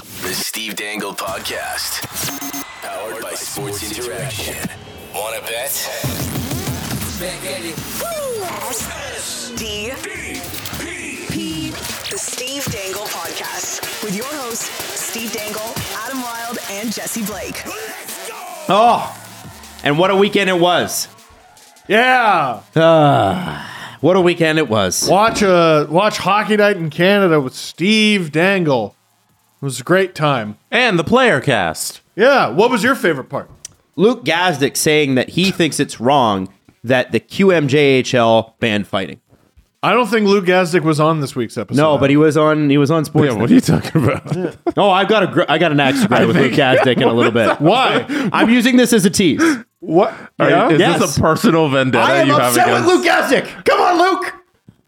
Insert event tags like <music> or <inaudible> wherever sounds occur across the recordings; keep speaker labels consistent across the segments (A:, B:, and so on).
A: Steve Dangle Podcast. Powered by Sports Interaction. Want to bet?
B: D. P. The Steve Dangle Podcast with your hosts, Steve Dangle, Adam Wilde, and Jesse Blake.
C: Oh, and what a weekend it was.
D: Yeah,
C: Ah, what a weekend it was.
D: watch uh, watch Hockey Night in Canada with Steve Dangle. It was a great time.
E: and the player cast.
D: Yeah, what was your favorite part?
C: Luke Gazdick saying that he thinks it's wrong that the QMJHL banned fighting.
D: I don't think Lou Gazdick was on this week's episode.
C: No, but he was on he was on sports.
E: are you talking
C: <laughs>
E: about?
C: oh, I've got a gr- I got an axe to grind with Luke Gazdick in a little
E: <laughs>
C: bit.
D: why?
C: I'm using this as a tease.
D: what?
E: Are you-
D: Yeah?
E: Is
C: Yes.
E: this a personal vendetta
C: I am
E: you have
C: upset with
E: against?
C: Luke Gazdick. Come on, Luke.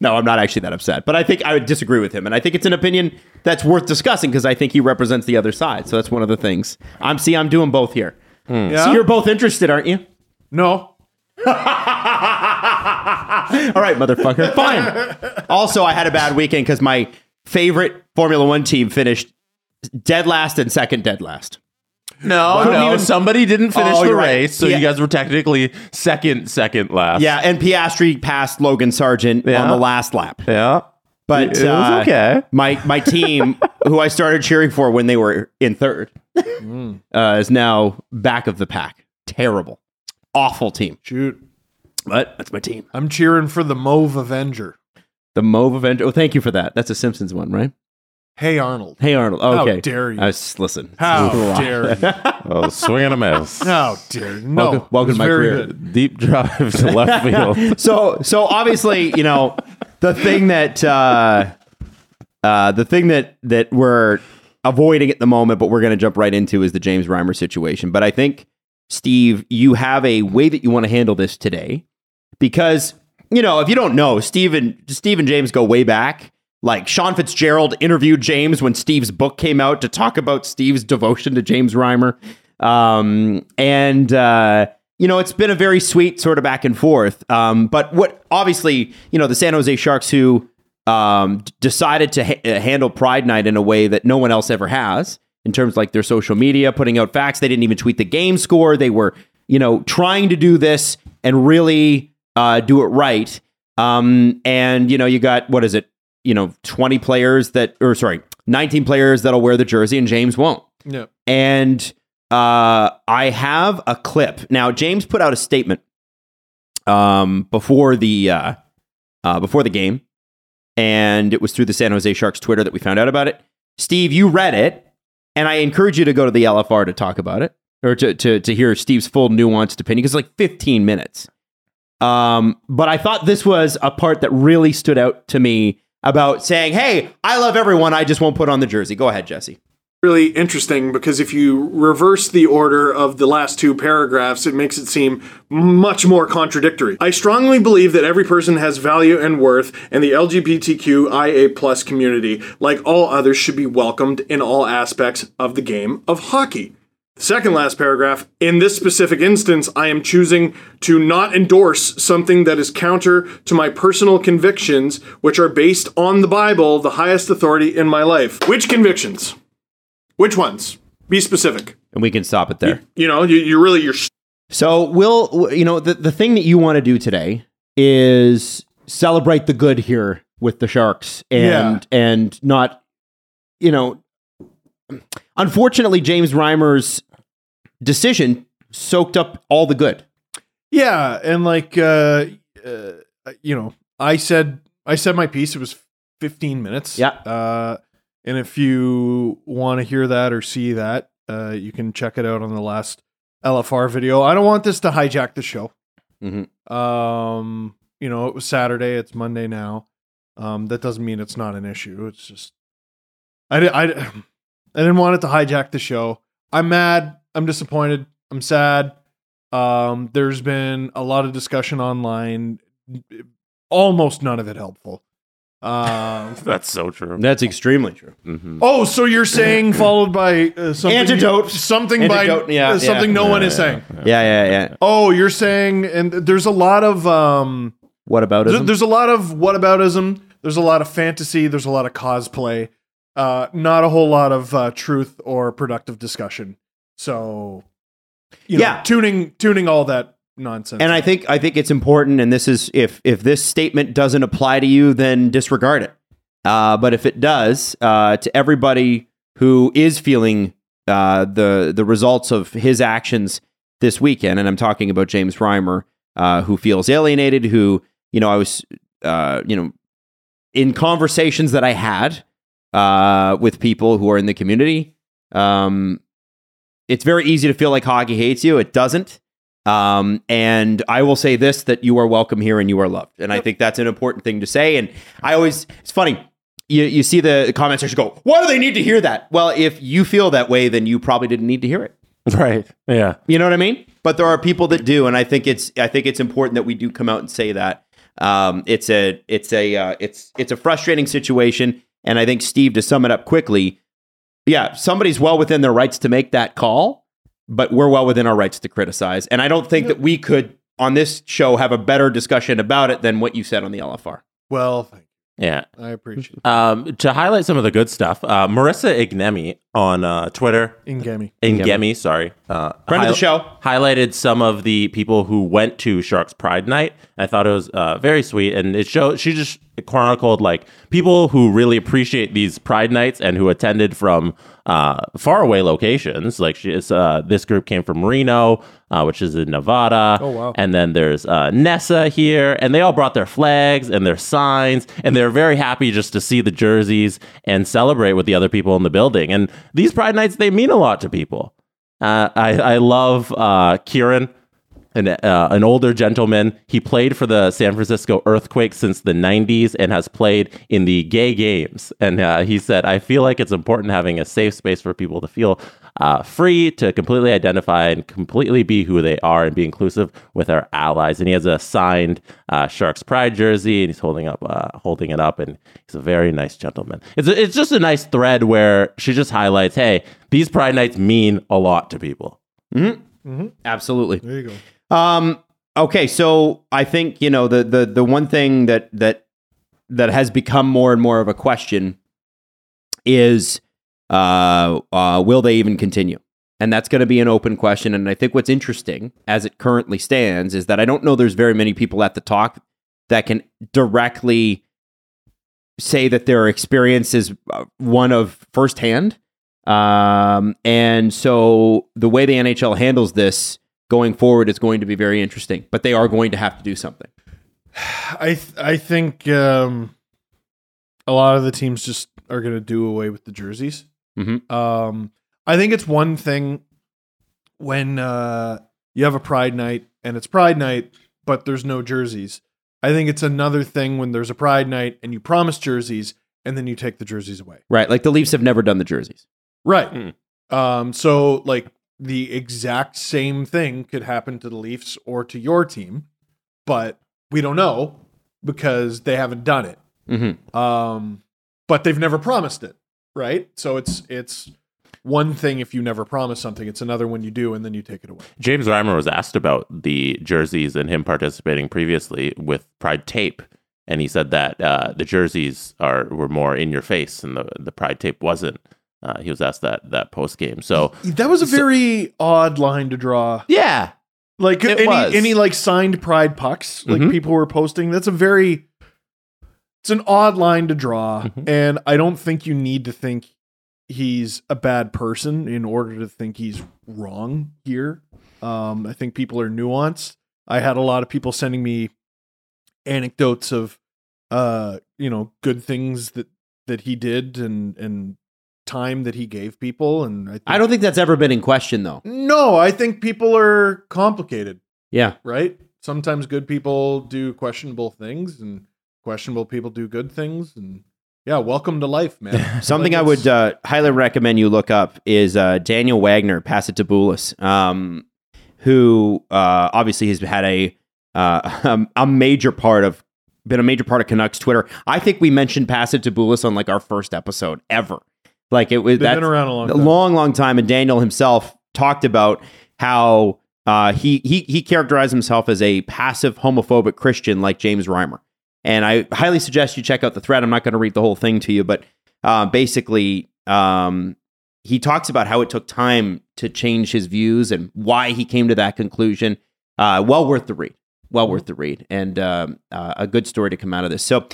C: No, I'm not actually that upset, but I think I would disagree with him, and I think it's an opinion that's worth discussing because I think he represents the other side. So that's one of the things. I'm see, I'm doing both here.
E: Hmm.
D: Yeah?
C: Hmm. So you're both interested, aren't you?
D: no.
C: All right, motherfucker. <laughs> Fine. Also, I had a bad weekend because my favorite Formula One team finished dead last and second dead last.
E: No,
C: Couldn't
E: no.
C: even-
E: somebody didn't finish
C: Oh,
E: the
C: you're right.
E: race, so
C: Yeah.
E: you guys were technically second, second last.
C: Yeah, and Piastri passed Logan Sargent
E: Yeah.
C: on the last lap.
E: yeah.
C: But uh,
E: It was okay.
C: My my
E: <laughs>
C: team, who I started cheering for when they were in third, uh, is now back of the pack. Terrible, awful team.
D: Shoot,
C: But that's my team.
D: I'm cheering for the Mauve Avenger.
C: The Mauve Avenger. Oh, thank you for that. That's a Simpsons one, right?
D: Hey Arnold.
C: Hey Arnold.
D: How
C: Okay.
D: dare you.
C: I was, listen.
D: How dare you?
C: <laughs>
E: Oh, swing and a miss.
D: How dare you? No.
C: Welcome- welcome
D: it was
C: to my
D: very
C: career.
D: good.
E: Deep drive to <laughs> left field.
C: so so obviously you know the thing that uh uh the thing that that we're avoiding at the moment but we're going to jump right into is the james reimer situation but i think steve you have a way that you want to handle this today because you know if you don't know steve and steve and james go way back like sean fitzgerald interviewed james when steve's book came out to talk about steve's devotion to james reimer um, and uh, you know it's been a very sweet sort of back and forth um, but what obviously you know the san jose sharks who um, d- decided to ha- uh, handle pride night in a way that no one else ever has in terms like their social media putting out facts they didn't even tweet the game score they were you know trying to do this and really uh, do it right um, and you know you got what is it you know 20 players that or sorry 19 players that'll wear the jersey and james won't
D: Yeah.
C: and uh, I have a clip now. James put out a statement um, before the uh, uh, before the game, and it was through the San Jose Sharks Twitter that we found out about it. Steve, you read it, and I encourage you to go to the LFR to talk about it or to to, to hear Steve's full nuanced opinion because it's like 15 minutes. Um, but I thought this was a part that really stood out to me about saying, "Hey, I love everyone. I just won't put on the jersey." Go ahead, Jesse.
F: really interesting because if you reverse the order of the last two paragraphs, it makes it seem much more contradictory. I strongly believe that every person has value and worth, and the LGBTQIA plus community, like all others, should be welcomed in all aspects of the game of hockey. Second last paragraph. In this specific instance, I am choosing to not endorse something that is counter to my personal convictions, which are based on the Bible, the highest authority in my life. Which convictions? Which ones? Be specific.
C: And we can stop it there.
F: You know, you, you really, you're.
C: So, Will, w- you know, the, the thing that you want to do today is celebrate the good here with the Sharks and and not, you know, unfortunately, James Reimer's decision soaked up all the good.
D: Yeah, and like uh, uh you know, I said I said my piece. It was 15 minutes.
C: Yeah.
D: Uh and if you want to hear that or see that, uh you can check it out on the last LFR video. I don't want this to hijack the show.
C: Mhm.
D: Um you know, it was Saturday, it's Monday now. Um that doesn't mean it's not an issue. It's just I di- I <sighs> di- I didn't want it to hijack the show. I'm mad, I'm disappointed, I'm sad. Um, there's been a lot of discussion online, almost none of it helpful.
C: <laughs>
D: Um,
E: That's so true. Mm-hmm.
C: That's extremely true.
D: oh, so you're saying followed by uh, something
C: Antidote.
D: something
C: Antidote,
D: by
C: yeah,
D: uh, something
C: yeah.
D: no one is saying.
C: Yeah, yeah, yeah.
D: Oh, you're saying, and there's a lot of um,
C: What about
D: There-
C: it?
D: There's a lot of whataboutism. There's a lot of fantasy. There's a lot of cosplay. uh, not a whole lot of uh, truth or productive discussion. So, you know,
C: Yeah.
D: tuning tuning all that nonsense.
C: And I think I think it's important. And this is if if this statement doesn't apply to you, then disregard it. Uh, but if it does, uh, to everybody who is feeling uh, the the results of his actions this weekend, and I'm talking about James Reimer, uh, who feels alienated, who you know I was uh, you know in conversations that I had uh, with people who are in the community. Um, it's very easy to feel like hockey hates you. It doesn't. Um, and I will say this that you are welcome here and you are loved. And I think that's an important thing to say. And I always, it's funny. You, you see the comment section go, why do they need to hear that? Well, if you feel that way, then you probably didn't need to hear it.
E: Right. Yeah.
C: You know what I mean? But there are people that do, and I think it's I think it's important that we do come out and say that. Um, it's a it's a uh, it's it's a frustrating situation, and I think Steve to sum it up quickly, yeah, somebody's well within their rights to make that call, but we're well within our rights to criticize, and I don't think that we could on this show have a better discussion about it than what you said on the LFR.
D: well, thank
E: Yeah.
D: you. I appreciate it.
E: Um, to highlight some of the good stuff, uh, Marissa Ignemi on uh, Twitter,
D: Ingami.
E: Ingemi, sorry, uh,
C: Friend of the
E: highli-
C: show.
E: highlighted some of the people who went to Sharks Pride Night. I thought it was uh, very sweet, and it showed she just chronicled like people who really appreciate these Pride Nights and who attended from uh, faraway locations. Like she is, uh, this group came from Reno, uh, which is in Nevada. Oh
D: wow.
E: And then there's uh, Nessa here, and they all brought their flags and their signs, and they're very happy just to see the jerseys and celebrate with the other people in the building. And these Pride Nights, they mean a lot to people. Uh, I, I love uh, Kieran, an, uh, an older gentleman. He played for the San Francisco Earthquake since the 90s and has played in the gay games. And uh, he said, I feel like it's important having a safe space for people to feel uh, free to completely identify and completely be who they are and be inclusive with our allies. And he has a signed uh, Sharks Pride jersey and he's holding up, uh, holding it up. And he's a very nice gentleman. It's, a, it's just a nice thread where she just highlights, hey, these Pride nights mean a lot to people.
C: Absolutely.
D: There you go.
C: Um, okay, so I think you know the the the one thing that that that has become more and more of a question is uh, uh, will they even continue? And that's going to be an open question. And I think what's interesting, as it currently stands, is that I don't know there's very many people at the talk that can directly say that their experience is uh, one of firsthand. Um, and so the way the NHL handles this going forward is going to be very interesting, but they are going to have to do something.
D: I th- I think um, a lot of the teams just are going to do away with the jerseys.
C: Mhm.
D: Um, I think it's one thing when uh, you have a Pride night and it's Pride night, but there's no jerseys. I think it's another thing when there's a Pride night and you promise jerseys and then you take the jerseys away.
C: Right. Like the Leafs have never done the jerseys.
D: Right.
E: Mm.
D: Um, so like the exact same thing could happen to the Leafs or to your team, but we don't know because they haven't done it.
C: Mhm.
D: Um, but they've never promised it, right? So it's it's one thing if you never promise something; it's another when you do and then you take it away.
E: James Reimer was asked about the jerseys and him participating previously with Pride Tape, and he said that uh, the jerseys are were more in your face, and the the Pride Tape wasn't. Uh, he was asked that that post game. So
D: That was a very odd line to draw.
E: yeah,
D: Like
E: It
D: any
E: was.
D: any like signed pride pucks, like
E: Mhm.
D: people were posting. That's a very it's an odd line to draw,
E: Mhm.
D: and I don't think you need to think he's a bad person in order to think he's wrong here. Um, I think people are nuanced. I had a lot of people sending me anecdotes of uh, you know, good things that that he did and and time that he gave people, and I, think,
C: I don't think that's ever been in question, though.
D: No, I think people are complicated
C: Yeah.
D: right? Sometimes good people do questionable things, and questionable people do good things. And yeah, welcome to life,
C: <laughs> <laughs>
D: man.
C: Something
D: Like,
C: I
D: it's-
C: would uh, highly recommend you look up is uh, Daniel Wagner, Pass It to Bulis, um, who uh, obviously has had a uh, <laughs> um, a major part of been a major part of Canucks Twitter. I think we mentioned Pass It to Bulis on like our first episode ever. Like it was
D: They've
C: that's
D: been around a long
C: a
D: time.
C: long, long time. And Daniel himself talked about how uh, he he he characterized himself as a passive homophobic Christian like James Reimer. And I highly suggest you check out the thread. I'm not going to read the whole thing to you, but uh, basically um, he talks about how it took time to change his views and why he came to that conclusion. Uh, well worth the read. Well worth the read, and um, uh, a good story to come out of this. So,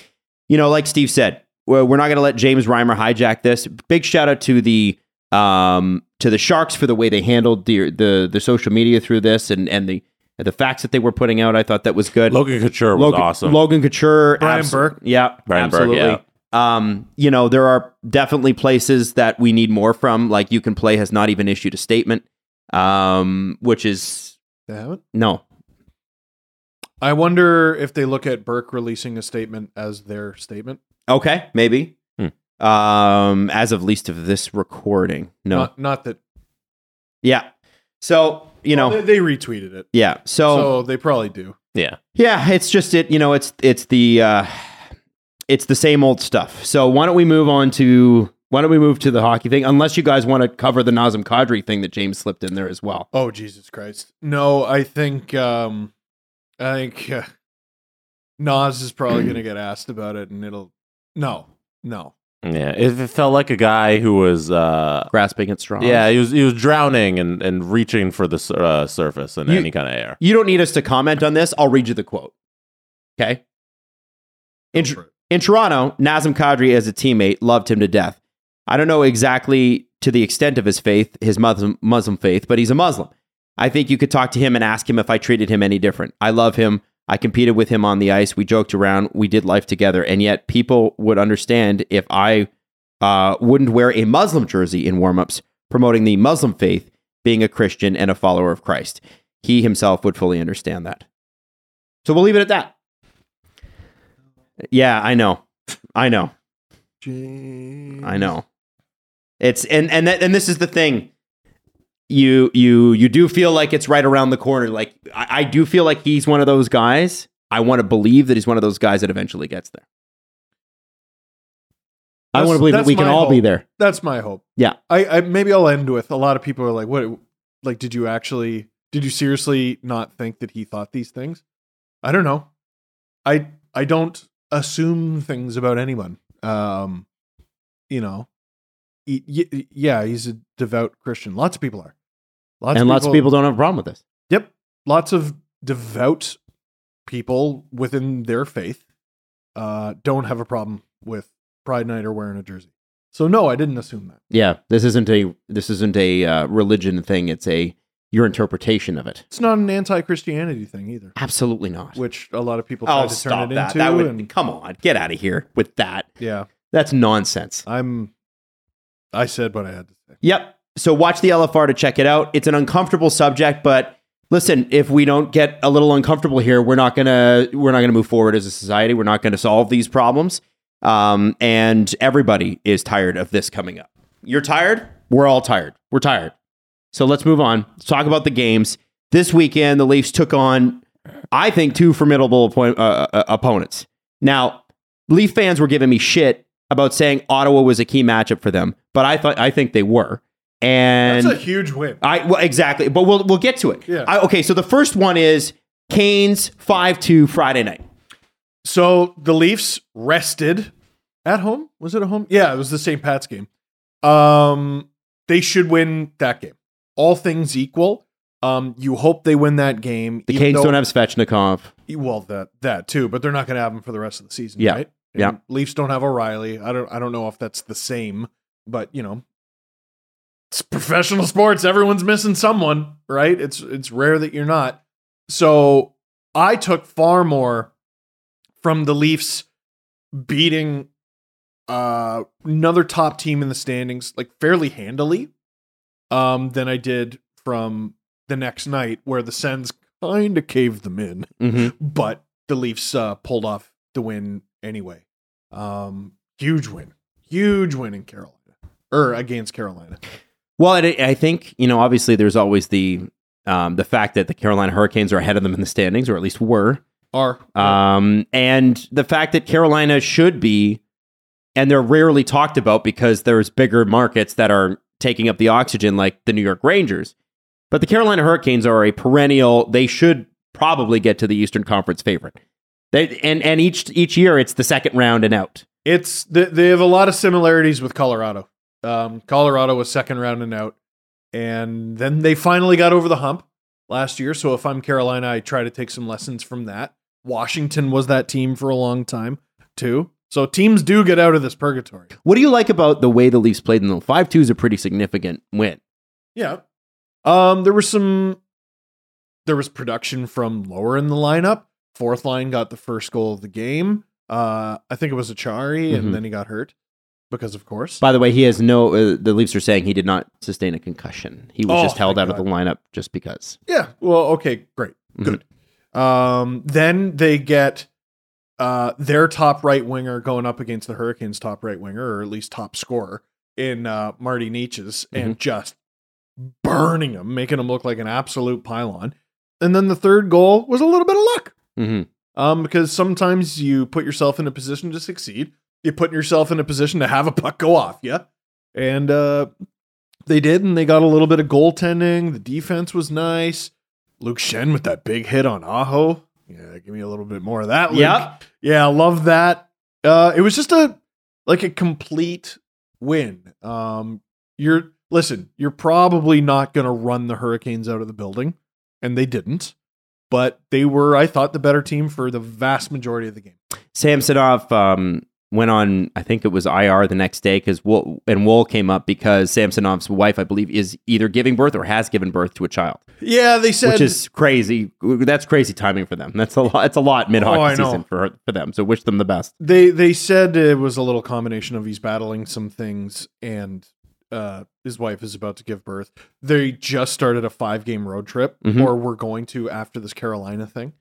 C: you know, like Steve said, we're we're not going to let James Reimer hijack this. Big shout out to the um, to the Sharks for the way they handled the the, the social media through this and and the the facts that they were putting out. I thought that was good.
E: Logan Couture was
C: Logan,
E: awesome.
C: Logan Couture,
D: Brian
C: abso-
D: Burke.
C: yeah,
E: Brian Burke,
C: absolutely. Um, you know, there are definitely places that we need more from. Like, you can play has not even issued a statement, um, which is
D: They haven't.
C: no.
D: I wonder if they look at Burke releasing a statement as their statement.
C: Okay, maybe.
E: Hmm.
C: Um, as of least of this recording, no.
D: Not, not that
C: yeah. So you know,
D: they, they retweeted it,
C: yeah. so
D: so they probably do.
E: yeah.
C: yeah, it's just it. You know, it's it's the uh, it's the same old stuff. So why don't we move on to why don't we move to the hockey thing? Unless you guys want to cover the Nazem Kadri thing that James slipped in there as well.
D: Oh Jesus Christ! No, I think um, I think uh, Nas is probably gonna get asked about it, and it'll no, no.
E: Yeah. It, it felt like a guy who was, uh,
C: grasping at straws.
E: yeah, he was he was drowning and, and reaching for the sur- uh, surface and
C: You-
E: any kind of air.
C: You don't need us to comment on this. I'll read you the quote. Okay. In,
D: Go for it.
C: in Toronto, Nazem Kadri, as a teammate, loved him to death. I don't know exactly to the extent of his faith, his Muslim, Muslim faith, but he's a Muslim. I think you could talk to him and ask him if I treated him any different. I love him. I competed with him on the ice. We joked around. We did life together. And yet, people would understand if I uh, wouldn't wear a Muslim jersey in warmups, promoting the Muslim faith, being a Christian and a follower of Christ. He himself would fully understand that. So we'll leave it at that. Yeah, I know. I know. I know. It's and and that, and this is the thing. You you you do feel like it's right around the corner. Like I, I do feel like he's one of those guys. I want to believe that he's one of those guys that eventually gets there. I
D: That's-
C: want to believe that
D: that's
C: we can
D: my
C: all be
D: hope.
C: there.
D: That's my hope.
C: Yeah.
D: I, I maybe I'll end with a lot of people are like, what? Like, did you actually? Did you seriously not think that he thought these things? I don't know. I I don't assume things about anyone. Um, you know, He- y- yeah, he's a devout Christian. Lots of people are. Lots
C: and lots of people don't have a problem with this.
D: Yep. Lots of devout people within their faith uh, don't have a problem with Pride Night or wearing a jersey. So no, I didn't assume that.
C: Yeah, this isn't a this isn't a uh, religion thing. It's a your interpretation of it.
D: It's not an anti-Christianity thing either,
C: Absolutely not.
D: which a lot of people try
C: Oh,
D: to
C: stop
D: turn it
C: that!
D: into.
C: That would
D: and,
C: come on. Get out of here with that.
D: <laughs> yeah,
C: That's nonsense.
D: I'm. I said what I had to say.
C: Yep. So watch the LFR to check it out. It's an uncomfortable subject, but listen, if we don't get a little uncomfortable here, we're not gonna we're not gonna move forward as a society. We're not gonna solve these problems. Um, and everybody is tired of this coming up. You're tired. We're all tired. We're tired. So let's move on. Let's talk about the games this weekend. The Leafs took on, I think, two formidable appoint- uh, uh, opponents. Now, Leaf fans were giving me shit about saying Ottawa was a key matchup for them, but I thought I think they were. And
D: That's a huge win.
C: I well, exactly, but we'll we'll get to it.
D: Yeah.
C: I, okay, so the first one is Canes five two Friday night.
D: So the Leafs rested at home. Was it a home? Yeah, it was the St. Pat's game. Um, they should win that game. All things equal, um, you hope they win that game.
C: The
D: even
C: Canes
D: though-
C: don't have Svechnikov.
D: E, well that that too, but they're not going to have him for the rest of the season,
C: Yeah.
D: right?
C: Yeah.
D: And Leafs don't have O'Reilly. I don't I don't know if that's the same, but you know, it's professional <laughs> sports. Everyone's missing someone, right? It's it's rare that you're not. So I took far more from the Leafs beating uh, another top team in the standings, like fairly handily, um, than I did from the next night where the Sens kind of caved them in
C: Mhm.
D: but the Leafs uh, pulled off the win anyway. Um, huge win, huge win in Carolina or against Carolina.
C: Well, and I, I think you know obviously there's always the um, the fact that the Carolina Hurricanes are ahead of them in the standings, or at least were.
D: Are
C: Um, and the fact that Carolina should be, and they're rarely talked about because there's bigger markets that are taking up the oxygen, like the New York Rangers. But the Carolina Hurricanes are a perennial. They should probably get to the Eastern Conference favorite. They and and each each year it's the second round and out.
D: It's they, they have a lot of similarities with Colorado. Um, Colorado was second round and out, and then they finally got over the hump last year. So if I'm Carolina, I try to take some lessons from that. Washington was that team for a long time too. So teams do get out of this purgatory.
C: What do you like about the way the Leafs played in the 5 2 is a pretty significant win.
D: Yeah. Um, there was some there was production from lower in the lineup. Fourth line got the first goal of the game. Uh, I think it was Achari,
C: Mhm.
D: and then he got hurt because, of course,
C: By the way, he has no, uh, the Leafs are saying he did not sustain a concussion. He was
D: Oh,
C: just held out
D: thank
C: of the lineup just because.
D: Yeah. Well, okay, great. Good. Um, then they get uh, their top right winger going up against the Hurricanes' top right winger, or at least top scorer, in uh, Marty Nietzsche's, and just burning him, making him look like an absolute pylon. And then the third goal was a little bit of luck
C: Mm-hmm.
D: um, because sometimes you put yourself in a position to succeed. You put yourself in a position to have a puck go off, yeah. And uh, they did, and they got a little bit of goaltending. The defense was nice. Luke Shen with that big hit on Aho. Yeah, give me a little bit more of that. Luke.
C: Yep.
D: Yeah, I love that. Uh, it was just a like a complete win. Um, you're listen. You're probably not going to run the Hurricanes out of the building, and they didn't but they were, I thought, the better team for the vast majority of the game.
C: Samsonov um, went on, I think it was IR the next day, because Wool and Wool came up because Samsonov's wife, I believe, is either giving birth or has given birth to a child,
D: Yeah, they said.
C: which is crazy. That's crazy timing for them. That's a lot. It's a lot mid
D: Oh, I
C: hockey
D: know.
C: season for for them. So wish them the best.
D: they they said it was a little combination of he's battling some things and uh, his wife is about to give birth. They just started a five game road trip,
C: Mhm.
D: or we're going to after this Carolina thing.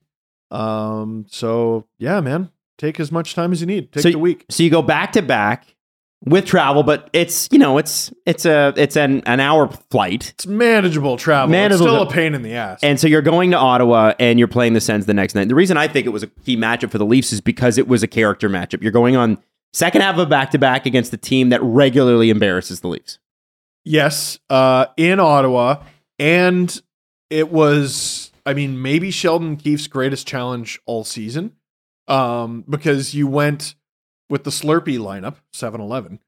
D: Um. So yeah, man, take as much time as you need. Take
C: So
D: the week.
C: So you go back to back with travel, but it's you know it's it's a it's an an hour flight.
D: It's manageable travel.
C: Manageable-
D: It's still a pain in the ass.
C: And so you're going to Ottawa and you're playing the Sens the next night. The reason I think it was a key matchup for the Leafs is because it was a character matchup. You're going on second half of back to back against the team that regularly embarrasses the Leafs.
D: Yes, uh, in Ottawa, and it was. I mean, maybe Sheldon Keefe's greatest challenge all season, um, because you went with the Slurpee lineup, 7-Eleven,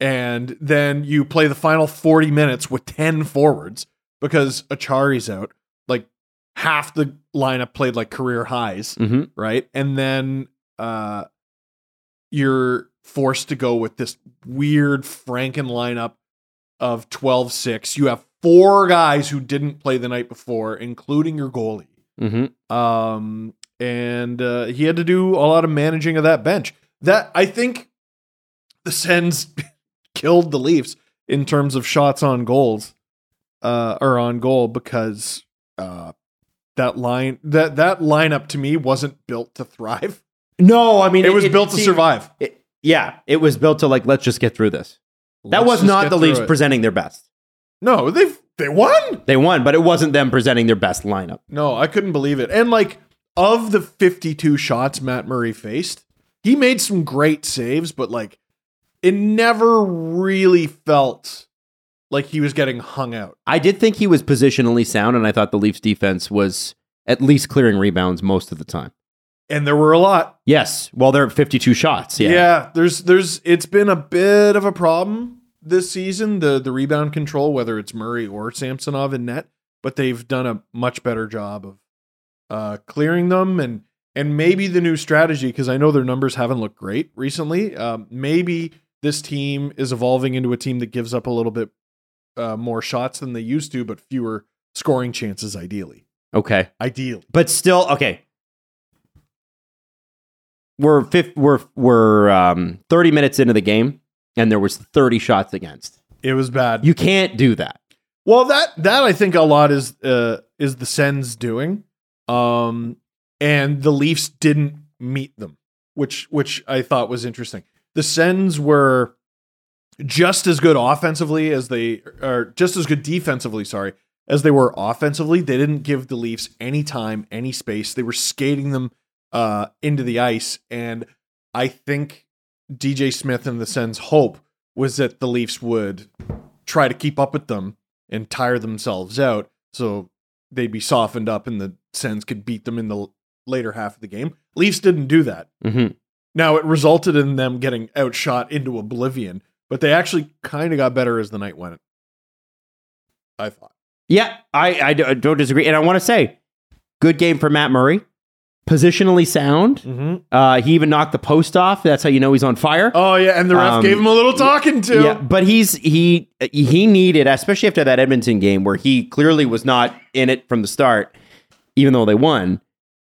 D: and then you play the final forty minutes with ten forwards because Achari's out. Like half the lineup played like career highs,
C: Mm-hmm.
D: right? And then uh, you're forced to go with this weird Franken lineup of 12 6. You have four guys who didn't play the night before, including your goalie.
C: Mm-hmm.
D: Um, and uh, he had to do a lot of managing of that bench. That I think the Sens <laughs> killed the Leafs in terms of shots on goals uh, or on goal because uh, that line that that lineup to me wasn't built to thrive.
C: No, I mean
D: It, was built to
C: seemed-
D: survive.
C: it- yeah, it was built to like let's just get through this. that
D: Let's
C: was
D: just
C: not
D: get
C: the
D: through
C: Leafs
D: it.
C: presenting their best.
D: no, they they won.
C: They won, but it wasn't them presenting their best lineup.
D: No, I couldn't believe it. And like of the 52 shots Matt Murray faced, he made some great saves, but like it never really felt like he was getting hung out.
C: I did think he was positionally sound, and I thought the Leafs defense was at least clearing rebounds most of the time.
D: And there were a lot.
C: Yes, well, they're at 52 shots.
D: Yeah. there's there's it's been a bit of a problem this season, the the rebound control, whether it's Murray or Samsonov in net, but they've done a much better job of uh clearing them and and maybe the new strategy because I know their numbers haven't looked great recently. Um, maybe this team is evolving into a team that gives up a little bit uh, more shots than they used to, but fewer scoring chances. Ideally,
C: Okay.
D: ideally,
C: but still okay. We're fifth, we're we're um, thirty minutes into the game, and there was thirty shots against.
D: it was bad.
C: You can't do that.
D: Well, that that I think a lot is uh, is the Sens doing, um, and the Leafs didn't meet them, which which I thought was interesting. The Sens were just as good offensively as they are, just as good defensively. Sorry, as they were offensively, they didn't give the Leafs any time, any space. They were skating them uh, into the ice, and I think DJ Smith and the Sens' hope was that the Leafs would try to keep up with them and tire themselves out so they'd be softened up and the Sens could beat them in the l- later half of the game. Leafs didn't do that.
C: Mhm.
D: Now, it resulted in them getting outshot into oblivion, but they actually kind of got better as the night went. I thought.
C: Yeah, I, I d- I don't disagree. And I want to say, good game for Matt Murray. Positionally sound.
D: Mm-hmm.
C: Uh, he even knocked the post off. That's how you know he's on fire.
D: Oh, yeah. And the ref
C: Um,
D: gave him a little talking to.
C: Yeah, but he's he he needed, especially after that Edmonton game where he clearly was not in it from the start, even though they won.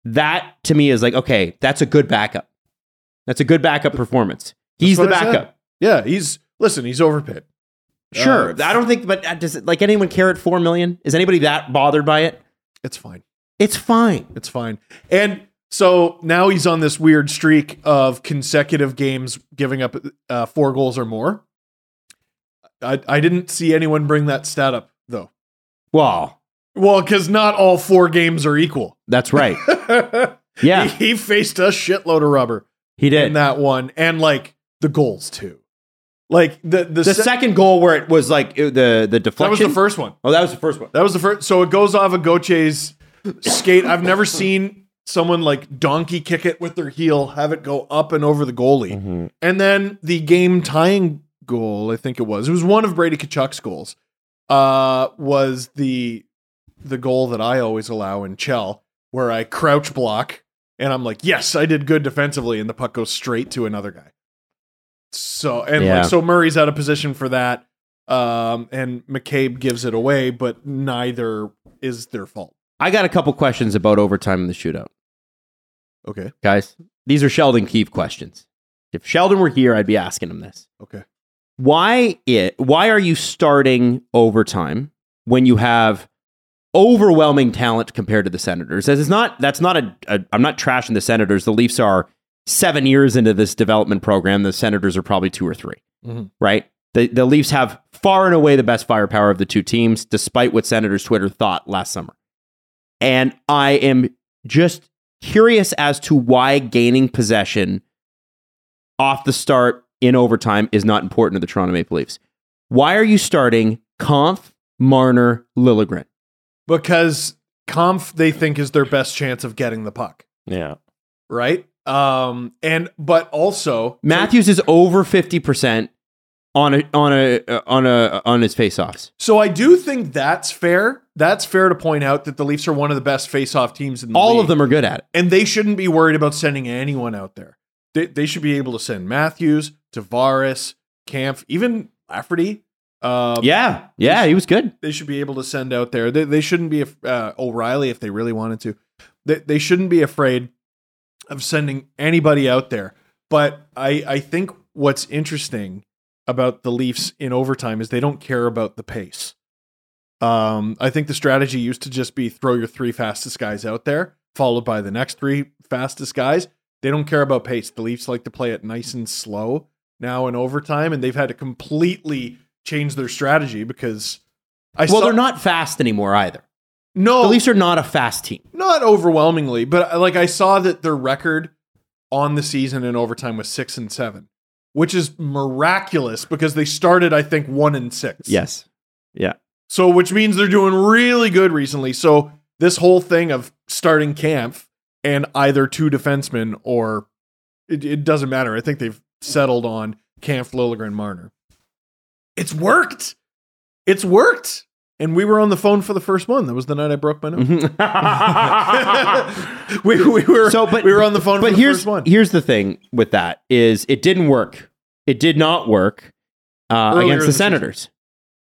C: That to me is like okay, that's a good backup. That's a good backup performance. He's the
D: That's what I said.
C: backup.
D: Yeah, he's, listen, he's overpaid.
C: Sure,
D: Uh,
C: I don't think, but uh, does it, like anyone care at four million? Is anybody that bothered by it?
D: It's fine.
C: It's fine.
D: It's fine. And so now he's on this weird streak of consecutive games giving up uh, four goals or more. I, I didn't see anyone bring that stat up, though.
C: Well,
D: Well, because not all four games are equal. <laughs>
C: that's right. Yeah,
D: He, he faced a shitload of rubber
C: he
D: in
C: did.
D: that one and like the goals, too. Like the, the,
C: The
D: se-
C: second goal where it was like it- the the
D: that was
C: deflection.
D: the first one.
C: Oh, that was the first one.
D: That was the first. So it goes off of Goche's skate. I've never seen someone like donkey kick it with their heel, have it go up and over the goalie. And then the game tying goal, I think it was. It was one of Brady Kachuk's goals. Uh, was the the goal that I always allow in Chell, where I crouch block and I'm like, yes, I did good defensively, and the puck goes straight to another guy. So and
C: Yeah.
D: like so Murray's out of position for that. Um, and McCabe gives it away, but neither is their fault.
C: I got a couple questions about overtime in the shootout.
D: Okay.
C: guys. These are Sheldon Keefe questions. If Sheldon were here, I'd be asking him this.
D: Okay.
C: Why it? Why are you starting overtime when you have overwhelming talent compared to the Senators? As it's not that's not a, a. I'm not trashing the Senators. The Leafs are seven years into this development program. The Senators are probably two or 3
D: Mhm.
C: Right. The the Leafs have far and away the best firepower of the two teams, despite what Senators Twitter thought last summer. And I am just curious as to why gaining possession off the start in overtime is not important to the Toronto Maple Leafs. Why are you starting Conf, Marner, Lilligren?
D: Because Kampf they think is their best chance of getting the puck,
E: Yeah.
D: right? Um, and but also
C: Matthews is over 50% on a on a uh, on a on his faceoffs.
D: So I do think that's fair. That's fair to point out that the Leafs are one of the best face-off teams in the
C: All of
D: league,
C: them are good at it.
D: and they shouldn't be worried about sending anyone out there. They, they should be able to send Matthews, Tavares, Camp, even Lafferty. Um,
C: Yeah. Yeah, he was good.
D: they should be able to send out there. They, they shouldn't be af- uh, O'Reilly if they really wanted to. They, they shouldn't be afraid of sending anybody out there. But I I think what's interesting about the Leafs in overtime is they don't care about the pace. Um, I think the strategy used to just be throw your three fastest guys out there, followed by the next three fastest guys. They don't care about pace. The Leafs like to play it nice and slow now in overtime, and they've had to completely change their strategy because I
C: Well,
D: saw- Oh.
C: they're not fast anymore either.
D: no
C: The Leafs are not a fast team.
D: not overwhelmingly, but uh, like I saw that their record on the season in overtime was six and seven, which is miraculous because they started, I think, one and six.
C: Yes. <laughs>
D: <laughs> So, which means they're doing really good recently. So, this whole thing of starting camp and either two defensemen or it, it doesn't matter. I think they've settled on Camp Lilligren Marner. It's worked. It's worked. And we were on the phone for the first one. That was the night I broke my nose. <laughs> we, we were
C: So, but-
D: we were on the phone.
C: but
D: for the
C: here's
D: first one.
C: here's the thing with that is it didn't work. It did not work uh,
D: Earlier in
C: against
D: the
C: the
D: season.
C: Senators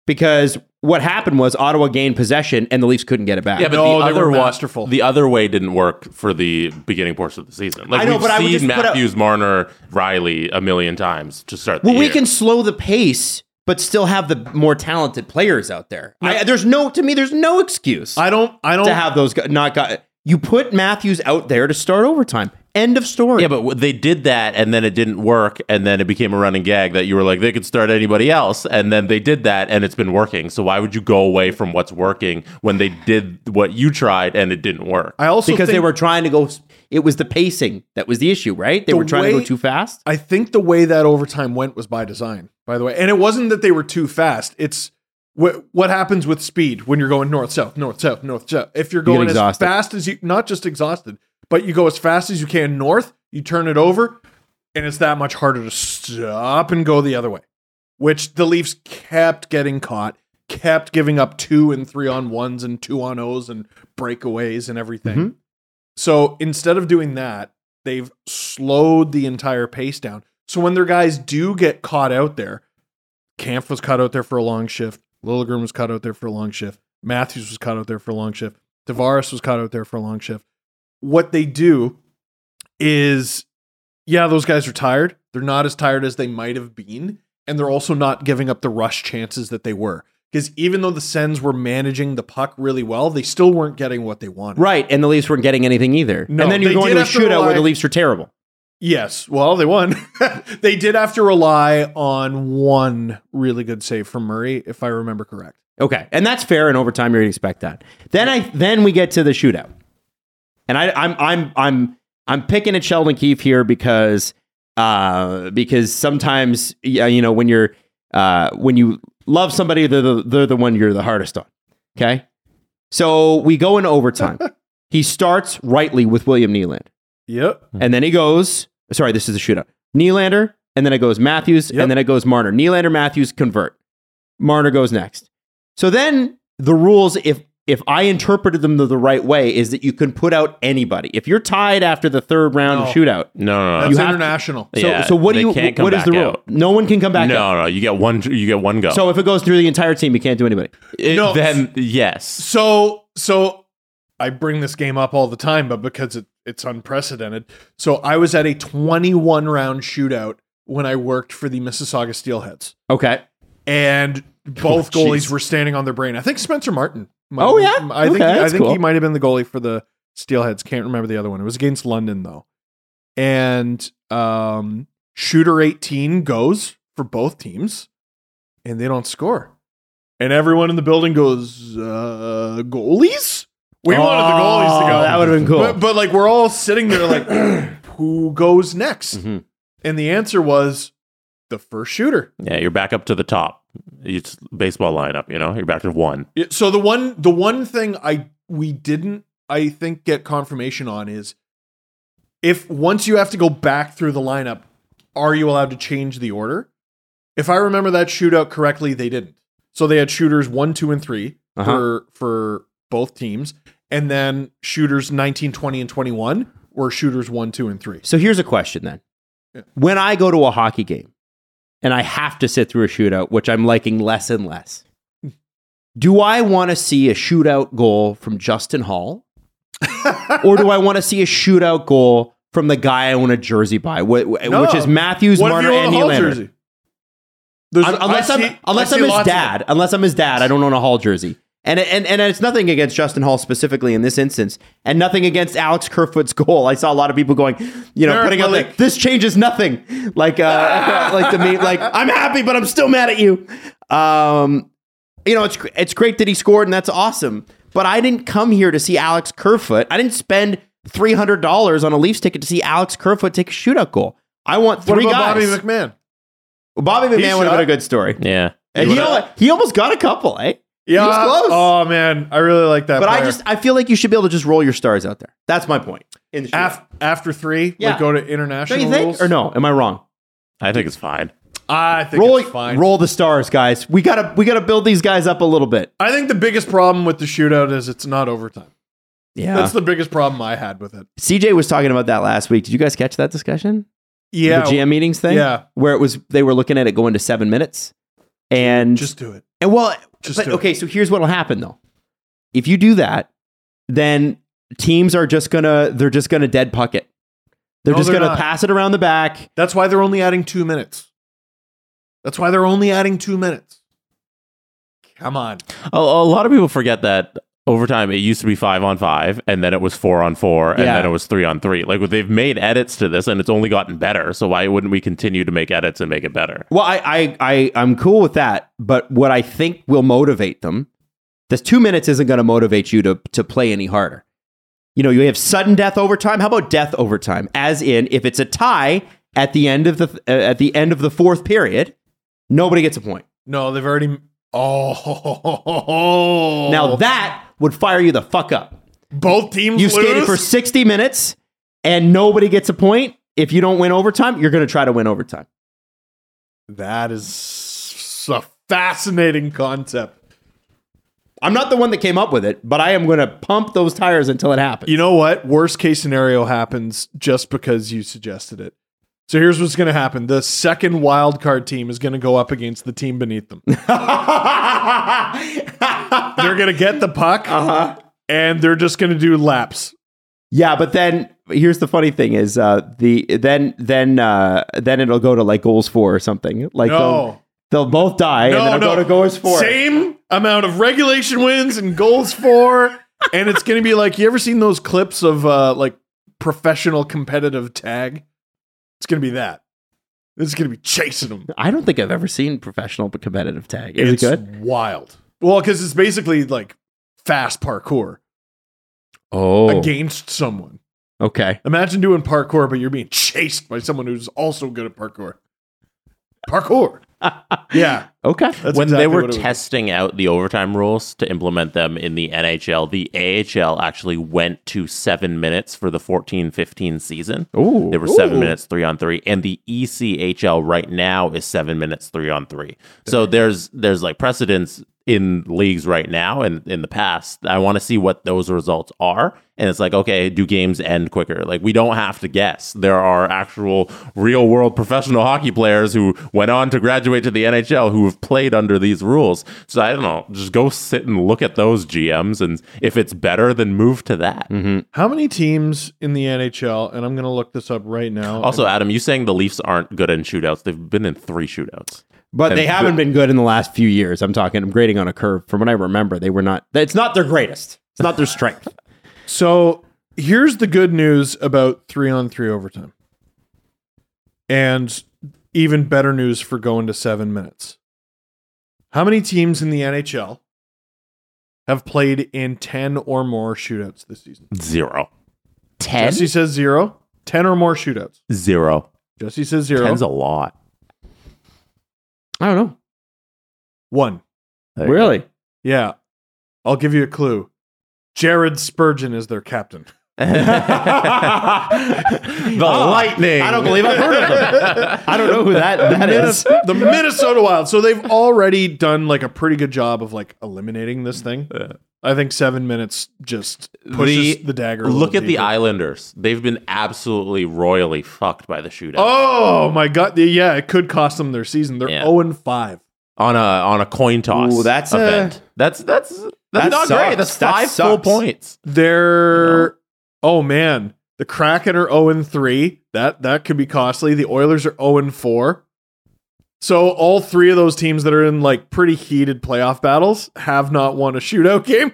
C: because what happened was Ottawa gained possession and the Leafs couldn't get it back.
E: Yeah, but
D: No,
E: the
D: they
E: other
D: were
E: wa-
D: masterful.
E: the other way didn't work for the beginning portion of the season. Like
C: I know,
E: we've
C: but I would
E: seen
C: just put up-
E: Matthews, Marner, Riley a million times to start. The
C: well, we
E: year.
C: can slow the pace but still have the more talented players out there. I, there's no to me. There's no excuse
D: I don't. I don't.
C: to have those guys not got. You put Matthews out there to start overtime. End of story.
E: Yeah, but w- they did that, and then it didn't work, and then it became a running gag that you were like, they could start anybody else, and then they did that, and it's been working. So why would you go away from what's working when they did what you tried and it didn't work?
D: I also
C: because
D: think-
C: they were trying to go. It was the pacing that was the issue, right? They
D: The
C: were trying to
D: way-
C: go too fast.
D: I think the way that overtime went was by design, by the way. And it wasn't that they were too fast. It's wh- what happens with speed when you're going north, south, north, south, north, south. If you're
C: get
D: going as
C: exhausted.
D: fast as you, not just exhausted, but you go as fast as you can north, you turn it over. and it's that much harder to stop and go the other way, which the Leafs kept getting caught, kept giving up two and three on ones and two on O's and breakaways and everything.
C: Mhm.
D: So instead of doing that, they've slowed the entire pace down. So when their guys do get caught out there, Camp was caught out there for a long shift. Lilligren was caught out there for a long shift. Matthews was caught out there for a long shift. Tavares was caught out there for a long shift. What they do is, yeah, those guys are tired. They're not as tired as they might have been. And they're also not giving up the rush chances that they were. Because even though the Sens were managing the puck really well, they still weren't getting what they wanted.
C: Right, and the Leafs weren't getting anything either.
D: No,
C: and then you're
D: they
C: going
D: did
C: to a
D: have to
C: shootout
D: rely-
C: where the Leafs are terrible.
D: Yes. Well, they won. <laughs> they did have to rely on one really good save from Murray, if I remember correct.
C: Okay, and that's fair. And over time, you're gonna expect that. Then I then we get to the shootout, and I, I'm I'm I'm I'm picking at Sheldon Keefe here because uh because sometimes yeah you know when you're uh when you love somebody they're the, they're the one you're the hardest on. Okay, so we go in
D: <laughs>
C: overtime. he starts rightly with William Nyland,
D: Yep.
C: Mm-hmm. and then he goes. Sorry, this is a shootout. Nylander, and then it goes Matthews,
D: Yep.
C: and then it goes Marner. Nylander, Matthews convert. Marner goes next. So then the rules, if if I interpreted them the, the right way, is that you can put out anybody. If you're tied after the third round
D: No.
C: of shootout,
E: No, no,
D: That's
E: no.
C: You have to-
D: international.
C: so,
E: Yeah,
C: so what do
E: they
C: you?
E: can't come
C: What is
E: back
C: the rule?
E: out.
C: No one can come back. out.
E: no, no. You get one. You get one go.
C: So if it goes through the entire team, you can't do anybody.
E: It-
D: No.
E: then yes,
D: So so I bring this game up all the time, but because it, it's unprecedented. So I was at a 21 round shootout when I worked for the Mississauga Steelheads.
C: Okay.
D: And both
C: <laughs> Oh,
D: goalies
C: jeez.
D: were standing on their brain. I think Spencer Martin. might-
C: Oh, yeah?
D: I think
C: Okay,
D: I
C: that's
D: think he
C: cool.
D: might have been the goalie for the Steelheads. Can't remember the other one. It was against London though. And um shooter 18 goes for both teams and they don't score. And everyone in the building goes, uh, goalies? We wanted the goalies to
C: Oh,
D: go.
C: That would have been cool.
D: But, but like we're all sitting there
C: <clears throat>
D: like, who goes next?
C: Mm-hmm.
E: Mhm.
D: And the answer was the first shooter.
E: yeah. You're back up to the top. It's baseball lineup. You know, you're back to one.
D: Yeah, so the one the one thing I we didn't I think get confirmation on is if once you have to go back through the lineup, are you allowed to change the order? If I remember that shootout correctly, they didn't. So they had shooters one, two, and 3
C: Uh-huh.
D: for for both teams, and then shooters 19, 20, and 21 were shooters one, two, and three.
C: So here's a question then.
D: Yeah.
C: When I go to a hockey game and I have to sit through a shootout, which I'm liking less and less, do I want to see a shootout goal from Justin Hall?
D: <laughs>
C: or do I want to see a shootout goal from the guy I own a jersey by, wh- wh-
D: No.
C: which is Matthews,
D: What if
C: Marner,
D: you own
C: and
D: a Hall
C: Nylander?
D: jersey? There's-
C: Un- unless
D: I
C: I'm
D: see-
C: unless
D: I
C: I'm
D: see
C: his
D: lots of
C: dad.
D: them.
C: Unless I'm his dad, I don't own a Hall jersey. And and and it's nothing against Justin Hall specifically in this instance, and nothing against Alex Kerfoot's <laughs> goal. I saw a lot of people going, you know,
D: Derek
C: putting out
D: Malik.
C: like this changes nothing. Like uh, <laughs> like to me, like I'm happy, but I'm still mad at you. Um, you know, it's gr- it's great that he scored, and that's awesome. But I didn't come here to see Alex Kerfoot. I didn't spend three hundred dollars on a Leafs ticket to see Alex Kerfoot take a shootout goal. I want
D: What
C: three
D: about Bobby
C: guys.
D: McMahon?
C: Bobby
D: He
C: McMahon would have
D: shot.
C: been a good story.
E: Yeah.
C: And he, al- he almost got a couple, eh? He was close.
D: Oh man, I really like that.
C: but I
D: player.
C: just I feel like you should be able to just roll your stars out there. That's my point. In the shootout.
D: Af- after three,
C: Yeah.
D: we go to
C: Don't
D: international
C: you think?
D: rules.
C: Or no? Am I wrong?
E: I think it's fine.
D: I think
C: Roll
D: it's fine.
C: roll the stars, guys. We gotta we gotta build these guys up a little bit.
D: I think the biggest problem with the shootout is it's not overtime.
C: Yeah.
D: That's the biggest problem I had with it.
C: CJ was talking about that last week. Did you guys catch that discussion?
D: Yeah,
C: The GM meetings thing.
D: Yeah.
C: Where it was they were looking at it going to seven minutes, and
D: just do it.
C: And well,
D: Just
C: but,
D: do it.
C: okay, so here's what'll happen though. If you do that, then teams are just gonna they're just gonna dead puck it. They're
D: No,
C: just
D: they're
C: gonna
D: not.
C: pass it around the back.
D: That's why they're only adding two minutes. That's why they're only adding two minutes. Come on.
E: A, a lot of people forget that overtime it used to be five on five, and then it was four on four, and
C: Yeah.
E: then it was three on three. Like they've made edits to this, and it's only gotten better. So why wouldn't we continue to make edits and make it better?
C: Well, I I, I I'm cool with that, but what I think will motivate them, this two minutes isn't gonna motivate you to to play any harder. You know, you have sudden death overtime. How about death overtime? As in, if it's a tie at the end of the uh, at the end of the fourth period, nobody gets a point.
D: No, they've already. Oh,
C: Now that would fire you the fuck up.
D: both teams
C: You
D: lose.
C: skated for 60 minutes and nobody gets a point. if you don't win overtime, you're going to try to win overtime.
D: That is a fascinating concept.
C: I'm not the one that came up with it, but I am going to pump those tires until it happens.
D: You know what? Worst case scenario happens just because you suggested it. So here's what's going to happen. The second wild card team is going to go up against the team beneath them. they're going to get the puck and they're just going to do laps.
C: Yeah, but then here's the funny thing: is uh, the then then uh, then it'll go to like goals for or something. Like
D: No.
C: they'll, they'll both die, and then it'll go to goals for.
D: Same amount of regulation wins and goals for. and it's going to be like, you ever seen those clips of uh, like professional competitive tag? It's going to be that. It's going to be chasing them.
C: I don't think I've ever seen professional but competitive tag. Is
D: it's
C: it good?
D: wild. Well, because it's basically like fast parkour
C: Oh,
D: against someone.
C: okay.
D: Imagine doing parkour, but you're being chased by someone who's also good at parkour.
C: <laughs>
D: Parkour. yeah.
C: Okay.
D: That's
E: when
D: exactly
E: they were
D: what it was.
E: testing out the overtime rules to implement them in the NHL, the AHL actually went to seven minutes for the 14 15 season.
C: Ooh.
E: There were seven minutes, three on three, and the E ECHL right now is seven minutes, three on three. So there's there's like precedence in leagues right now and in the past. I want to see what those results are, and it's like okay, do games end quicker? Like we don't have to guess. There are actual real world professional hockey players who went on to graduate to the NHL who have played under these rules. So I don't know, just go sit and look at those GMs, and if it's better, then move to that.
D: How many teams in the NHL, and I'm going to look this up right now.
E: Also, Adam, you saying the Leafs aren't good in shootouts? They've been in three shootouts.
C: But they
E: And-
C: haven't been good in the last few years. I'm talking. I'm grading on a curve. From what I remember, they were not. It's not their greatest. It's not their strength.
D: So here's the good news about three on three overtime. And even better news for going to seven minutes. How many teams in the NHL have played in 10 or more shootouts this season?
E: Zero.
D: Ten? Jesse says zero. 10 or more shootouts.
E: Zero.
D: Jesse says zero.
E: Ten's a lot. <laughs>
C: I don't know.
D: One.
E: There you go.
C: Really?
D: Yeah. I'll give you a clue. Jared Spurgeon is their captain.
E: the lightning.
C: I don't believe I've heard of
E: <laughs>
C: them. I don't know who that that is.
D: Minnes- the Minnesota Wild. So they've already done like a pretty good job of like eliminating this thing. I think seven minutes just pushes the, dagger. a
E: Look
D: little
E: at the
D: deeper.
E: Islanders. They've been absolutely royally fucked by the shootout.
D: Oh my god! Yeah, it could cost them their season. They're
E: Yeah.
D: zero and five.
E: On a on a coin toss.
C: Ooh, that's a-
E: event. that's that's that's
C: That
E: not
C: sucks.
E: great. That's
C: That
E: five full
C: sucks.
E: points.
D: They're oh man, the Kraken are zero and three. That that could be costly. The Oilers are zero and four. So all three of those teams that are in like pretty heated playoff battles have not won a shootout <laughs> game.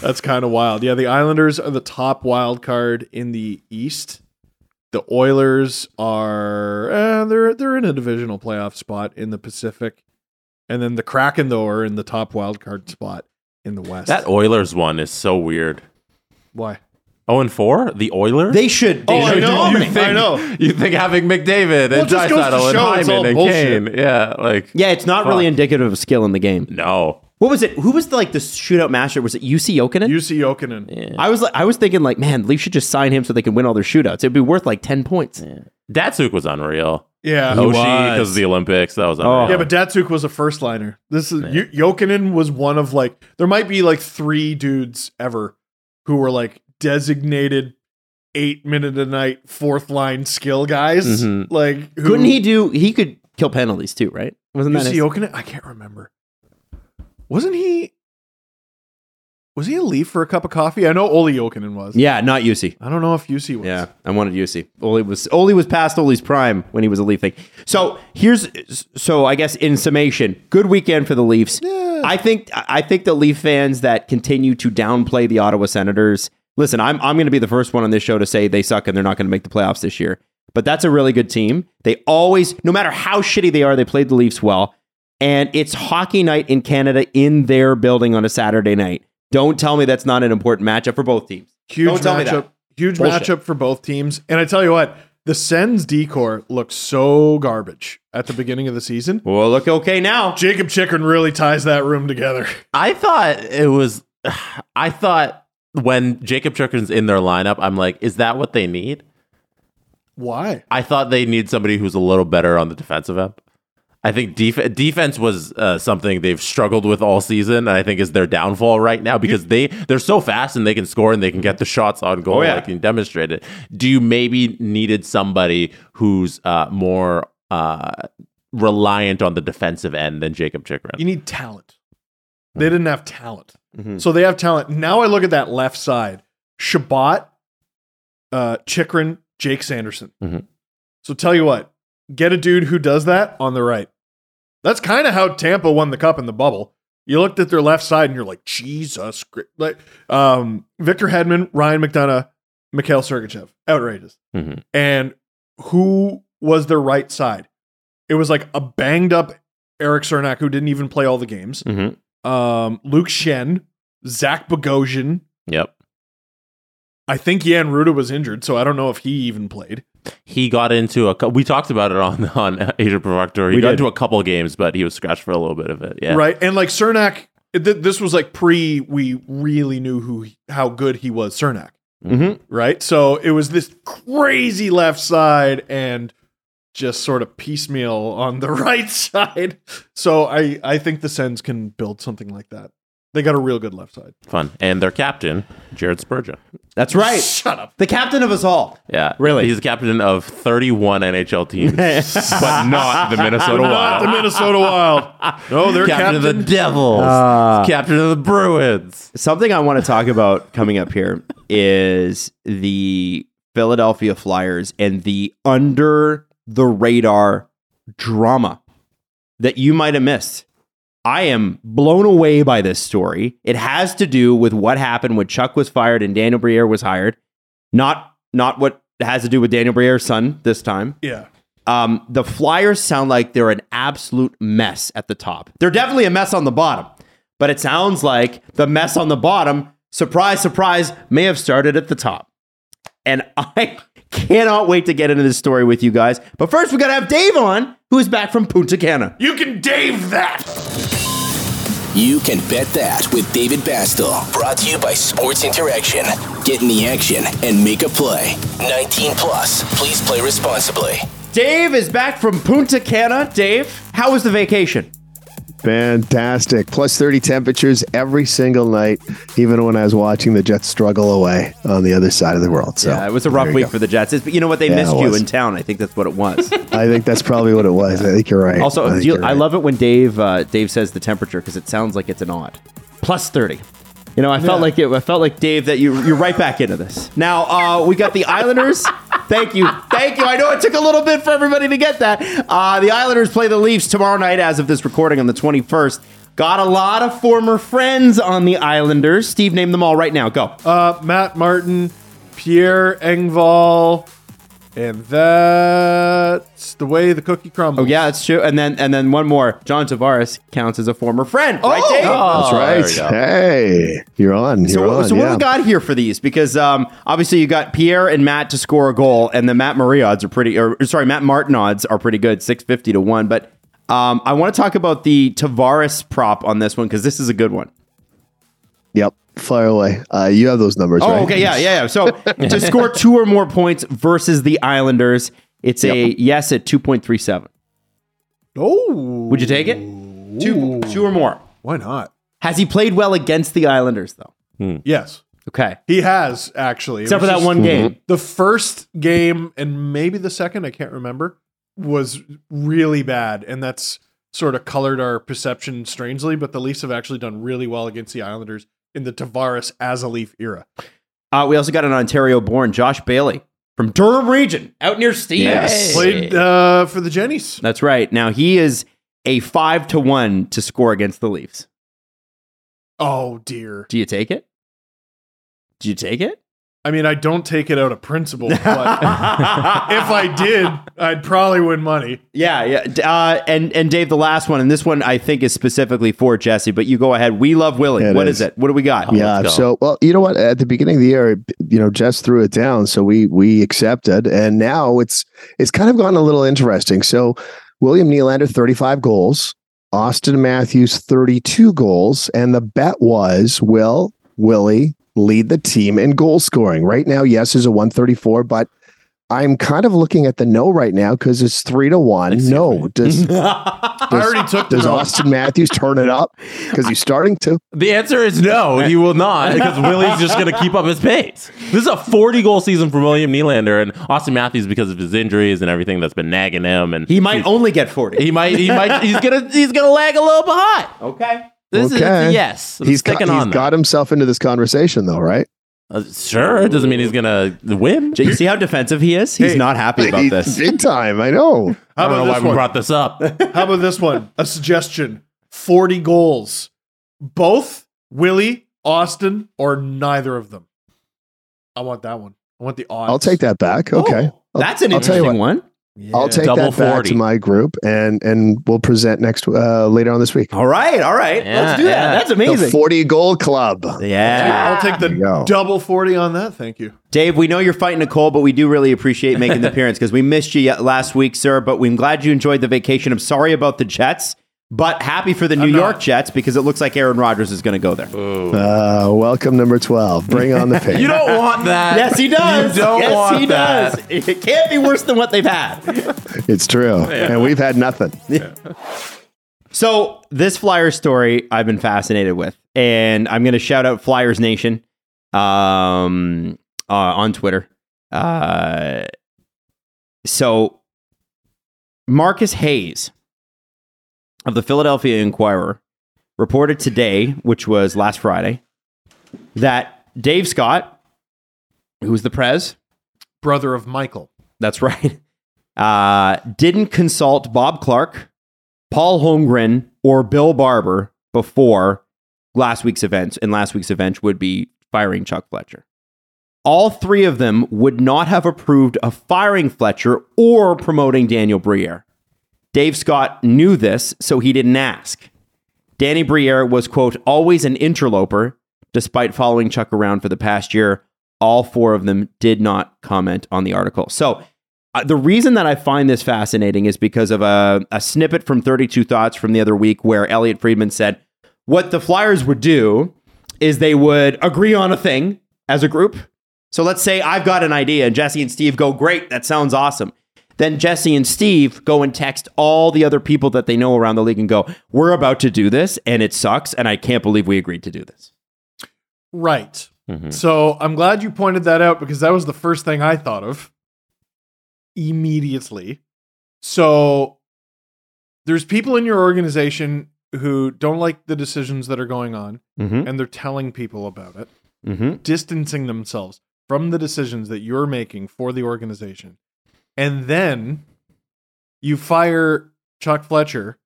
D: That's kind of wild. Yeah, the Islanders are the top wild card in the East. The Oilers are eh, they're they're in a divisional playoff spot in the Pacific, and then the Kraken though are in the top wild card spot in the West.
E: That Oilers one is so weird.
D: Why?
E: Oh and four? The Oilers?
C: They should. They
D: Oh, I
C: should
D: know.
C: dominate.
D: You think- I know.
E: You think having McDavid
D: Well, it
E: and
D: just goes to
E: Drysdale and
D: show it's all
E: Hyman and
D: bullshit.
E: Kane. Yeah, like
C: Yeah, it's not really
E: Fuck.
C: indicative of skill in the game.
E: no.
C: What was it? Who was the, like the shootout master? Was it UC Okunin?
D: UC Jokinen.
C: I was like, I was thinking like, man, Leafs should just sign him so they can win all their shootouts. It'd be worth like ten points.
E: Datsuk was unreal.
D: Yeah.
E: Oshi
C: was.
E: because of the Olympics. That was
C: Oh.
E: unreal.
D: Yeah, but Datsuk was a first liner. This is yeah. Jokinen was one of like there might be like three dudes ever who were like designated eight minute a night fourth line skill guys.
E: Mhm.
D: Like who,
C: Mm-hmm. Couldn't he do? He could kill penalties too, right? Wasn't that?
D: UC
C: his-
D: Jokinen? I can't remember. Wasn't he? Was he a leaf for a cup of coffee? I know Ole Jokinen was.
C: yeah, not UC.
D: I don't know if UC was.
C: Yeah, I wanted UC. Oli was Oli was past Oli's prime when he was a Leaf thing. So here's so I guess in summation, good weekend for the Leafs. I think I think the Leaf fans that continue to downplay the Ottawa Senators. Listen, I'm I'm going to be the first one on this show to say they suck and they're not going to make the playoffs this year. But that's a really good team. They always, no matter how shitty they are, they played the Leafs well. And it's hockey night in Canada in their building on a Saturday night. Don't tell me that's not an important matchup for both teams.
D: Huge
C: Don't tell me
D: matchup.
C: that.
D: Huge
C: Bullshit.
D: matchup for both teams. And I tell you what, the Sens decor looked so garbage at the beginning of the season.
C: Well, look okay now.
D: Jacob Chikrin really ties that room together.
E: I thought it was. <sighs> I thought when Jacob Chikrin's in their lineup, I'm like, is that what they need?
D: Why?
E: I thought they need somebody who's a little better on the defensive end. I think def- defense was uh, something they've struggled with all season, and I think is their downfall right now because they they're so fast and they can score and they can get the shots on goal.
C: Oh, yeah.
E: like you demonstrated. Do you maybe needed somebody who's uh, more uh, reliant on the defensive end than Jacob Chikrin?
D: You need talent. They didn't have talent. So they have talent. Now I look at that left side. Shabbat, uh, Chikrin, Jake Sanderson.
E: Mhm.
D: So tell you what, get a dude who does that on the right. That's kind of how Tampa won the cup in the bubble. You looked at their left side and you're like, Jesus, Christ. like um, Victor Hedman, Ryan McDonough, Mikhail Sergachev, outrageous.
E: Mhm.
D: And who was their right side? It was like a banged up Eric Cernak who didn't even play all the games.
E: Mhm.
D: Um, Luke Shen, Zach Bogosian.
E: Yep,
D: I think Yan Ruda was injured, so I don't know if he even played.
E: he got into a. cou- We talked about it on <laughs> on Asia Provoctor. He
C: We
E: got
C: did.
E: into a couple games, but he was scratched for a little bit of it. Yeah,
D: Right. And like Cernak, th- this was like pre we really knew who he- how good he was, Cernak.
E: Mm-hmm.
C: Mhm.
D: Right. So it was this crazy left side and just sort of piecemeal on the <laughs> right side. So I, I think the Sens can build something like that. They got a real good left side.
E: fun. And their captain, Jared Spurgeon.
C: That's right.
D: Shut up.
C: The captain of us all.
E: Yeah,
C: Really?
E: He's the captain of 31 NHL teams, but not the Minnesota
D: Not the
E: Wild.
D: Minnesota Wild. No, they're
E: captain,
D: captain.
E: of the Devils.
C: Ah.
E: captain of the Bruins.
C: Something I want to talk about coming up here is the Philadelphia Flyers and the under the radar drama that you might have missed. I am blown away by this story. It has to do with what happened when Chuck was fired and Daniel Briere was hired. Not not what has to do with Daniel Briere's son this time.
D: yeah.
C: Um, the Flyers sound like they're an absolute mess at the top. They're definitely a mess on the bottom, but it sounds like the mess on the bottom, surprise, surprise, may have started at the top. And <laughs> I cannot wait to get into this story with you guys. But first, we got to have Dave on, who is back from Punta Cana.
D: You can Dave that.
A: You can bet that with David Bastel. Brought to you by Sports Interaction. Get in the action and make a play. 19 plus. Please play responsibly.
C: Dave is back from Punta Cana. Dave, how was the vacation?
G: Fantastic. Plus 30 temperatures every single night, even when I was watching the Jets struggle away on the other side of the world. So
C: Yeah, Uh, it was a rough
G: there you
C: week
G: go.
C: for the Jets. It's, but you know what? They
G: Yeah, it
C: missed you
G: was.
C: in town. I think that's what it
G: <laughs>
C: was.
G: I think that's probably what it was. I think you're right.
C: <laughs> Also,
G: I,
C: I,
G: think
C: you,
G: you're
C: I
G: right.
C: love it when Dave uh, Dave says the temperature because it sounds like it's an odd plus thirty. You know, I felt like it. I felt like Dave that you you're right back into this. Now uh, we got the Islanders. Thank you, thank you. I know it took a little bit for everybody to get that. Uh, the Islanders play the Leafs tomorrow night, as of this recording on the twenty first. Got a lot of former friends on the Islanders. Steve, name them all right now. Go.
D: Uh, Matt Martin, Pierre Engvall, and that's the way the cookie crumbles.
C: Oh yeah, that's true. And then and then one more. John Tavares counts as a former friend. right,
D: Oh!
C: Dave?
E: That's
G: Right. Hey, you're on. You're
C: So,
G: on.
C: so what
G: yeah.
C: do we got here for these? Because um, obviously you got Pierre and Matt to score a goal, and the Matt Murray odds are pretty, or sorry, Matt Martin odds are pretty good, six fifty to one. But um, I want to talk about the Tavares prop on this one because this is a good one.
G: Yep. Fire away. Uh, you have those numbers,
C: Oh,
G: right?
C: okay, yeah, yeah, yeah.
G: <laughs>
C: So to score two or more points versus the Islanders, it's a yes at two point three seven.
D: Oh,
C: Would you take it? Two, two or more.
D: why not?
C: Has he played well against the Islanders though?
D: Yes,
C: Okay,
D: he has actually. It
C: except for
D: was
C: that
D: just-
G: Mm-hmm.
C: one game.
D: the first game and maybe the second, I can't remember, was really bad, and that's sort of colored our perception strangely. But the Leafs have actually done really well against the Islanders in the Tavares as a Leaf era.
C: Uh, we also got an Ontario-born Josh Bailey from Durham Region, out near Steve.
G: Yes.
D: Played uh, for the Jennies.
C: That's right. Now he is a five to one to score against the Leafs.
D: Oh dear.
C: Do you take it? Do you take it?
D: I mean, I don't take it out of principle, but. if I did, I'd probably win money.
C: yeah, yeah. D- Uh, and and Dave, the last one, and this one I think is specifically for Jesse. But you go ahead. We love Willie.
G: It
C: What
G: is.
C: is it? What do we got?
G: yeah.
E: go.
G: So, well, you know what? At the beginning of the year, you know, Jess threw it down, so we we accepted, and now it's it's kind of gotten a little interesting. So, William Nylander, thirty-five goals, Austin Matthews, thirty-two goals, and the bet was will Willie lead the team in goal scoring? Right now, yes is a one thirty-four, but I'm kind of looking at the no right now because it's three to one.
E: Excuse
G: no,
E: me.
G: does
D: I already took the
G: does
D: note.
G: Austin Matthews turn it up? Because he's starting to.
E: The answer is no, he will not, because Willie's just going to keep up his pace. This is a 40 goal season for William Nylander and Austin Matthews because of his injuries and everything that's been nagging him. And
C: He might only get
E: he
C: forty.
E: might, he might, he's gonna, he's gonna lag a little behind.
C: Okay.
E: This is
G: Okay.
E: it's a yes. I'm
G: He's got,
E: sticking
G: he's
E: on. that.
G: got himself into this conversation though, right?
E: Uh, sure, it doesn't mean he's gonna win.
C: Jay, you see how defensive he is? He's not happy about
G: He-
C: this.
G: Big time.
E: <laughs>
G: I know.
D: How
E: I don't know
D: about
E: why
D: this
E: we
D: one?
E: brought this up.
D: How about this one? A suggestion: forty goals, both Willie Austin or neither of them. I want that one. I want the odds.
G: I'll take that back. Okay. I'll-
C: That's an
G: I'll tell you
C: interesting one.
G: I'll take
E: Double
G: that back
E: 40.
G: to my group and and we'll present next uh, later on this week.
C: All right, all right.
E: Yeah,
C: Let's do that.
E: yeah.
C: That's
G: The
C: amazing.
G: 40 goal club.
C: yeah.
D: I'll take
G: There
D: the
G: you go.
D: double forty on that. Thank you.
C: Dave, we know you're fighting a cold, but we do really appreciate making <laughs> the appearance because we missed you last week, sir. But we're glad you enjoyed the vacation. I'm sorry about the Jets, but happy for the New
D: not.
C: York Jets because it looks like Aaron Rodgers is going to go there.
G: Uh, welcome number 12. Bring on the
E: <laughs>
G: pain.
E: You don't want that.
C: Yes, he does.
E: You don't
C: yes,
E: want
C: he
E: that.
C: does. It can't be worse than what they've had.
G: it's true. And we've had nothing.
C: So this Flyer story I've been fascinated with, and I'm going to shout out Flyers Nation um, uh, on Twitter. Uh, so Marcus Hayes of the Philadelphia Inquirer reported today, which was last Friday, that Dave Scott, who was the prez,
D: Brother of Michael.
C: that's <laughs> right. Uh, didn't consult Bob Clark, Paul Holmgren, or Bill Barber before last week's events, and last week's event would be firing Chuck Fletcher. All three of them would not have approved of firing Fletcher or promoting Daniel Briere. Dave Scott knew this, so he didn't ask. Danny Briere was, quote, always an interloper, despite following Chuck around for the past year. All four of them did not comment on the article. So uh, the reason that I find this fascinating is because of a, a snippet from 32 Thoughts from the other week where Elliot Friedman said, What the Flyers would do is they would agree on a thing as a group. So let's say I've got an idea and Jesse and Steve go, Great, that sounds awesome. Then Jesse and Steve go and text all the other people that they know around the league and go, We're about to do this and it sucks. And I can't believe we agreed to do this.
D: Right.
E: Mhm.
D: So I'm glad you pointed that out because that was the first thing I thought of immediately. So there's people in your organization who don't like the decisions that are going on
C: Mm
D: and they're telling people about it,
C: hmm.
E: Mm-hmm.
C: Mm hmm.
D: distancing themselves from the decisions that you're making for the organization. And then you fire Chuck Fletcher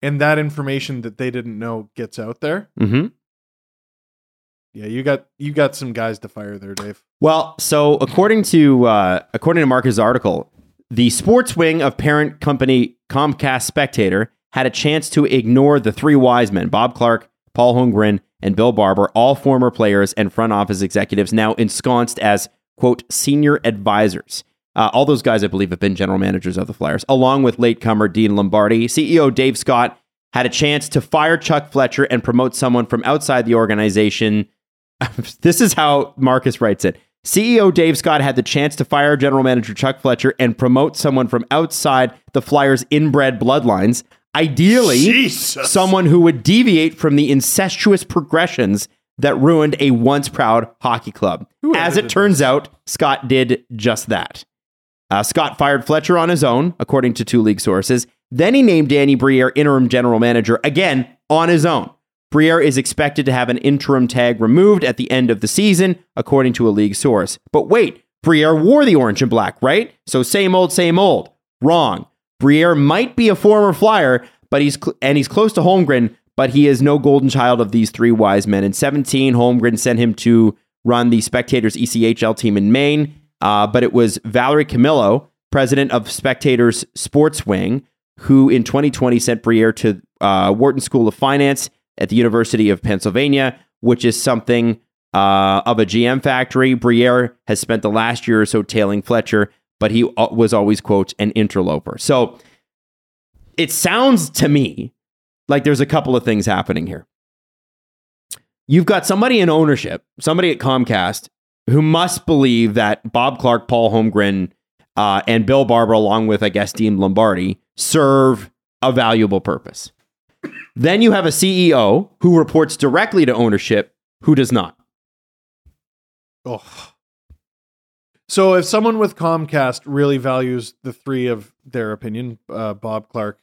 D: and that information that they didn't know gets out there.
C: Mm hmm.
D: Yeah, you got you got some guys to fire there, Dave.
C: Well, so according to uh, according to Marcus' article, the sports wing of parent company Comcast Spectator had a chance to ignore the three wise men: Bob Clark, Paul Holmgren, and Bill Barber, all former players and front office executives, now ensconced as quote senior advisors. Uh, all those guys, I believe, have been general managers of the Flyers, along with latecomer Dean Lombardi, CEO Dave Scott. Had a chance to fire Chuck Fletcher and promote someone from outside the organization <laughs> this is how Marcus writes it. CEO Dave Scott had the chance to fire general manager Chuck Fletcher and promote someone from outside the Flyers' inbred bloodlines. Ideally,
D: Jesus.
C: someone who would deviate from the incestuous progressions that ruined a once proud hockey club. As it turns out, Scott did just that. Uh, Scott fired Fletcher on his own, according to two league sources. Then he named Danny Briere interim general manager again on his own. Briere is expected to have an interim tag removed at the end of the season, according to a league source. But wait, Briere wore the orange and black, right? So same old, same old. Wrong. Briere might be a former flyer, but he's cl- and he's close to Holmgren, but he is no golden child of these three wise men. In 17, Holmgren sent him to run the Spectators E ECHL team in Maine, uh, but it was Valerie Camillo, president of Spectators Sports Wing, who in 2020 sent Briere to uh, Wharton School of Finance at the University of Pennsylvania, which is something uh, of a GM factory. Briere has spent the last year or so tailing Fletcher, but he uh, was always, quote, an interloper. So it sounds to me like there's a couple of things happening here. You've got somebody in ownership, somebody at Comcast, who must believe that Bob Clark, Paul Holmgren, uh, and Bill Barber, along with I guess Dean Lombardi, serve a valuable purpose. Then you have a CEO who reports directly to ownership, who does not.
D: Oh. So if someone with Comcast really values the three of their opinion, uh, Bob Clark,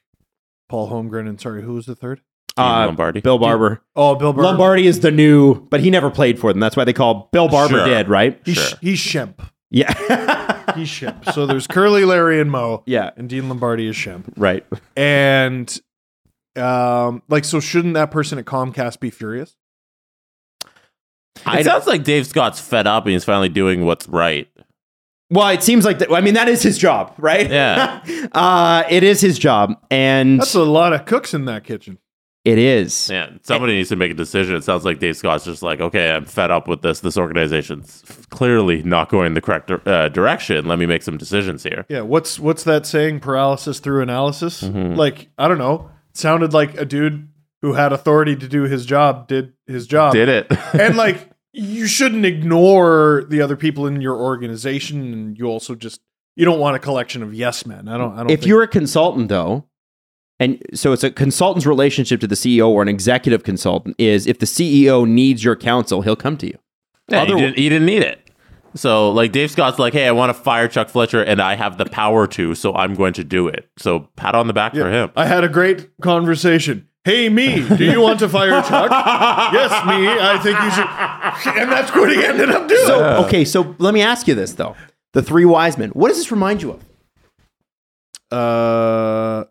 D: Paul Holmgren, and sorry, who was the third?
C: Uh,
E: Lombardi.
C: Bill Barber.
D: Oh, Bill Burr.
C: Lombardi is the new, but he never played for them. That's why they call Bill Barber
E: Sure.
C: dead, right?
D: He's,
E: Sure.
D: he's Shemp.
C: Yeah. <laughs>
D: He's Shemp. So there's Curly, Larry, and Mo.
C: yeah.
D: And Dean Lombardi is Shemp.
C: Right.
D: And um, like, so shouldn't that person at Comcast be furious?
C: I
E: it
C: don't-
E: sounds like Dave Scott's fed up and he's finally doing what's right.
C: Well, it seems like that. I mean, that is his job, right?
E: Yeah.
C: <laughs> uh, it is his job, and
D: That's a lot of cooks in that kitchen.
C: it is.
E: Yeah, somebody needs to make a decision. It sounds like Dave Scott's just like, okay, I'm fed up with this. This organization's clearly not going the correct uh, direction. Let me make some decisions here.
D: Yeah, what's what's that saying? Paralysis through analysis.
E: Mm-hmm.
D: Like I don't know. It sounded like a dude who had authority to do his job did his job.
E: Did it? <laughs>
D: and like you shouldn't ignore the other people in your organization, and you also just you don't want a collection of yes men. I don't. I don't.
C: If
D: think-
C: you're a consultant, though, and so it's a consultant's relationship to the CEO or an executive consultant is if the CEO needs your counsel, he'll come to you.
E: Yeah, he,
C: Other-
E: didn't, he didn't need it. So, like, Dave Scott's like, hey, I want to fire Chuck Fletcher, and I have the power to, so I'm going to do it. So, pat on the back for him.
D: I had a great conversation. Hey, me, do you want to fire
E: <laughs>
D: Chuck? yes, me. I think you should. And that's what he ended up doing.
C: So, okay, so let me ask you this though: the three wise men. What does this remind you of?
D: uh,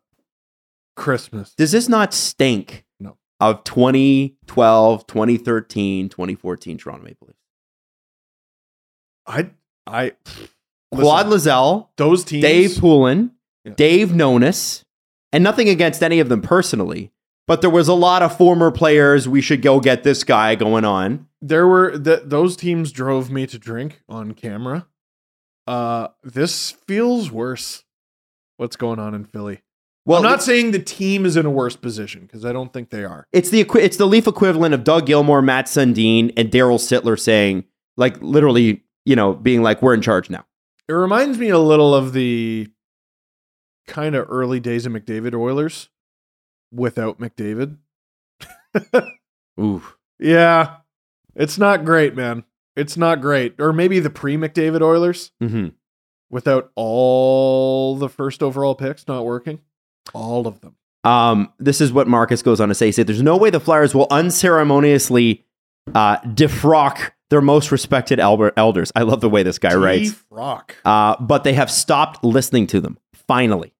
D: Christmas.
C: Does this not stink
D: No.
C: of 2012, 2013, 2014 Toronto Maple Leafs?
D: I, I,
C: Claude Lazelle,
D: those teams.
C: Dave Poulin,
D: Yeah.
C: Dave Nonis, and nothing against any of them personally, but there was a lot of former players. We should go get this guy going on.
D: there were that those teams drove me to drink on camera. Uh, this feels worse. What's going on in Philly?
C: Well,
D: I'm not saying the team is in a worse position because I don't think they are.
C: it's the equi- it's the Leaf equivalent of Doug Gilmore, Matt Sundin, and Daryl Sittler saying like literally, you know, being like we're in charge now.
D: It reminds me a little of the kind of early days of McDavid Oilers without McDavid.
C: Ooh,
D: Yeah. It's not great, man. It's not great. Or maybe the pre McDavid Oilers
E: Mm-hmm.
C: hmm
D: without all the first overall picks not working. All of them.
C: Um, this is what Marcus goes on to say. He said, There's no way the Flyers will unceremoniously uh, defrock their most respected elder- elders. I love the way this guy writes.
D: Rock.
C: Uh, but they have stopped listening to them, finally.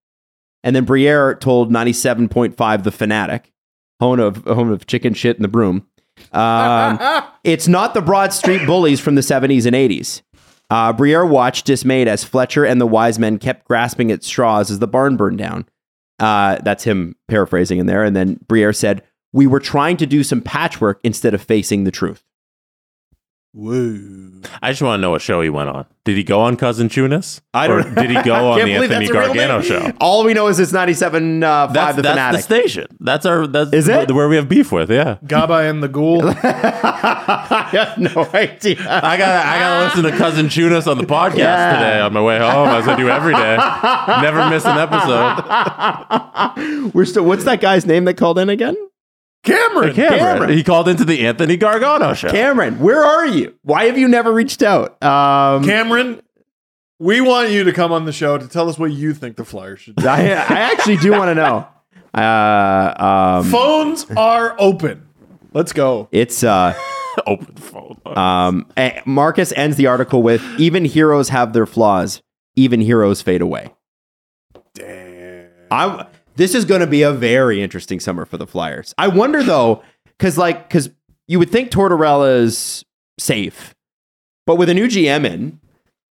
C: And then Briere told 97.5 The Fanatic, home of, home of chicken shit in the broom. Um, it's not the Broad Street bullies from the 70s and 80s. Uh, Briere watched dismayed as Fletcher and the wise men kept grasping at straws as the barn burned down. Uh, that's him paraphrasing in there. And then Briere said, We were trying to do some patchwork instead of facing the truth.
D: Woo.
E: I just want to know what show he went on. Did he go on Cousin Chunas?
C: I don't
E: Or did he go
C: <laughs> I
E: on
C: can't
E: the
C: believe
E: Anthony
C: that's a real
E: Gargano
C: name.
E: show?
C: All we know is it's 97 uh, 5
E: Oh. That's,
C: The
E: that's
C: Fanatic.
E: the station. That's our. That's
C: Is it?
E: wh- where we have beef with? Yeah.
D: Gaba and the
C: <laughs>
D: Ghoul.
C: <laughs> I have no idea.
E: I got I <laughs> got to listen to Cousin Chunas on the podcast today on my way home, as I do every day. Never miss an episode.
C: We're still. What's that guy's name that called in again?
D: Cameron.
C: Cameron.
E: He called into the Anthony Gargano show.
C: Cameron. Where are you? Why have you never reached out? Um,
D: Cameron, we want you to come on the show to tell us what you think the Flyers should do.
C: I, I actually do want to know. <laughs> Uh, um,
D: Phones are open. Let's go.
C: it's uh,
E: Open phone.
C: um, eh, Marcus ends the article with "Even heroes have their flaws. Even heroes fade away." Damn. I. This is going to be a very interesting summer for the Flyers. I wonder though, because like, because you would think Tortorella's safe, but with a new GM in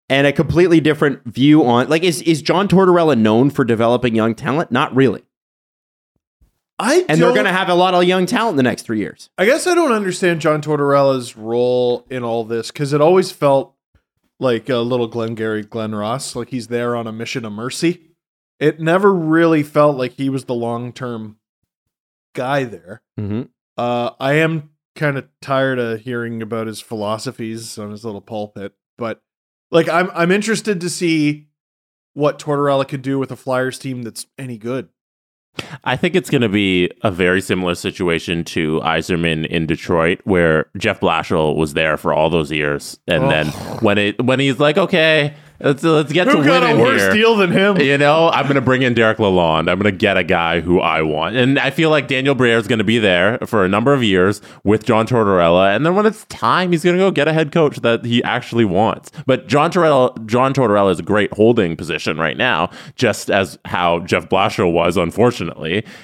C: and a completely different view on, like, is is John Tortorella known for developing young talent? Not really.
D: I
C: And they're
D: don't-
C: going to have a lot of young talent in the next three years.
D: I guess I don't understand John Tortorella's role in all this because it always felt like a little Glengarry Glen Ross, like he's there on a mission of mercy. It never really felt like he was the long term guy there.
C: Mm-hmm.
D: Uh, I am kind of tired of hearing about his philosophies on his little pulpit, but like I'm I'm interested to see what Tortorella could do with a Flyers team that's any good.
E: I think it's going to be a very similar situation to Iserman in Detroit, where Jeff Blashill was there for all those years, and then when it when he's like, okay, let's let's get
D: Who
E: to
D: got a
E: winning
D: worse
E: here.
D: deal than him?
E: You know, I'm going to bring in Derek Lalonde. I'm going to get a guy who I want. And I feel like Daniel Breer is going to be there for a number of years with John Tortorella. And then when it's time, he's going to go get a head coach that he actually wants. But John Tortorella, John Tortorella is a great holding position right now, just as how Jeff Blasher was, unfortunately.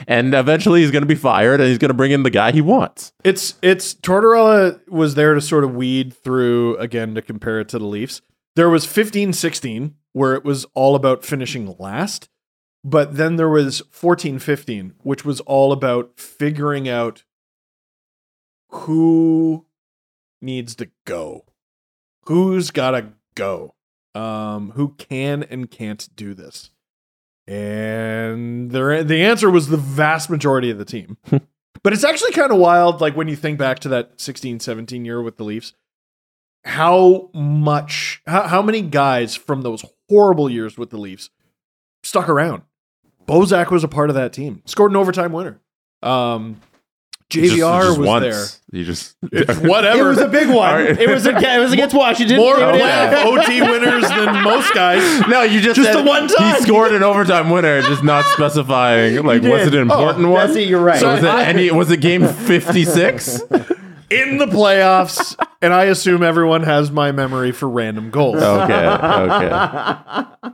E: And eventually he's going to be fired and he's going to bring in the guy he wants.
D: It's it's Tortorella was there to sort of weed through again to compare it to the Leafs. There was 15-16 where it was all about finishing last, but then there was 14-15 which was all about figuring out who needs to go. Who's got to go? Um who can and can't do this? And there, the answer was the vast majority of the team.
E: <laughs> Hmm.
D: But it's actually kind of wild, like when you think back to that 16, 17 year with the Leafs, how much, how, how many guys from those horrible years with the Leafs stuck around? Bozak was a part of that team, scored an overtime winner. Um,
E: Just-
D: JVR
E: just
D: was
E: once. You <laughs> just.
D: there. Whatever. It was a big one.
C: It was, a, it was against Washington.
D: <laughs> More
C: They would-
D: playoff OT winners than most guys.
E: <laughs> No, you just
D: Just
E: said
D: the one time.
E: he scored an overtime winner, just <laughs> not specifying like
C: You
E: was
C: did.
E: it an important
C: Oh,
E: one?
C: that's it, you're right.
E: So was it any? Was it <laughs> game fifty six?
D: In the playoffs, and I assume everyone has my memory for random goals.
E: Oh, Okay, okay.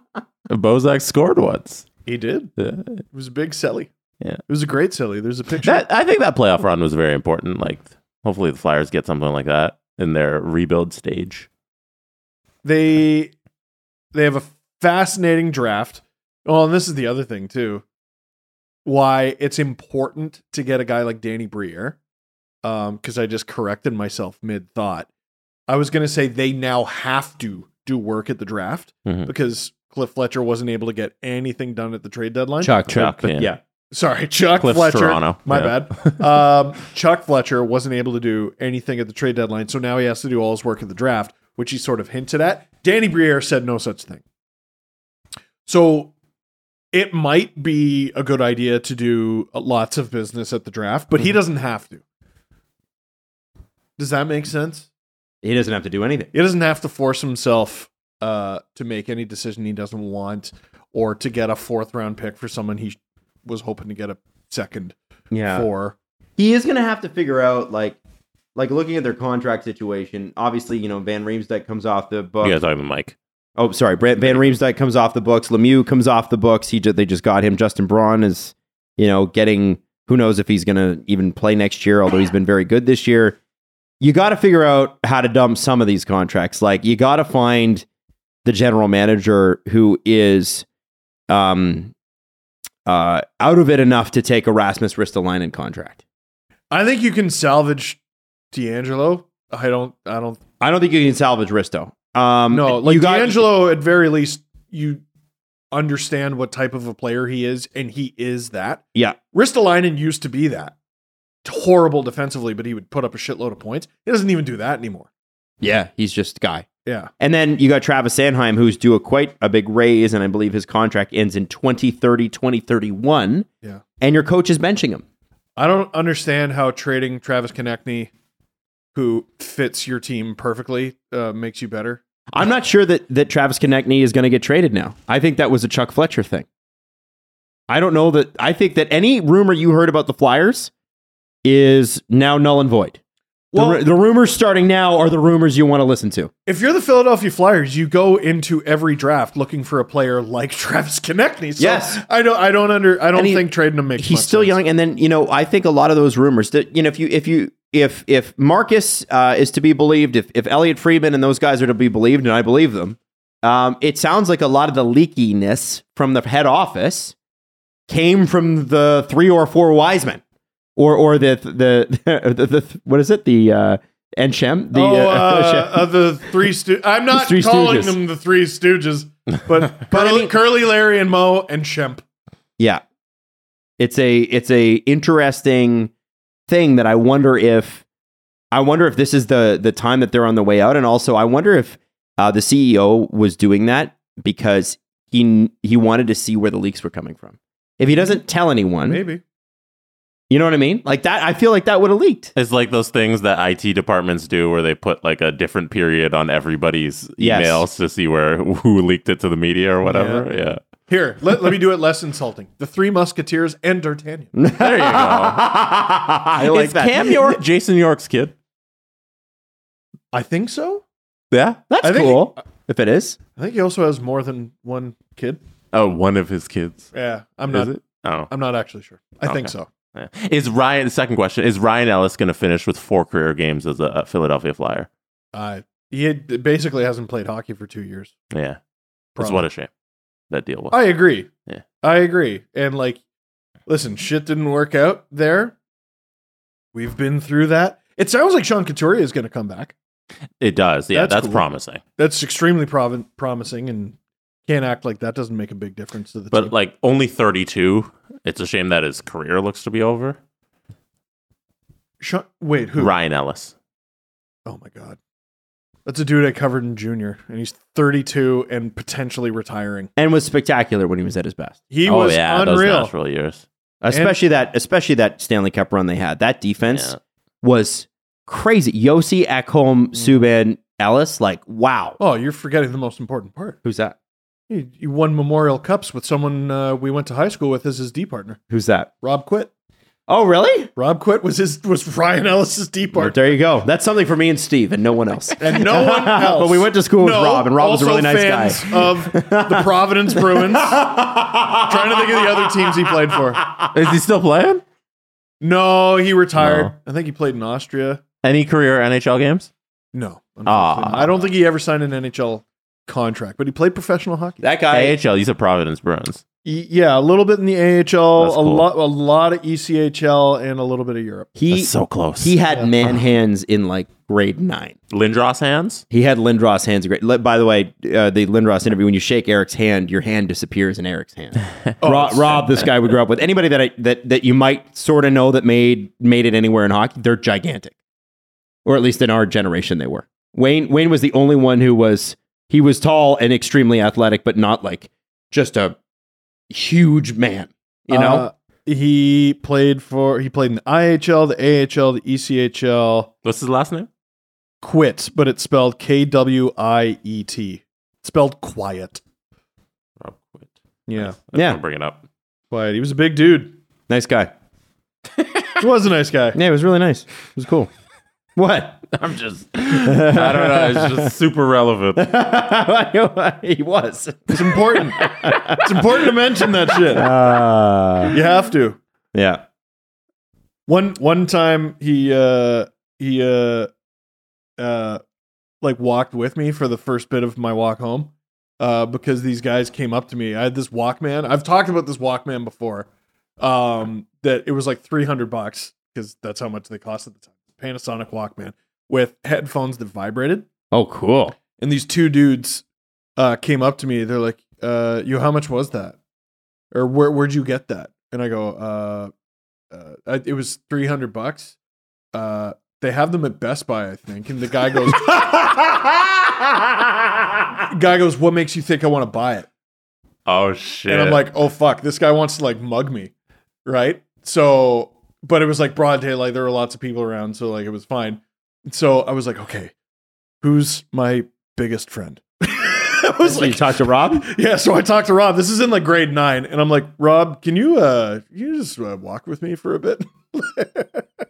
E: Bozak scored once. Uh,
D: He did. It was a big silly.
E: Yeah.
D: It was a great silly. There's a picture.
E: That I think that playoff run was very important. Like, hopefully the Flyers get something like that in their rebuild stage.
D: they they have a fascinating draft. Well, and this is the other thing too. Why it's important to get a guy like Danny Breer. Um, because I just corrected myself mid thought. I was gonna say they now have to do work at the draft
E: Mhm.
D: because Cliff Fletcher wasn't able to get anything done at the trade deadline.
C: Chuck.
E: Chuck,
C: but-
E: yeah.
C: yeah.
D: Sorry, Chuck
E: Cliff's
D: Fletcher.
E: Toronto.
D: My
E: Yeah.
D: bad. Um, Chuck Fletcher wasn't able to do anything at the trade deadline, so now he has to do all his work at the draft, which he sort of hinted at. Danny Briere said no such thing. So it might be a good idea to do lots of business at the draft, but he doesn't have to. Does that make sense?
C: He doesn't have to do anything.
D: He doesn't have to force himself uh, to make any decision he doesn't want or to get a fourth round pick for someone he was hoping to get a second
C: Yeah.
D: for.
C: he is going to have to figure out like like looking at their contract situation. Obviously, you know Van Riemsdyk comes off the book.
E: You guys talking to Mike?
C: Oh, sorry, Brad, Van Riemsdyk comes off the books. Lemieux comes off the books. He ju- they just got him. Justin Braun is you know getting who knows if he's going to even play next year. Although he's been very good this year. You got to figure out how to dump some of these contracts. Like you got to find the general manager who is um uh out of it enough to take a Rasmus Ristolainen contract.
D: I think you can salvage D'Angelo. I don't, I don't,
C: I don't think you can salvage Risto. Um,
D: no, like
C: you got-
D: D'Angelo, at very least, you understand what type of a player he is, and he is that.
C: Yeah.
D: Ristolainen used to be that. Horrible defensively, but he would put up a shitload of points. He doesn't even do that anymore.
C: yeah, he's just a guy.
D: Yeah.
C: And then you got Travis Sanheim, who's due a quite a big raise, and I believe his contract ends in 2030, 2031.
D: Yeah.
C: And your coach is benching him.
D: I don't understand how trading Travis Konechny, who fits your team perfectly, uh, makes you better.
C: I'm not sure that, that Travis Konechny is going to get traded now. I think that was a Chuck Fletcher thing. I don't know that. I think that any rumor you heard about the Flyers is now null and void.
D: Well-
C: the, ru- the rumors starting now are the rumors you want to listen to.
D: If you're the Philadelphia Flyers, you go into every draft looking for a player like <laughs> Travis Konechny. So
C: Yes.
D: I don't. I don't under. I don't
C: And he-
D: think trading him makes.
C: he's
D: much
C: still
D: sense.
C: young and then you know i think a lot of those rumors that you know if you if you if if marcus uh, is to be believed if if elliot friedman and those guys are to be believed and i believe them um, it sounds like a lot of the leakiness from the head office came from the three or four wise men or or the the <laughs> the, the, what is it the uh Enchem, the
D: oh, uh,
C: uh, <laughs>
D: uh, the three Stoo- I'm not
C: Three
D: calling
C: Stooges.
D: them the three Stooges,
C: <laughs>
D: but Curly, Curly, Larry, and Moe and Shemp.
C: Yeah. It's a it's a interesting thing that I wonder if I wonder if this is the the time E that they're on the way out and also I wonder if uh, the CEO was doing that because he he wanted to see where the leaks were coming from. If he doesn't tell anyone,
D: Maybe.
C: you know what I mean? Like that, I feel like that would have leaked.
E: It's like those things that IT departments do where they put like a different period on everybody's
C: Yes.
E: emails to see where who leaked it to the media or whatever. Yeah.
D: Here, let, let me do it less insulting. The Three Musketeers and D'Artagnan.
C: <laughs>
E: There you go.
C: I like
E: Is
C: that.
E: Cam York Jason York's kid?
D: I think so.
E: Yeah.
C: That's
D: I think-
C: cool. if it uh, is,
D: I think he also has more than one kid.
E: Oh, one of his kids.
D: Yeah, I'm
E: Is
D: not.
E: it? Oh.
D: I'm not actually sure. I think
E: Okay.
D: so.
E: Yeah. Is Ryan, the second question, is Ryan Ellis going to finish with four career games as a, a Philadelphia Flyer?
D: Uh, he had, basically hasn't played hockey for two years.
E: Yeah. That's
D: Probably.
E: what a shame that deal was.
D: I agree.
E: Yeah.
D: I agree. And like, listen, shit didn't work out there. We've been through that. It sounds like Sean Couturier is going to come back.
E: It does. Yeah.
D: That's
E: That's,
D: cool.
E: promising.
D: That's extremely provi- promising, and can't act like that doesn't make a big difference to the
E: But
D: team.
E: like only 32. It's a shame that his career looks to be over.
D: Sean, wait, who?
E: Ryan Ellis.
D: Oh my god, that's a dude I covered in junior, and he's 32 and potentially retiring.
C: and was spectacular when he was at his best,
D: He
E: oh,
D: was
E: yeah. Those
D: unreal.
E: Nashville years.
C: especially that especially that Stanley Cup run they had. That defense
E: Yeah. Mm.
C: was crazy. Yossi, Ekholm, Subban, Ellis, like wow.
D: Oh, you're forgetting the most important part.
C: Who's that?
D: He, he won Memorial Cups with someone uh, we went to high school with as his D partner,
C: Who's that?
D: Rob Quit.
C: Oh, really?
D: Rob Quit was his was Ryan Ellis's D
C: Well,
D: partner.
C: there you go. That's something for me and Steve, and no one else.
D: And no one
C: <laughs>
D: else.
C: But we went to school with
D: No,
C: Rob, and Rob was a
D: also
C: really nice
D: fans <laughs>
C: guy.
D: Of the Providence Bruins. Trying to think of the other teams he played for.
E: Is he still playing?
D: No, he retired.
E: No.
D: I think he played in Austria.
E: Any career NHL games?
D: No,
E: Ah.
D: unfortunately. I don't think he ever signed an NHL contract, but he played professional hockey.
C: That guy.
E: AHL. These are Providence Bruins.
D: Y- yeah, a little bit in the AHL,
E: That's
D: a
E: cool.
D: lot, a lot of E ECHL, and a little bit of Europe.
C: He
E: That's so close.
C: he
E: <laughs>
C: had man hands in like grade nine.
E: Lindros hands.
C: He had Lindros hands. in Grade. Li- By the way, uh, the Lindros interview. When you shake Eric's hand, your hand disappears in Eric's <laughs> hand. Ro- Rob, this guy we grew up with. Anybody that I, that that you might sort of know that made made it anywhere in hockey, they're gigantic, or at least in our generation they were. Wayne Wayne was the only one who was he was tall and extremely athletic, but not like just a huge man. You know,
D: Uh, he played for he played in the IHL, the AHL, the E ECHL.
E: What's his last name?
D: Quit, but it's spelled K W I E T. Spelled quiet.
E: Rob Quit.
D: Yeah,
E: I
C: Yeah.
E: yeah. Bring it up.
D: quiet. He was a big dude.
C: nice guy.
D: He was a nice guy.
C: Yeah, it was really nice. It was cool. <laughs> what?
E: <laughs>
C: <laughs>
E: I'm just. I don't know. It's just super relevant.
C: he was.
D: It's <laughs> important. it's important to mention that shit.
C: Uh,
D: You have to.
C: yeah.
D: One one time he uh he uh uh like walked with me for the first bit of my walk home uh because these guys came up to me. I had this Walkman. I've talked about this Walkman before. Um that it was like 300 bucks cuz that's how much they cost at the time. Panasonic Walkman with headphones that vibrated
C: Oh, cool.
D: and these two dudes uh, came up to me. They're like, uh, "Yo, how much was that? Or where where'd you get that?" And I go, uh, uh, I- "It was three hundred bucks. Uh, they have them at Best Buy, I think." And the guy goes,
C: <laughs>
D: "Guy goes, what makes you think I want to buy it?"
E: Oh shit.
D: And I'm like, "Oh fuck, this guy wants to like mug me, right?" So, but it was like broad daylight. There were lots of people around, so like it was fine. So I was like, "Okay, who's my biggest friend?" <laughs> I was
C: you talked to Rob?
D: <laughs> Yeah, so I talked to Rob. This is in like grade nine, and I'm like, Rob, can you uh, can you just uh, walk with me for a bit?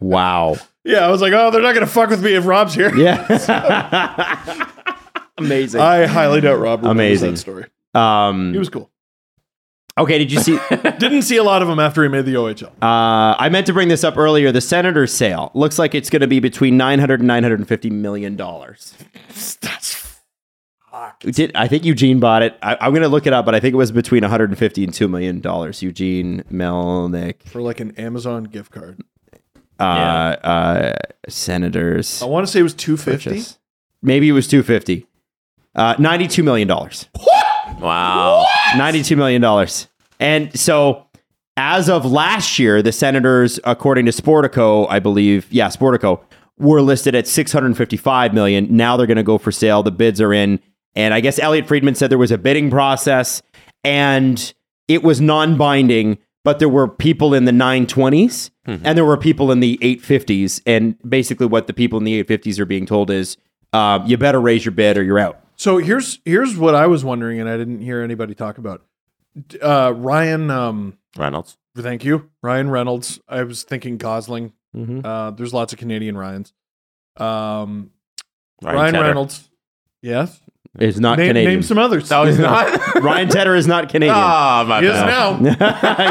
C: wow.
D: yeah, I was like, oh, they're not gonna fuck with me if Rob's here.
C: Yeah. Amazing.
D: <laughs> I highly doubt Rob. remembers
C: Amazing.
D: that story.
C: um,
D: He was cool.
C: okay, did you see? uh,
D: Didn't see a lot of him after he made the OHL.
C: I meant to bring this up earlier. The Senator's sale looks like it's going to be between 900 and 950 million dollars. Did I think Eugene bought it? I, I'm going to look it up, but I think it was between 150 and two million dollars. Eugene Melnick,
D: For like an Amazon gift card.
C: uh, uh, senators.
D: I want to say it was 250.
C: purchase. Maybe it was 250. Uh, 92 million dollars.
E: wow.
C: 92 million dollars. And so as of last year, the Senators according to Sportico, I believe, yeah, Sportico, were listed at 655 million. Now they're going to go for sale. The bids are in and I guess Elliot Friedman said there was a bidding process and it was non-binding, but there were people in the 920s and there were people in the 850s, and basically what the people in the 850s are being told is, uh, you better raise your bid or you're out.
D: So here's here's what I was wondering, and I didn't hear anybody talk about. D- Uh, Ryan, um,
E: Reynolds.
D: thank you, Ryan Reynolds. I was thinking Gosling.
E: Mm-hmm.
D: Uh, there's lots of Canadian Ryans. Um,
E: Ryan,
D: Ryan,
E: Tedder.
D: Reynolds. Yes.
C: It's not
D: Name,
C: Canadian.
D: name some others.
C: <laughs>
E: No, he's not.
C: Ryan Tedder is
D: <laughs>
C: not Canadian.
E: Ah, my
D: He is
E: bad.
D: now.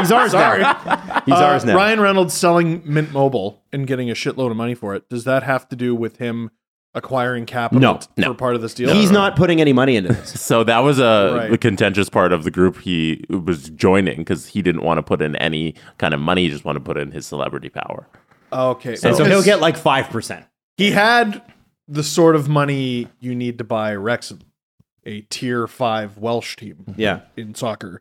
C: <laughs> He's ours
D: Sorry.
C: now. He's
D: Uh,
C: ours now.
D: Ryan Reynolds selling Mint Mobile and getting a shitload of money for it. Does that have to do with him acquiring capital
C: No,
D: for
E: no.
D: part of this deal?
C: He's not putting any money into this.
E: So that was a
D: Right.
E: contentious part of the group he was joining because he didn't want to put in any kind of money. He just wanted to put in his celebrity power.
D: Oh, Okay.
C: And <laughs> so
D: because
C: he'll get like 5%.
D: he had the sort of money you need to buy Wrexham, a tier five Welsh team
C: Yeah.
D: in soccer.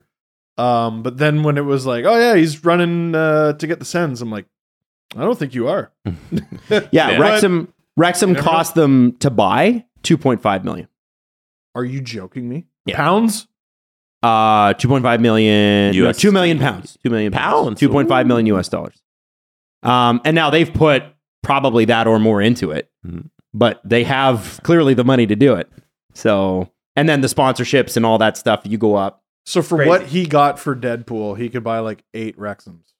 D: Um, but then when it was like, oh yeah, he's running uh, to get the sends, I'm like, I don't think you are.
C: Yeah.
E: Yeah.
C: Wrexham, Wrexham
D: Never know.
C: cost them to buy 2.5 million.
D: Are you joking me?
C: Yeah.
D: Pounds?
C: Uh, 2.5 million. No,
E: USD.
C: 2 million pounds. 2 million
E: Pounds?
C: 2.5 million US dollars. Um, and now they've put probably that or more into it,
E: Mhm.
C: but they have clearly the money to do it. So, and then the sponsorships and all that stuff, you go up.
D: So for
C: Crazy.
D: what he got for Deadpool, he could buy like eight Wrexhams.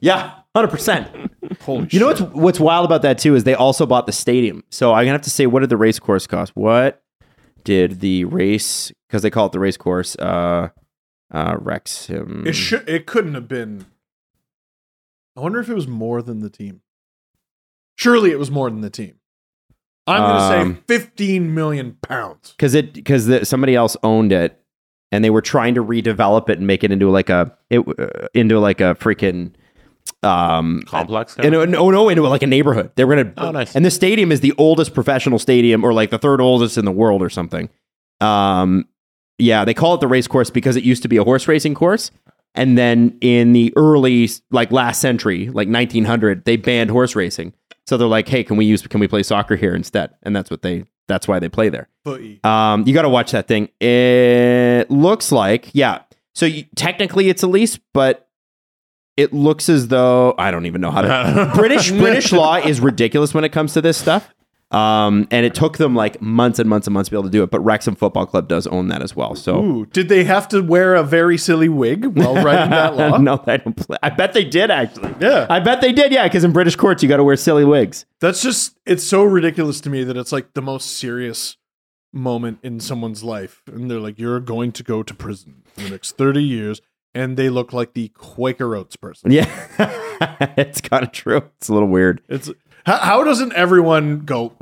C: Yeah. 100%.
D: Holy
C: You know
D: shit.
C: what's what's wild about that too is they also bought the stadium. So I'm gonna have to say, what did the race course cost? What did the race? Because they call it the race course. Uh, uh, Wrexham.
D: It should. It couldn't have been. I wonder if it was more than the team. Surely it was more than the team. I'm going to
C: Um,
D: say 15 million pounds.
C: because it because somebody else owned it, and they were trying to redevelop it and make it into like a it uh, into like a freaking um
E: Complex.
C: And, uh, no, no, into like a neighborhood. They were gonna.
E: Oh, nice.
C: And the stadium is the oldest professional stadium, or like the third oldest in the world, or something. Um, yeah, they call it the race course because it used to be a horse racing course, and then in the early, like last century, like 1900, they banned horse racing. So they're like, hey, can we use? Can we play soccer here instead? And that's what they. That's why they play there.
D: Footy.
C: Um, you got to watch that thing. It looks like, yeah. So you, technically, it's a lease, but it looks as though I don't even know how
E: <laughs>
C: to.
D: <laughs>
C: British British law is ridiculous when it comes to this stuff. Um, and it took them like months and months and months to be able to do it. But Wrexham Football Club does own that as well. So
D: Ooh, did they have to wear a very silly wig while
C: <laughs>
D: writing that law?
C: <laughs> no, I don't. Play. I bet they did actually.
D: Yeah.
C: I bet they did. Yeah, because in British courts, you got to wear silly wigs. <laughs>
D: That's just, it's so ridiculous to me that it's like the most serious moment in someone's life. And they're like, you're going to go to prison for the next 30 years. And they look like the Quaker Oats person.
C: Yeah, it's kind of true. It's a little weird.
D: It's how, how doesn't everyone go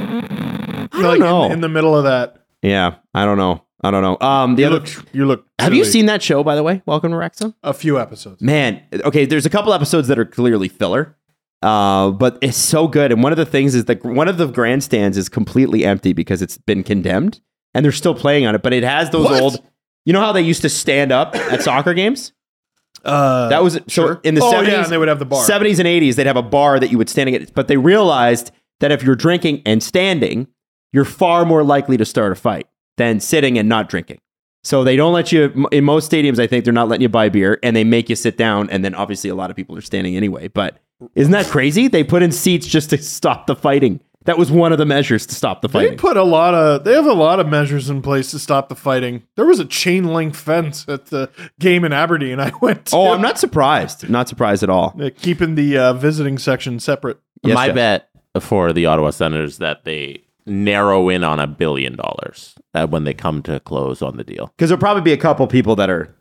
D: like in-
C: know.
D: In, the middle of that?
C: Yeah, I don't know. I don't know. Um, the
D: You
C: other.
D: look, you look.
C: have you
D: silly.
C: seen that show by the way? Welcome to Wrexham.
D: a few episodes?
C: Man, okay, there's a couple episodes that are clearly filler, uh, but it's so good. And one of the things is that one of the grandstands is completely empty because it's been condemned and they're still playing on it, but it has those
D: What?
C: old. You know how they used to stand up at soccer games?
D: Uh,
C: That was so in the
D: oh
C: 70s,
D: yeah, and they would have the bar.
C: 70s and 80s, they'd have a bar that you would standing at, but they realized that if you're drinking and standing, you're far more likely to start a fight than sitting and not drinking. So they don't let you in most stadiums. I think they're not letting you buy beer, and they make you sit down. And then obviously a lot of people are standing anyway. But isn't that crazy? They put in seats just to stop the fighting. That was one of the measures to stop the
D: They
C: fighting.
D: put a lot of. They have a lot of measures in place to stop the fighting. There was a chain link fence <laughs> at the game in Aberdeen. I went. To,
C: oh, I'm not surprised. Not surprised at all.
D: They're keeping the uh, visiting section separate.
C: Yes,
E: my
C: Jeff.
E: bet for the Ottawa Senators that they narrow in on a billion dollars uh, when they come to close on the deal.
C: Because there'll probably be a couple people that are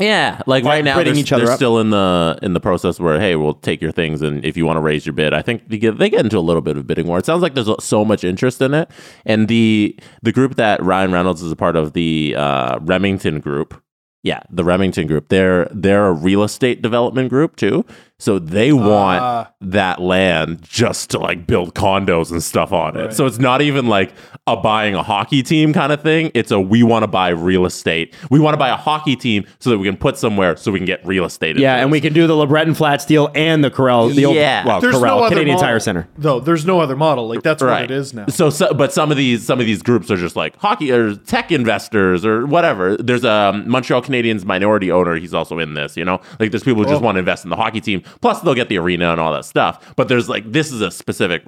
E: Yeah, like right now
C: Bidding
E: they're,
C: each other
E: they're
C: up.
E: still in the in the process where hey, we'll take your things and if you want to raise your bid, I think they get they get into a little bit of bidding war. It sounds like there's so much interest in it, and the the group that Ryan Reynolds is a part of, the uh, Remington Group, yeah, the Remington Group. They're they're a real estate development group too, So they want
D: Ah.
E: that land just to like build condos and stuff on it.
D: Right.
E: So it's not even like a buying a hockey team kind of thing. It's a we want to buy real estate. We want to buy a hockey team so that we can put somewhere so we can get real estate.
C: Yeah,
E: into
C: and
E: this.
C: we can do the LeBreton Flats deal and the Corral, the old,
E: Yeah.
C: well, Corral, Canadian
D: model,
C: Tire Center.
D: Though there's no other model. Like that's what it is now.
E: So, so, but some of these some of these groups are just like hockey or tech investors or whatever. There's a um, Montreal Canadiens minority owner. He's also in this. You know, like there's people who
D: Oh.
E: just want to invest in the hockey team. Plus, they'll get the arena and all that stuff. But there's like this is a specific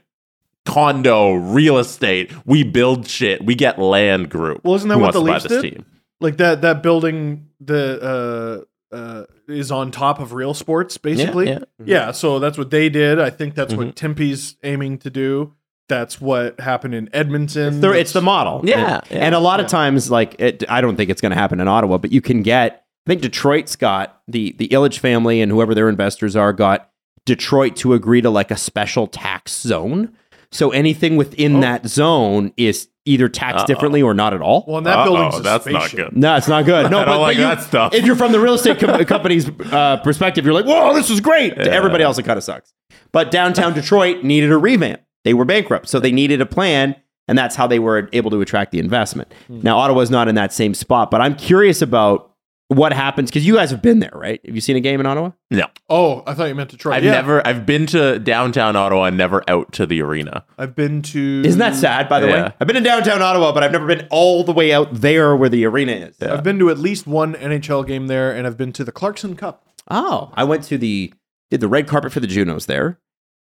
E: condo real estate. We build shit. We get land group.
D: Well, isn't that
E: who
D: what
E: wants
D: the
E: to buy
D: Leafs
E: this
D: did? like that that building the uh uh is on top of real sports basically
E: yeah.
C: Mm-hmm.
E: Mm-hmm.
D: Yeah, so that's what they did i think that's what tempe's aiming to do that's what happened in edmonton
C: It's the, it's the model.
E: Yeah,
C: And, and a lot of times, like, it, I don't think it's going to happen in Ottawa, but you can get, I think Detroit's got the, the Illich family and whoever their investors are got Detroit to agree to like a special tax zone. So anything within that zone is either taxed differently or not at all.
D: well and that building's
E: Oh,
D: a
E: that's not
D: spaceship.
E: good.
C: No, it's not good. No,
E: <laughs> I don't
C: but, but
E: like
C: you-
E: that stuff.
C: If you're from the real estate
E: <laughs>
C: com- company's uh, perspective, you're like, "Whoa, this is great." To everybody else, it kind of sucks. But
E: <laughs>
C: downtown Detroit needed a revamp. They were bankrupt, so they needed a plan, and that's how they were able to attract the investment.
E: Hmm.
C: Now Ottawa's not in that same spot, but I'm curious about what happens because you guys have been there, right? Have you seen a game in Ottawa?
E: No,
D: oh i thought you meant detroit
E: I've
D: Yeah,
E: never. I've been to downtown Ottawa, and never out to the arena.
D: i've been to
C: Isn't that sad? By the
E: Mm, Yeah.
C: way, I've been in downtown Ottawa, but I've never been all the way out there where the arena is.
D: i've been to at least one nhl game there and i've been to the clarkson cup
C: Oh, I went to the did the red carpet for the Junos there,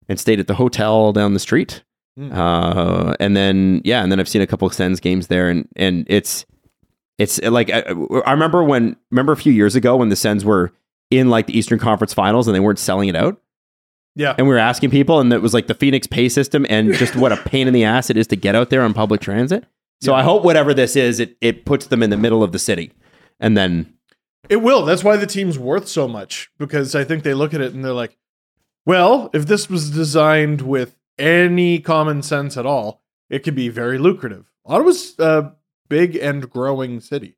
C: and stayed at the hotel down the street.
D: Hmm.
C: Uh, and then yeah, and then I've seen a couple of Sens games there, and and it's it's uh, like I, I remember when remember a few years ago when the Sens were in like the Eastern Conference Finals and they weren't selling it out,
D: yeah
C: and we were asking people, and it was like the Phoenix pay system,
D: <laughs>
C: and just what a pain in the ass it is to get out there on public transit. So I hope whatever this is, it it puts them in the middle of the city, and then
D: It will. That's why the team's worth so much because I think they look at it and they're like, well, if this was designed with any common sense at all, it could be very lucrative. Ottawa's a big and growing city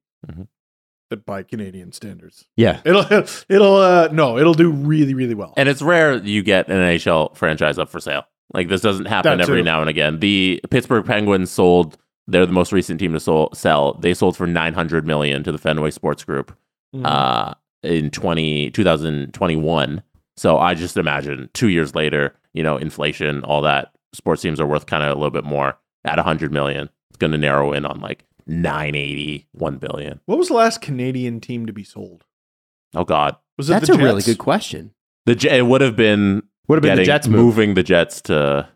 D: that by Canadian standards.
C: Mm-hmm. yeah,
D: It'll, <laughs> it'll, uh, no, it'll do really, really well.
E: And it's rare you get an NHL franchise up for sale. Like this doesn't happen
D: That
E: every
D: too.
E: now and again. The Pittsburgh Penguins sold; they're the most recent team to sol- sell. They sold for nine hundred million to the Fenway Sports Group
D: Hmm. Mm-hmm.
E: uh, in 20, 2021. So I just imagine two years later, you know, inflation, all that. Sports teams are worth kind of a little bit more at hundred million. It's going to narrow in on like 980, 1 billion.
D: what was the last Canadian team to be sold?
E: Oh God,
D: Was it
C: that's
D: the
C: a really
D: Jets?
C: good question.
E: the J- it would have been
C: Would have been the
E: getting-
C: Jets move.
E: moving the Jets to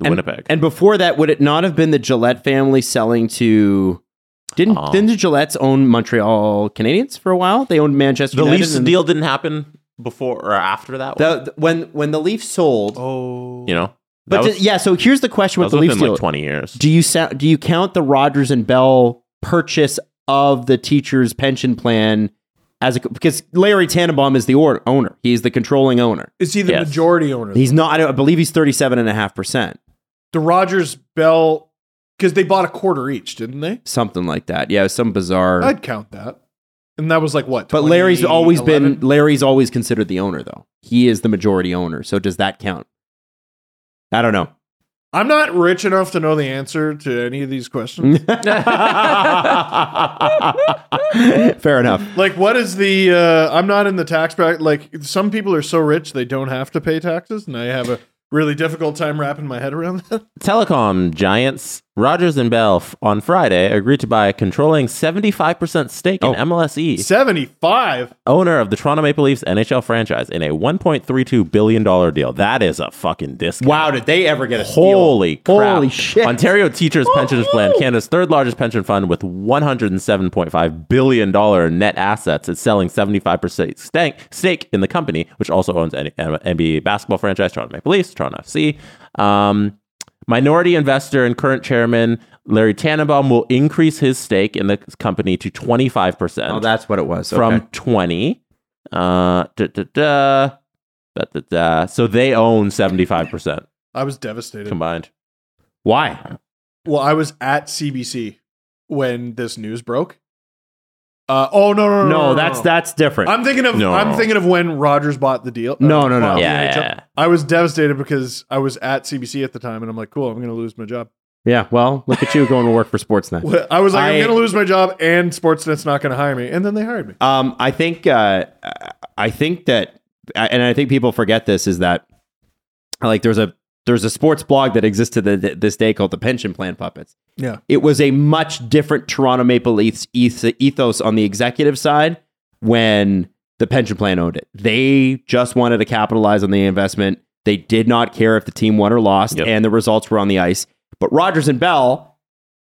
C: And-
E: Winnipeg.
C: And before that, would it not have been the Gillette family selling to? Didn't
E: Oh.
C: didn't the Gillettes own Montreal Canadiens for a while? They owned Manchester.
E: the
C: United
E: Leafs
C: and-
E: deal didn't happen before or after that one.
C: The, the- when when the Leafs sold,
D: Oh,
E: you know,
C: but
E: that
C: the-
E: was,
C: yeah. So here's the question
E: that
C: with
E: was
C: the Leafs
E: within
C: deal:
E: like twenty years.
C: Do you sa- do you count the Rogers and Bell purchase of the teacher's pension plan as a because Larry Tannenbaum is the or- owner? He's the controlling owner.
D: is he the
E: Yes.
D: majority owner?
C: He's not. I, don't- I believe he's thirty seven and a half percent,
D: the Rogers Bell, because they bought a quarter each, didn't they?
C: something like that. Yeah, some bizarre.
D: I'd count that. And that was like what?
C: But Larry's always been
D: 2011?
C: Larry's always considered the owner though. He is the majority owner. So does that count? I don't know. <laughs>
D: I'm not rich enough to know the answer to any of
C: <laughs>
D: these questions.
C: Fair enough.
D: like, what is the? Uh, I'm not in the tax bracket. Like, some people are so rich they don't have to pay taxes, and I have a really difficult time wrapping my head around
C: <laughs>
D: that.
E: <laughs> Telecom giants Rogers and Bell f- on Friday agreed to buy a controlling seventy five percent stake in MLSE,
D: Seventy five.
E: E, owner of the Toronto Maple Leafs NHL franchise, in a one point three two billion dollar deal. That is a fucking discount.
C: Wow, did they ever get a steal?
E: Holy crap.
C: Holy shit. Oh,
E: Ontario Teachers Pension Plan, Canada's third largest pension fund with $107.5 billion net assets, is selling 75% stank, stake in the company, which also owns N- M- NBA basketball franchise, Toronto Maple Leafs, Toronto FC. Um, minority investor and current chairman Larry Tannenbaum will increase his stake in the company to 25%
C: Oh, that's what it was.
E: from
C: From
E: 20. Uh, da, da, da, da, da, da. So they own 75%
D: I was devastated.
E: combined.
C: why?
D: Well, I was at CBC when this news broke, Uh, oh no no no
C: No, that's
D: no.
C: that's different.
D: I'm thinking of
E: No.
D: I'm thinking of when Rogers bought the deal. uh,
C: No, no, no.
D: bought the
E: Yeah,
D: NHL.
E: yeah, yeah.
D: I was devastated because I was at CBC at the time, and I'm like, cool, I'm gonna lose my job. <laughs>
C: yeah. Well, look at you going to work for Sportsnet.
D: I was like, I,
C: I-
D: am gonna lose my job, and Sportsnet's not gonna hire me, and then they hired me.
C: <laughs> Um, I think uh, I think that, and I think people forget this is that like there's a there's a sports blog that exists to the, this day called the Pension Plan Puppets.
D: Yeah.
C: It was a much different Toronto Maple Leafs eth- ethos on the executive side when the pension plan owned it. They just wanted to capitalize on the investment. They did not care if the team won or lost,
E: Yep.
C: and the results were on the ice. But Rogers and Bell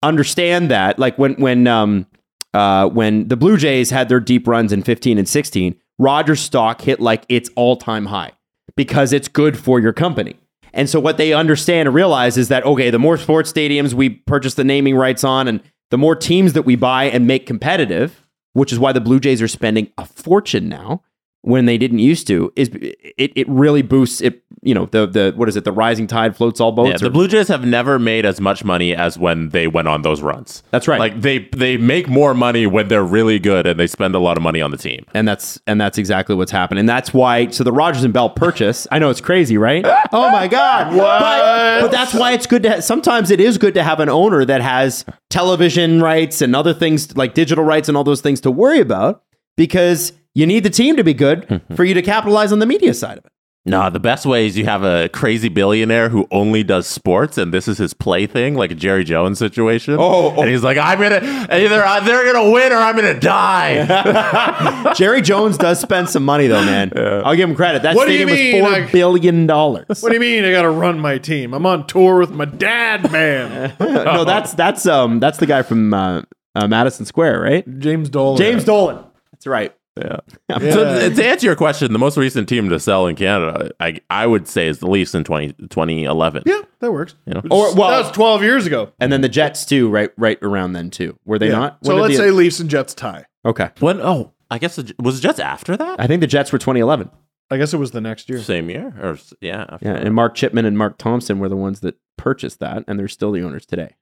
C: understand that. Like when when um uh when the Blue Jays had their deep runs in 15 and 16, Rogers stock hit like its all-time high because it's good for your company. And so what they understand and realize is that okay, the more sports stadiums we purchase the naming rights on and the more teams that we buy and make competitive, which is why the Blue Jays are spending a fortune now when they didn't used to, is it, it really boosts it, you know, the the what is it, the rising tide floats all boats.
E: Yeah,
C: or-
E: the Blue Jays have never made as much money as when they went on those runs.
C: That's right.
E: Like they they make more money when they're really good and they spend a lot of money on the team.
C: and that's and that's exactly what's happened. And that's why so the Rogers and Bell purchase, I know it's crazy,
D: <laughs>
C: right? Oh my god. But, but that's why it's good to ha- sometimes it is good to have an owner that has television rights and other things like digital rights and all those things to worry about because you need the team to be good
D: Mm-hmm.
C: for you to capitalize on the media side
D: <laughs>
C: of it.
E: Nah, the best way is you have a crazy billionaire who only does sports and this is his plaything, like a Jerry Jones situation.
C: Oh, oh.
E: and he's like, I'm gonna either I- they're gonna win or I'm gonna die.
C: Jerry Jones does spend some money though,
D: <laughs>
C: man. I'll give him credit. That
D: What do you
C: stadium
D: mean,
C: was
D: I-
C: four billion dollars.
D: <laughs> What do you mean? I gotta run my team. I'm on tour with my dad, man.
C: no, that's that's um that's the guy from uh, uh, Madison Square, right?
D: James
C: <laughs>
D: Dolan.
C: James Dolan. That's right.
E: So to answer your question, the most recent team to sell in Canada, I I would say is the Leafs in 20, 2011.
D: Yeah, that works.
E: know?
C: Or well,
D: that was 12 years ago.
C: and then the Jets too, right? Right around then too. Were they
D: Yeah.
C: not?
D: So
C: When did
D: let's
C: the-
D: say Leafs and Jets tie.
C: okay.
E: When oh, I guess the, was it just after that?
C: I think the Jets were 2011.
D: I guess it was the next year.
E: Same year or s- yeah, after
C: Yeah,
E: that.
C: and Mark Chipman and Mark Thompson were the ones that purchased that, and they're still the owners today.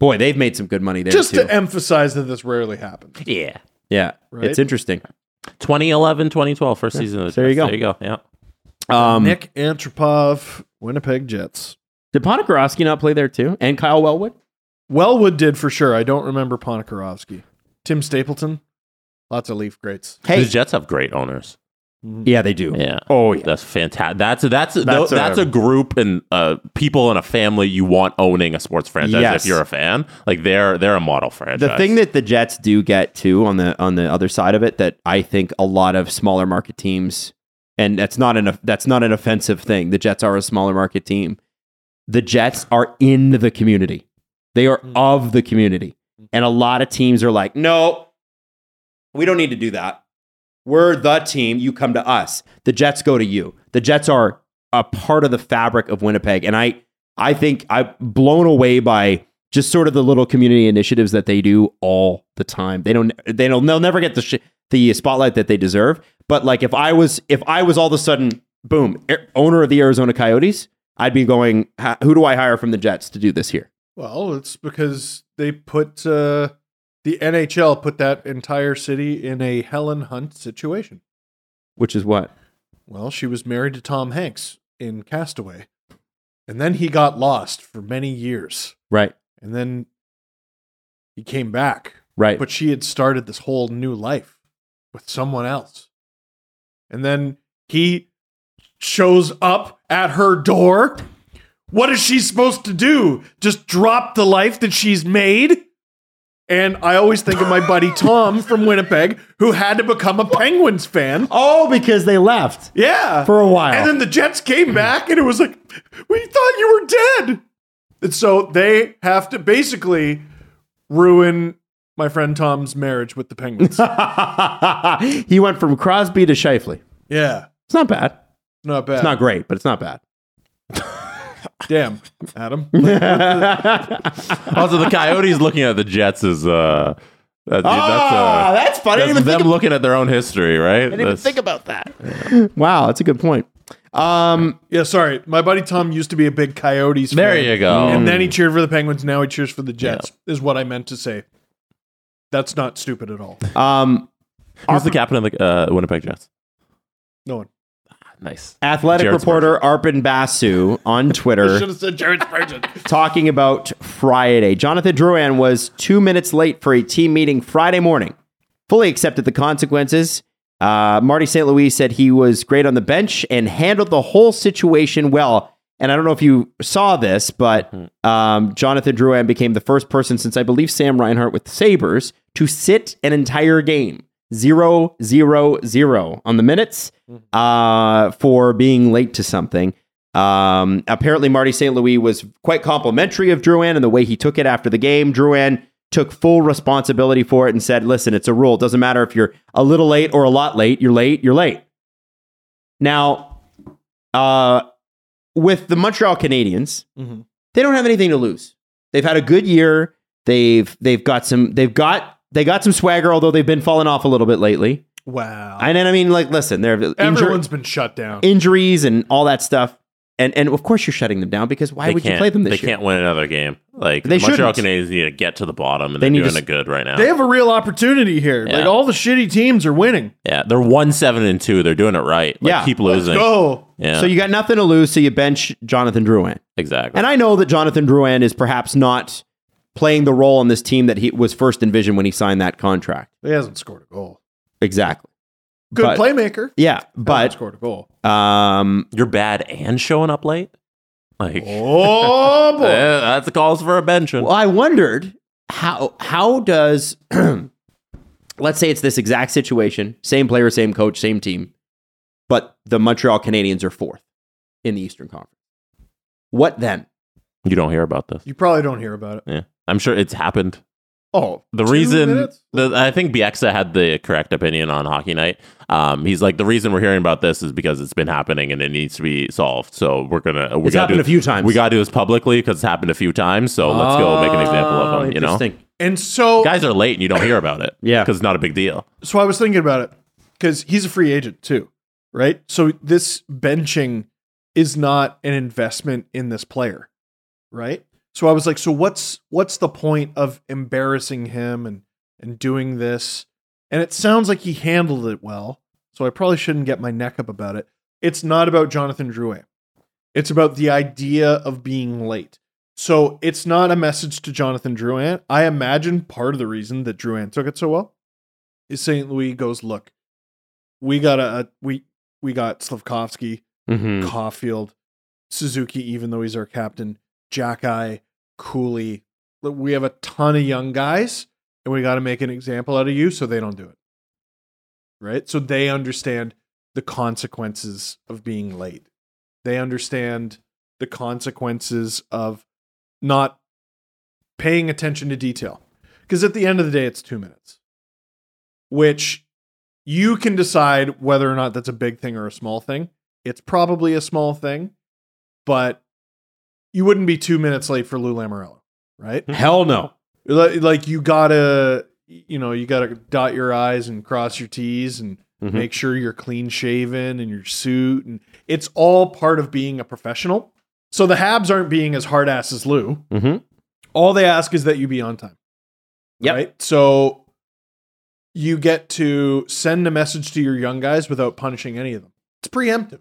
C: Boy, they've made some good money there
D: Just
C: too.
D: to emphasize that this rarely happens.
E: yeah.
C: yeah,
D: Right?
C: it's interesting.
E: 2011, 2012, first season. Of the
C: there you go.
E: Jets. There you go. Yeah.
C: Um,
D: Nick Antropov, Winnipeg Jets.
C: did Ponikarovsky not play there too? And Kyle Wellwood?
D: Wellwood did for sure. I don't remember Ponikarovsky. Tim Stapleton. Lots of Leaf greats.
E: the Jets have great owners.
C: yeah, they do.
E: Yeah.
C: Oh yeah.
E: That's fantastic. That's that's that's,
C: That's
E: that's,
C: a-
E: a, group and uh, people in a family you want owning a sports franchise
C: Yes.
E: if you're a fan. Like they're they're a model franchise.
C: The thing that the Jets do get too on the on the other side of it that I think a lot of smaller market teams and that's not an that's not an offensive thing. The Jets are a smaller market team. The Jets are in the community. They are of the community. And a lot of teams are like, "No. We don't need to do that. We're the team. You come to us. The Jets go to you. The Jets are a part of the fabric of Winnipeg. And I, I think I'm blown away by just sort of the little community initiatives that they do all the time. They don't, they don't, they'll never get the sh- the spotlight that they deserve. But like, if I was, if I was all of a sudden, boom, Ar- owner of the Arizona Coyotes, I'd be going, "Ha- who do I hire from the Jets to do this here?
D: Well, it's because they put uh, the NHL put that entire city in a Helen Hunt situation.
C: Which is what?
D: Well, she was married to Tom Hanks in Castaway. And then he got lost for many years.
C: Right.
D: And then he came back.
C: Right.
D: But she had started this whole new life with someone else. And then he shows up at her door. What is she supposed to do? Just drop the life that she's made? And I always think of my buddy Tom from Winnipeg, who had to become a Penguins fan.
C: oh, because they left. <laughs>
D: Yeah.
C: For a while.
D: And then the Jets came back and it was like, we thought you were dead. And so they have to basically ruin my friend Tom's marriage with the <laughs> Penguins.
C: he went from Crosby to Shifley.
D: yeah.
C: It's not bad.
D: Not bad.
C: It's not great, but it's not bad.
D: Damn, Adam.
E: <laughs> also the Coyotes looking at the Jets is uh that-
C: Ah,
E: that's, uh,
C: that's funny. I didn't
E: that's
C: even
E: them
C: think
E: looking at their own history, right?
C: I didn't even
E: That's-
C: think about that. Wow, that's a good point. Um,
D: Yeah, sorry. My buddy Tom used to be a big Coyotes fan.
E: There you go.
D: Mm. And then he cheered for the Penguins. Now he cheers for the Jets, is what I meant to say. That's not stupid at all.
C: Um,
E: Who's the captain of the uh, Winnipeg Jets?
D: No <laughs> one.
E: Nice.
C: athletic
E: Jared's
C: reporter Arpin Basu on <laughs> Twitter.
D: Should have said Jared Spurgeon.
C: talking about Friday. Jonathan Drouin was two minutes late for a team meeting Friday morning. Fully accepted the consequences. Uh, Marty St. Louis said he was great on the bench and handled the whole situation well. And I don't know if you saw this, but um, Jonathan Drouin became the first person since I believe Sam Reinhart with the Sabres to sit an entire game. Zero, zero, zero on the minutes uh, for being late to something. Um, apparently, Marty St. Louis was quite complimentary of Drouin and the way he took it after the game. Drouin took full responsibility for it and said, listen, it's a rule. It doesn't matter if you're a little late or a lot late. You're late, you're late. Now, uh, with the Montreal Canadiens,
D: Mhm.
C: they don't have anything to lose. They've had a good year. They've they've got some they've got they got some swagger, although they've been falling off a little bit lately.
D: Wow.
C: And then I mean, like, listen, they're injured
D: Everyone's been shut down.
C: injuries and all that stuff. And and of course you're shutting them down because why
E: They
C: would you
E: can't-
C: play them this
E: They
C: year?
E: can't win another game. Like
C: They
E: the Montreal
C: shouldn't.
E: Canadiens need to get to the bottom, and
C: They
E: they are
C: need to
E: doing
C: s-
E: it good right now.
D: They have a real opportunity here.
E: Yeah.
D: Like all the shitty teams are winning.
E: yeah, they're one seven and two. They're doing it right. Like,
C: Yeah.
E: keep losing.
D: Go.
E: Yeah,
C: So you got nothing to lose, so you bench Jonathan Drouin.
E: exactly.
C: And I know that Jonathan Drouin is perhaps not playing the role on this team that he was first envisioned when he signed that contract.
D: He hasn't scored a goal.
C: Exactly.
D: Good
C: But-
D: playmaker.
C: Yeah,
D: hasn't
C: but
D: scored a goal.
C: um,
E: You're bad and showing up late. Like
D: Oh
E: <laughs>
D: boy.
E: eh, that's a calls for a benching.
C: well, I wondered how how does <clears throat> let's say it's this exact situation, same player, same coach, same team, but the Montreal Canadiens are fourth in the Eastern Conference. What then?
E: You don't hear about this.
D: You probably don't hear about it.
E: Yeah, I'm sure it's happened.
D: Oh,
E: The
D: two
E: reason
D: minutes?
E: the, I think Bieksa had the correct opinion on Hockey Night. Um, he's like the reason we're hearing about this is because it's been happening and it needs to be solved. So we're gonna we
C: It's
E: gotta
C: happened
E: do,
C: a few times.
E: We gotta do this publicly because it's happened a few times. So let's go make an example of
C: Oh,
E: them. You know,
D: and so
E: guys are late and you don't hear about it.
C: Yeah.
E: because it's not a big deal.
D: so I was thinking about it because he's a free agent too, right? So this benching is not an investment in this player, right? So I was like, so what's what's the point of embarrassing him and and doing this? And it sounds like he handled it well, so I probably shouldn't get my neck up about it. It's not about Jonathan Drouin. It's about the idea of being late. So it's not a message to Jonathan Drouin. I imagine part of the reason that Drouin took it so well is St. Louis goes, look, we got a, a- we we got Slavkovsky,
C: Mm-hmm.
D: Caulfield, Suzuki, even though he's our captain, Jackeye, Cooley. Look, We have a ton of young guys, and we got to make an example out of you so they don't do it. Right? So they understand the consequences of being late. They understand the consequences of not paying attention to detail. Because at the end of the day, it's two minutes, which you can decide whether or not that's a big thing or a small thing it's probably a small thing, but you wouldn't be two minutes late for Lou Lamorello, right?
C: Hell no.
D: Li- like you gotta, you know, you gotta dot your I's and cross your T's and
C: Mhm.
D: make sure you're clean shaven and your suit, and it's all part of being a professional. So the Habs aren't being as hard ass as Lou.
C: Mhm.
D: All they ask is that you be on time.
C: Yep.
D: Right. So you get to send a message to your young guys without punishing any of them. It's preemptive.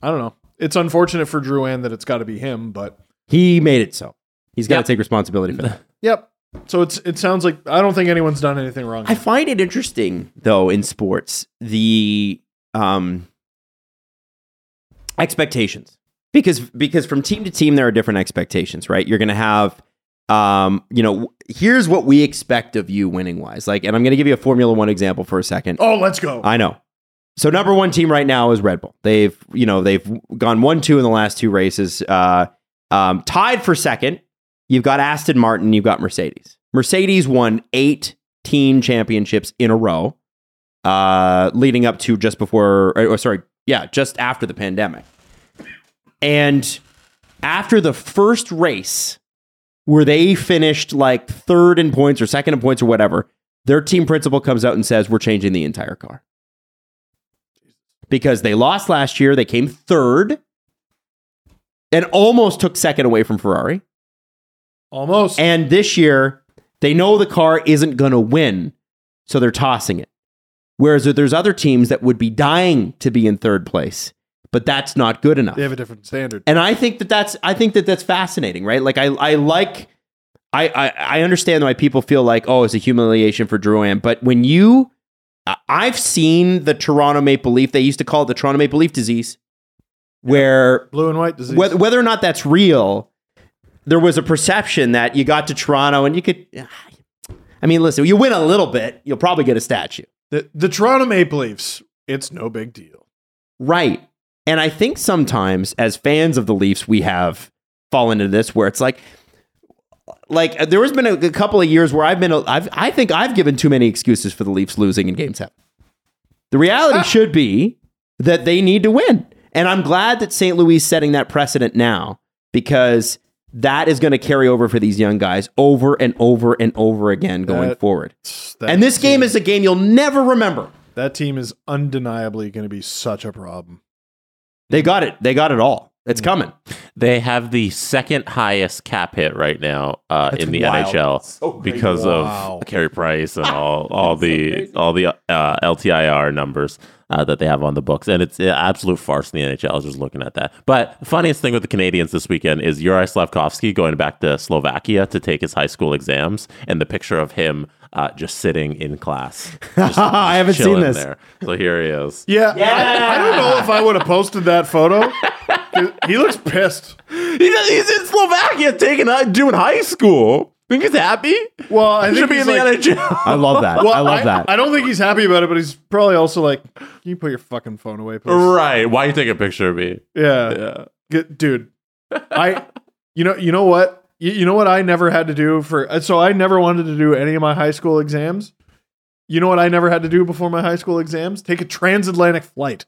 D: I don't know. It's unfortunate for Drew Ann that it's got to be him, but
C: He made it so. He's got to
E: Yep.
C: take responsibility for that.
D: yep. So it's it sounds like I don't think anyone's done anything wrong.
C: <laughs> I find it interesting, though, in sports, the um, expectations. Because because from team to team, there are different expectations, right? You're going to have, um, you know, w- here's what we expect of you winning wise. Like, and I'm going to give you a Formula One example for a second.
D: oh, let's go.
C: I know. So number one team right now is Red Bull. They've you know they've gone one two in the last two races. Uh, um, tied for second, you've got Aston Martin. You've got Mercedes. Mercedes won eighteen championships in a row, uh, leading up to just before. Or, or sorry, yeah, just after the pandemic. And after the first race, where they finished like third in points or second in points or whatever, their team principal comes out and says, We're changing the entire car. Because they lost last year, they came third and almost took second away from Ferrari.
D: Almost.
C: And this year, They know the car isn't going to win, so they're tossing it. Whereas if there's other teams that would be dying to be in third place, but that's not good enough.
D: They have a different standard.
C: And I think that that's I think that that's fascinating, right? Like I I like I I, I understand why people feel like oh it's a humiliation for Drouin, but when you I- I've seen the Toronto Maple Leaf, they used to call it the Toronto Maple Leaf disease, where
D: Blue and white disease.
C: whether, whether or not that's real, there was a perception that you got to Toronto and you could. I mean, listen, you win a little bit, you'll probably get a statue.
D: the, the Toronto Maple Leafs, it's no big deal.
C: Right. And I think sometimes as fans of the Leafs, we have fallen into this where it's like, like uh, there has been a, a couple of years where I've been, a- I've, I think I've given too many excuses for the Leafs losing in game seven. The reality should be that they need to win. And I'm glad that St. Louis is setting that precedent now because that is going to carry over for these young guys over and over and over again going
D: That-
C: forward.
D: That
C: And this game
D: team-
C: is a game you'll never remember.
D: that team is undeniably going to be such a problem.
C: They got it. They got it all. It's coming.
E: They have the second highest cap hit right now uh, in the
C: wild.
E: NHL because
D: Wow.
E: of Carey Price
C: <laughs>
E: and all all the all the uh, LTIR numbers uh, that they have on the books, and it's an absolute farce in the NHL. I was just looking at that. But the funniest thing with the Canadians this weekend is Yuri Slavkovsky going back to Slovakia to take his high school exams, and the picture of him uh, just sitting in class.
C: <laughs>
E: Just,
C: I haven't seen
E: chilling
C: this.
E: So here he is.
D: Yeah. I, I don't know if I would have posted
C: <laughs>
D: that photo. he looks pissed.
E: He's, he's in Slovakia taking uh, doing high school. Think he's happy?
D: Well, I
E: He
D: think
E: should be
D: he's
E: in the
C: <laughs>
D: like-
E: NHL.
C: I love that.
D: Well,
C: I love that.
D: I don't think he's happy about it, but he's probably also like, "Can you put your fucking phone away, please?"
E: Right. Why you take a picture of me?
D: Yeah.
E: Yeah.
D: Good- dude. I, you know, you know what, you, you know what I never had to do for. uh, So I never wanted to do any of my high school exams. You know what I never had to do before my high school exams? Take a transatlantic flight.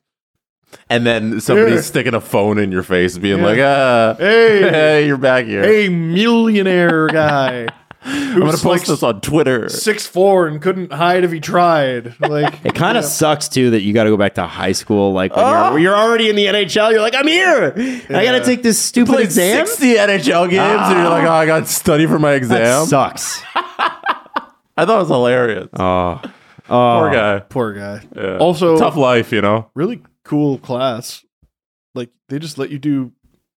E: And then somebody's
D: Yeah.
E: sticking a phone in your face, being
D: Yeah.
E: like, ah,
D: Hey.
E: <laughs> hey, you're back here.
D: Hey, millionaire
E: <laughs>
D: guy.
E: I'm going to
D: who's
E: post
D: like
E: this on Twitter.
D: Six four and couldn't hide if he tried.
E: <laughs>
D: Like
C: It kind of sucks too that you got to go back to high school. Like when you're, when you're already in the NHL, you're like, I'm here. and I got to
D: Yeah.
C: take this stupid
E: Played
C: exam.
E: 60 NHL games, and you're like, oh, I got to study for my
C: That
E: exam.
C: sucks.
E: I thought it was hilarious.
C: <laughs> Oh,
E: Poor guy.
D: poor guy.
E: Yeah.
D: Also-
E: tough life, you know?
D: Really cool class. Like they just let you do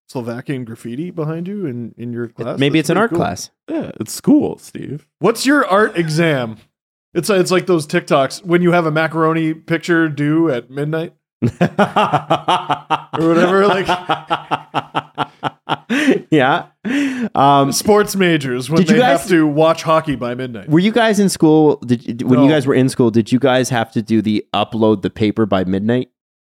D: Slovakian graffiti behind you in in your class.
C: maybe it's
D: That's
C: an
D: pretty
C: art
D: cool.
C: class.
E: Yeah, it's cool, Steve.
D: What's your art exam? It's it's like those TikToks when you have a macaroni picture due at midnight
C: <laughs>
D: or whatever. Like
C: yeah. <laughs> Um,
D: sports majors when
C: Did you
D: they
C: guys-
D: have to watch hockey by midnight.
C: were you guys in school? Did, when you
D: No.
C: guys were in school, did you guys have to do the upload the paper by midnight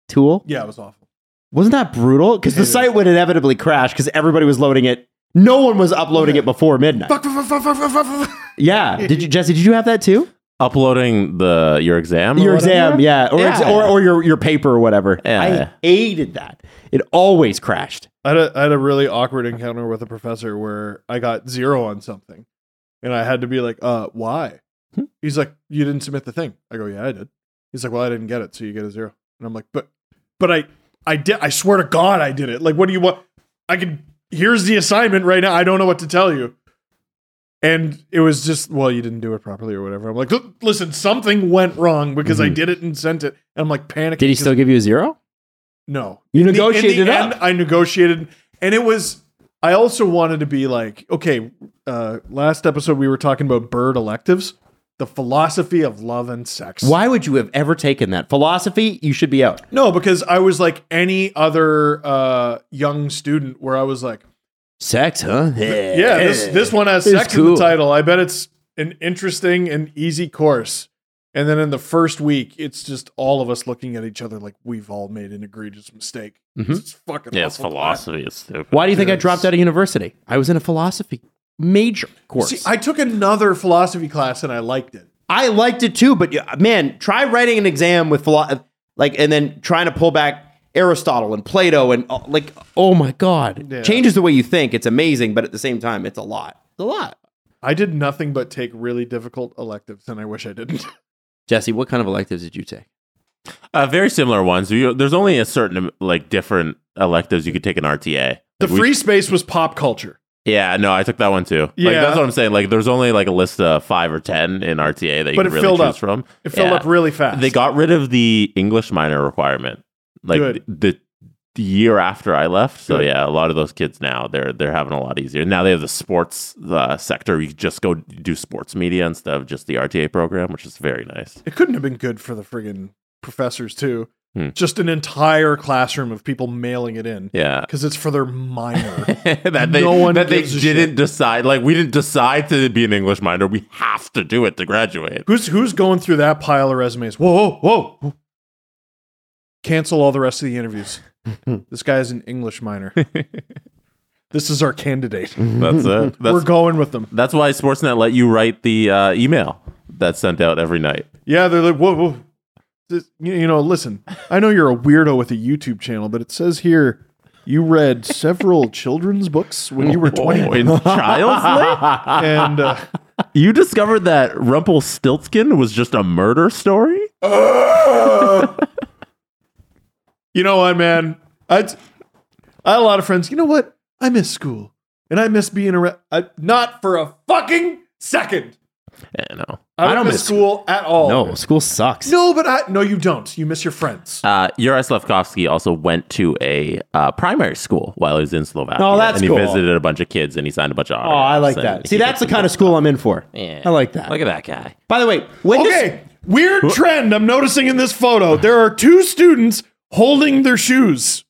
C: tool?
D: Yeah, it was awful.
C: Wasn't that brutal? Because the
D: Hated it.
C: site would inevitably crash because everybody was loading it. No one was uploading it before
D: <laughs>
C: midnight.
D: Fuck, fuck, fuck, fuck, fuck, fuck, fuck.
C: Yeah. Did you, Jesse? Did you have that too?
E: Uploading the your exam? or
C: Your
E: whatever?
C: exam, yeah, or ex-
E: Yeah.
C: or, or your your paper or whatever.
E: Yeah.
C: I hated that. It always crashed.
D: I had, a, I had a really awkward encounter with a professor where I got zero on something, and I had to be like, "Uh, why?"
C: Hmm.
D: He's like, "You didn't submit the thing." I go, "Yeah, I did." He's like, "Well, I didn't get it, so you get a zero. And I'm like, "But, but I, I did. I swear to God, I did it. Like, what do you want? I could. Here's the assignment right now. I don't know what to tell you." And it was just, well, you didn't do it properly or whatever. I'm like, "Look, listen, something went wrong because I did it and sent it. And I'm like panicking.
C: Mm-hmm. Did he
D: because-
C: still give you a zero?
D: no.
C: You
D: In the-
C: negotiated
D: in the
C: it
D: end,
C: up.
D: I negotiated and it was I also wanted to be like, okay, uh last episode we were talking about bird electives, the philosophy of love and sex.
C: Why would you have ever taken that philosophy? You should be out.
D: No, because I was like any other uh young student where I was like,
C: Sex, huh? Yeah.
D: yeah, this this one has
C: It's
D: sex in
C: cool.
D: the title. I bet it's an interesting and easy course. And then in the first week, it's just all of us looking at each other like we've all made an egregious mistake.
C: Mm-hmm.
D: It's fucking
E: Yeah, it's
D: awful.
E: philosophy. It's stupid.
C: Why do you think I dropped out of university? I was in a philosophy major course.
D: See, I took another philosophy class and I liked it.
C: I liked it too, but yeah, man, try writing an exam with philo- like, and then trying to pull back Aristotle and Plato and uh, like, oh my god,
D: Yeah.
C: changes the way you think. It's amazing, but at the same time, it's a lot. It's a lot.
D: I did nothing but take really difficult electives, and I wish I didn't.
E: <laughs>
C: Jesse, what kind of electives did you take?
E: Uh, very similar ones. You, there's only a certain like different electives you could take an RTA.
D: The
E: Like, we-
D: free space was pop culture.
E: Yeah, no, I took that one too. like,
D: Yeah.
E: that's what I'm saying. Like, there's only like a list of five or ten in RTA that you
D: But
E: can
D: it
E: really
D: filled
E: choose
D: up.
E: from.
D: It filled
E: Yeah.
D: up really fast.
E: They got rid of the English minor requirement, like
D: Good.
E: the the year after I left. So
D: Good.
E: yeah, a lot of those kids now they're they're having a lot easier. Now they have the sports uh, sector. You just go do sports media instead of just the RTA program, which is very nice.
D: It couldn't have been good for the friggin' professors too.
E: Hmm.
D: Just an entire classroom of people mailing it in
E: Yeah. <laughs>
D: because it's for their minor.
E: that they
D: No one
E: that they
D: gives a
E: didn't
D: shit.
E: decide like we didn't decide to be an English minor. We have to do it to graduate.
D: who's who's going through that pile of resumes? Whoa, whoa, whoa! Cancel all the rest of the
E: <laughs>
D: interviews. this guy's an English minor. this is our candidate.
E: That's it. That's
D: We're going with them.
E: That's why Sportsnet let you write the uh, email that's sent out every night.
D: Yeah, they're like, whoa, whoa. This- you- you know, listen, I know you're a weirdo with a YouTube channel, but it says here you read <laughs> several children's books when you were 20. <laughs>
E: Oh, in
C: <laughs>
E: child's play?
D: and uh,
E: You discovered that Rumpelstiltskin was just a
C: <laughs>
E: murder story?
C: Uh.
D: You know what, man? I, I had a lot of friends. You know what? I miss school, and I miss being around. I, not for a fucking second.
E: Eh, no.
D: I,
C: I
D: don't
C: don't
D: miss,
C: miss
D: school at all.
C: No, school sucks.
D: no, but I no, you don't. You miss your friends.
E: Uh, Yuri Slavkovsky also went to a uh, primary school while he was in Slovakia.
C: Oh, that's
E: And he
C: cool.
E: visited a bunch of kids and he signed a bunch of
C: Oh, I like that. See, that's the kind of school I'm in for.
E: Yeah.
C: I like that.
E: Look at that guy.
C: By the way, <laughs> when does-
D: okay, weird trend I'm noticing in this photo. There are two students holding their shoes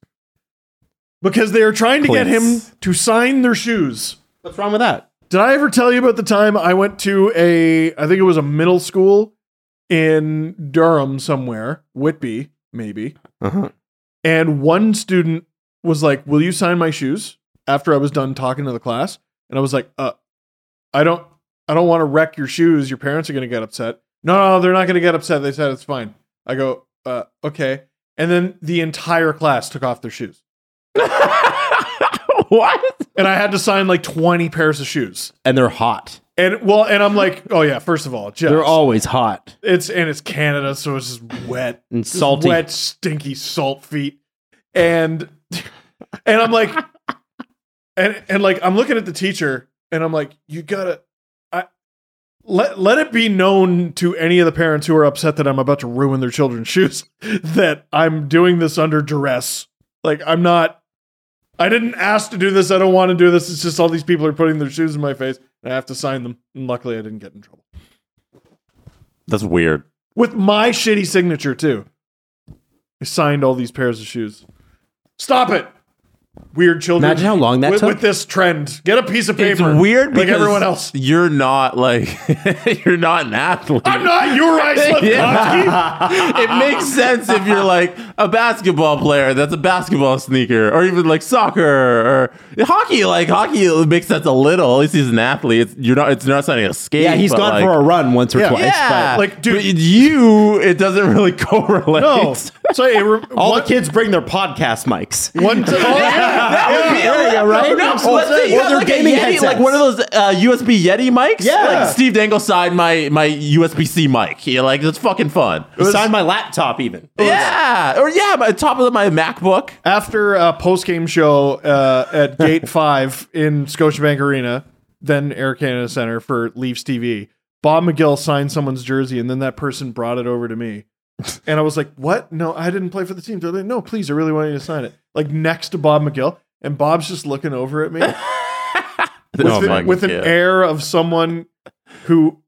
D: because they are trying to get him
E: Cleats.
D: to sign their shoes.
C: what's wrong with that?
D: Did I ever tell you about the time I went to a, I think it was a middle school in Durham somewhere, Whitby, maybe.
C: Uh-huh.
D: And one student was like, Will you sign my shoes after I was done talking to the class? And I was like, Uh, I don't, I don't want to wreck your shoes. Your parents are going to get upset. No, no, they're not going to get upset. They said it's fine. I go, uh, Okay. And then the entire class took off their shoes.
E: <laughs> what?
D: And I had to sign like 20 pairs of shoes.
C: And they're hot.
D: And well, and I'm like, oh yeah. First of all, just
C: They're always hot
D: it's and it's Canada, so it's just wet,
C: <laughs> and
D: Just
C: salty.
D: wet, stinky salt feet, and and
C: <laughs>
D: I'm like, and and like I'm looking at the teacher, and I'm like, you gotta, I let let it be known to any of the parents who are upset that I'm about to ruin their children's <laughs> shoes that I'm doing this under duress. Like I'm not. I didn't ask to do this. I don't want to do this. It's just all these people are putting their shoes in my face, and I have to sign them. And luckily, I didn't get in trouble
E: That's weird.
D: with my shitty signature too. I signed all these pairs of shoes. Stop it, weird children.
C: Imagine how long that
D: with,
C: took.
D: with this trend. Get a piece of
E: It's
D: paper.
E: weird
D: like
E: because
D: everyone else.
E: you're not like <laughs> you're not an athlete.
D: I'm not your
C: <laughs>
D: Slavkovsky.
E: it makes sense if you're like a basketball player that's a basketball sneaker or even like soccer or hockey like hockey it makes sense a little at least he's an athlete it's, you're not it's not signing a skate
C: yeah, he's
E: but,
C: gone
E: like,
C: for a run once or
D: Yeah.
C: twice.
E: yeah
D: but- Like, dude-
E: But you it doesn't really <laughs> correlate
D: No. Oh. So hey, re-
C: but all
D: one,
C: the kids bring their podcast mics.
D: One
C: <laughs>
D: t-
E: <laughs> That would be-
C: yeah, right?
E: No,
C: That's what
E: let's
C: I'm
E: say
C: saying.
E: you got
C: Or their
E: like a
C: gaming
E: Yeti,
C: headsets.
E: like one of those uh, USB Yeti mics.
C: Yeah.
E: like Steve Dangle signed my my USB C mic. Yeah, like that's fucking fun.
C: He signed my laptop even.
E: Yeah, or yeah, my top of my MacBook.
D: after a post game show uh,
E: <laughs>
D: at Gate Five in Scotiabank Arena, then Air Canada Center for Leafs TV, Bob McGill signed someone's jersey, and then that person brought it over to
E: <laughs>
D: me, and I was like, "What? No, I didn't play for the team." They're like, "No, please, I really want you to sign it." Like next to Bob McGill, and Bob's just looking over
E: <laughs>
D: at me with,
E: Oh
D: an-
E: my
D: with an
E: God.
D: air of someone who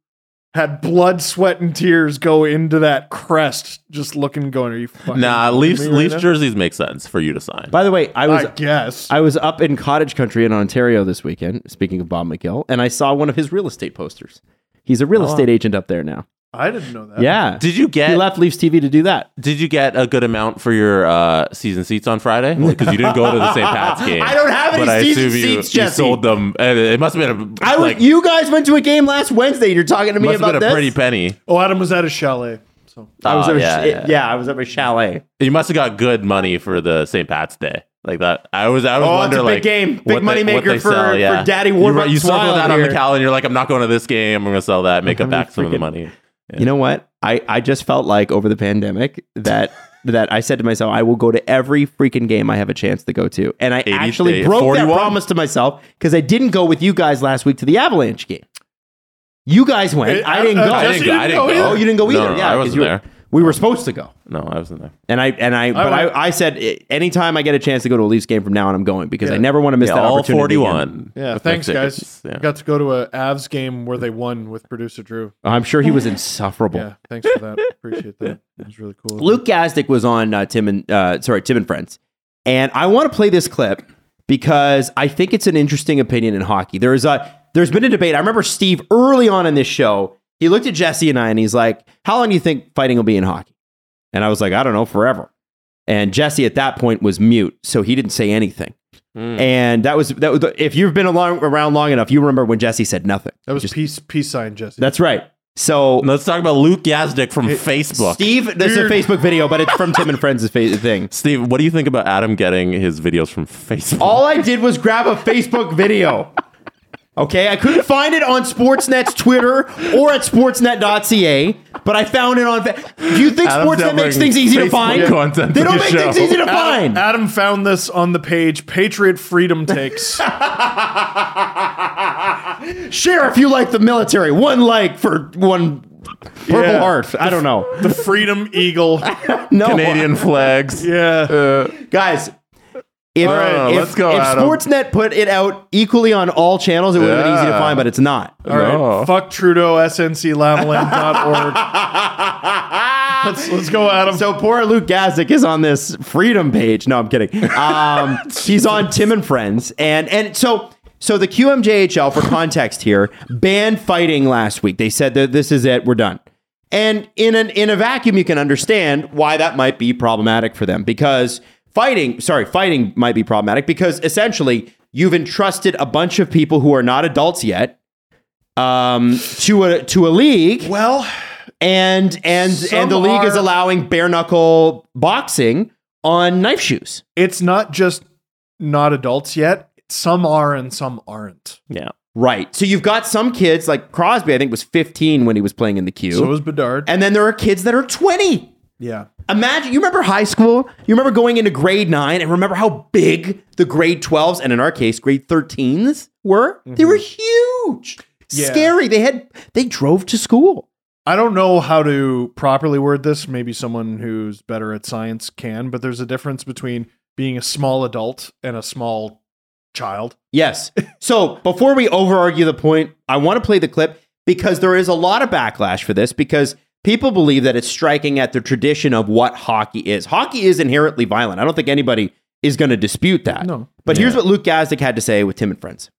D: had blood, sweat, and tears go into that crest, just looking, going, "Are you fucking?"
E: Nah,
D: kidding
E: Leafs
D: me right
E: Leafs
D: now?"
E: jerseys make sense for you to sign.
C: By the way, I was
D: I guess.
C: I was up in cottage country in Ontario this weekend, speaking of Bob McGill, and I saw one of his real estate posters. He's a real estate agent up there now.
D: I didn't know that.
C: Yeah.
E: Oh. did you
C: he
E: get
C: left Leafs TV to do that.
E: Did you get a good amount for your uh, season seats on
C: <laughs>
E: Friday? Because you didn't go to the St. Pat's game.
C: I don't have any
E: But I
C: season
E: assume you,
C: seats,
E: you
C: Jesse.
E: sold them. And it must have been a,
C: I was,
E: like,
C: you guys went to a game last Wednesday. You're talking to me
E: must have
C: about
E: been a
C: this.
E: pretty penny.
D: Oh, Adam was at a chalet. So
C: I was
E: Oh,
C: at a
E: yeah,
C: yeah,
E: yeah.
C: I was at my chalet.
E: You must have got good money for the St. Pat's Day. Like that, I was. I was
C: Oh, it's a
E: wondering,
C: big
E: like,
C: game. Big
E: what they-
C: money
E: what
C: maker
E: they
C: for-
E: sell,
C: for
E: yeah.
C: Daddy
E: You-
C: Warbucks
E: You, circled
C: Wild
E: that on the
C: here.
E: calendar. You're like, I'm not going to this game. I'm going
C: <laughs>
E: to sell that. Make up back some of the money.
C: <laughs> You know what? I, I just felt like over the pandemic that that I said to myself, I will go to every freaking game I have a chance to go to. And I
E: 80
C: actually
E: day-
C: broke
E: 41.
C: that promise to myself because I didn't go with you guys last week to the Avalanche game. You guys went. I uh, didn't go.
E: I didn't go. I didn't go.
C: Oh, you didn't go
E: No,
C: either.
E: no,
C: yeah,
E: I
C: 'cause
E: wasn't
C: you were-
E: there.
C: We were supposed to go.
E: No, I wasn't there.
C: And I and I, but
D: went.
C: I, I said eh, anytime I get a chance to go to a Leafs game from now on, I'm going because I
D: Yeah.
C: never want to miss
E: Yeah,
C: that
E: all
C: opportunity. again.
E: 41.
D: Yeah,
E: with my
D: thanks, guys.
E: tickets. Yeah.
D: Got to go to a Avs game where they won with producer Drew.
C: I'm sure he was insufferable.
D: Yeah, thanks for that.
C: <laughs>
D: Appreciate that. It was really cool.
C: Luke Gazdick was on uh, Tim and uh, sorry Tim and Friends, and I want to play this clip because I think it's an interesting opinion in hockey. There is a there's been a debate. I remember Steve early on in this show. He looked at Jesse and I, and he's like, "How long do you think fighting will be in hockey?" And I was like, "I don't know, forever." And Jesse at that point was mute, so he didn't say anything. And that was that was if you've been along, around long enough, you remember when Jesse said nothing.
D: that was
C: Just-
D: peace peace sign, Jesse.
C: that's right. So
E: Let's talk about Luke Yazdick from Facebook. Steve,
C: Steve, there's a Facebook video, but it's from Tim and Friends' fa- thing.
E: what do you think about Adam getting his videos from Facebook?
C: All I did was grab a Facebook video. Okay, I couldn't find it on Sportsnet's Twitter or at sportsnet.ca, but I found it on. Fa- Do you think
E: Adam's
C: Sportsnet makes
E: uploading
C: things easy to
E: Facebook
C: find?
E: content
C: They
E: to
C: don't
E: the
C: make
E: show.
C: things easy to find.
D: Adam found this on the page Patriot Freedom Takes.
C: Share if you like the military. One like for one purple
D: Yeah.
C: heart. I don't know.
D: the Freedom
C: <laughs>
D: Eagle.
C: No,
E: <laughs> <laughs> Canadian flags.
D: Yeah.
C: guys. If,
E: right,
C: if-
E: let's go,
C: if
E: Adam.
C: Sportsnet put it out equally on all channels, it would have been easy to
E: Yeah.
C: find, but it's not.
D: All right.
C: Oh.
E: No.
D: Fuck Trudeau,
C: <laughs>
D: SNCLavalin.org. let's, let's go, Adam.
C: So poor Luke Gazdick is on this freedom page. No, I'm kidding. Um, he's on Tim and Friends, and and so so the QMJHL for context here banned fighting last week. They said that this is it, we're done. And in an in a vacuum, you can understand why that might be problematic for them because fighting, sorry, fighting might be problematic because essentially you've entrusted a bunch of people who are not adults yet um, to a to a league
D: well,
C: and and
D: Some
C: and the league is
D: are-
C: allowing bare knuckle boxing on knife shoes.
D: it's not just not adults yet. Some are and some aren't.
E: Yeah.
C: Right. So you've got some kids like Crosby, I think was 15 when he was playing in the queue.
D: So is Bedard.
C: and then there are kids that are 20.
D: yeah.
C: Imagine you remember high school? You remember going into grade 9 and remember how big the grade 12s and in our case grade 13s were? They were huge.
D: Mm-hmm. Yeah.
C: Scary. They had they drove to school.
D: I don't know how to properly word this. Maybe someone who's better at science can, but there's a difference between being a small adult and a small child.
C: Yes. So before we over argue the point, I want to play the clip because there is a lot of backlash for this because people believe that it's striking at the tradition of what hockey is. Hockey is inherently violent. I don't think anybody is going to dispute that.
D: No.
C: But here's what Luke Gazdick had to say with Tim and Friends.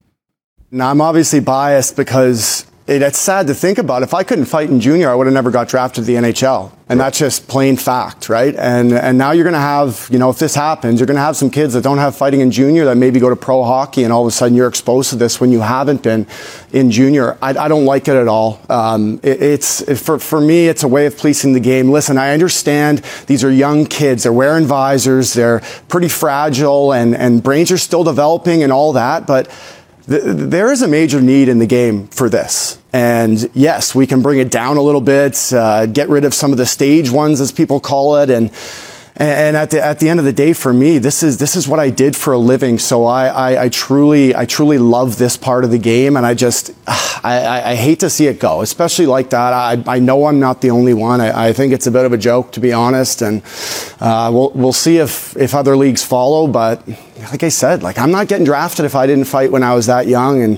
H: Now, I'm obviously biased because it, it's sad to think about. If I couldn't fight in junior, I would have never got drafted to the NHL. And that's just plain fact, right? And, and now you're going to have, you know, if this happens, you're going to have some kids that don't have fighting in junior that maybe go to pro hockey and all of a sudden you're exposed to this when you haven't been in junior. I, I don't like it at all. Um, it, it's, it- for, for me, it's a way of policing the game. Listen, I understand these are young kids. They're wearing visors. They're pretty fragile and, and brains are still developing and all that. But Th- there is a major need in the game for this. And yes, we can bring it down a little bit, uh, get rid of some of the stage ones, as people call it. And, and at the, at the end of the day, for me, this is, this is what I did for a living. So I, I, I truly, I truly love this part of the game. And I just, ah, I, I, I hate to see it go, especially like that. I, I know I'm not the only one. I, I think it's a bit of a joke, to be honest. And, uh, we'll, we'll see if, if other leagues follow, but like I said, like I'm not getting drafted if I didn't fight when I was that young, and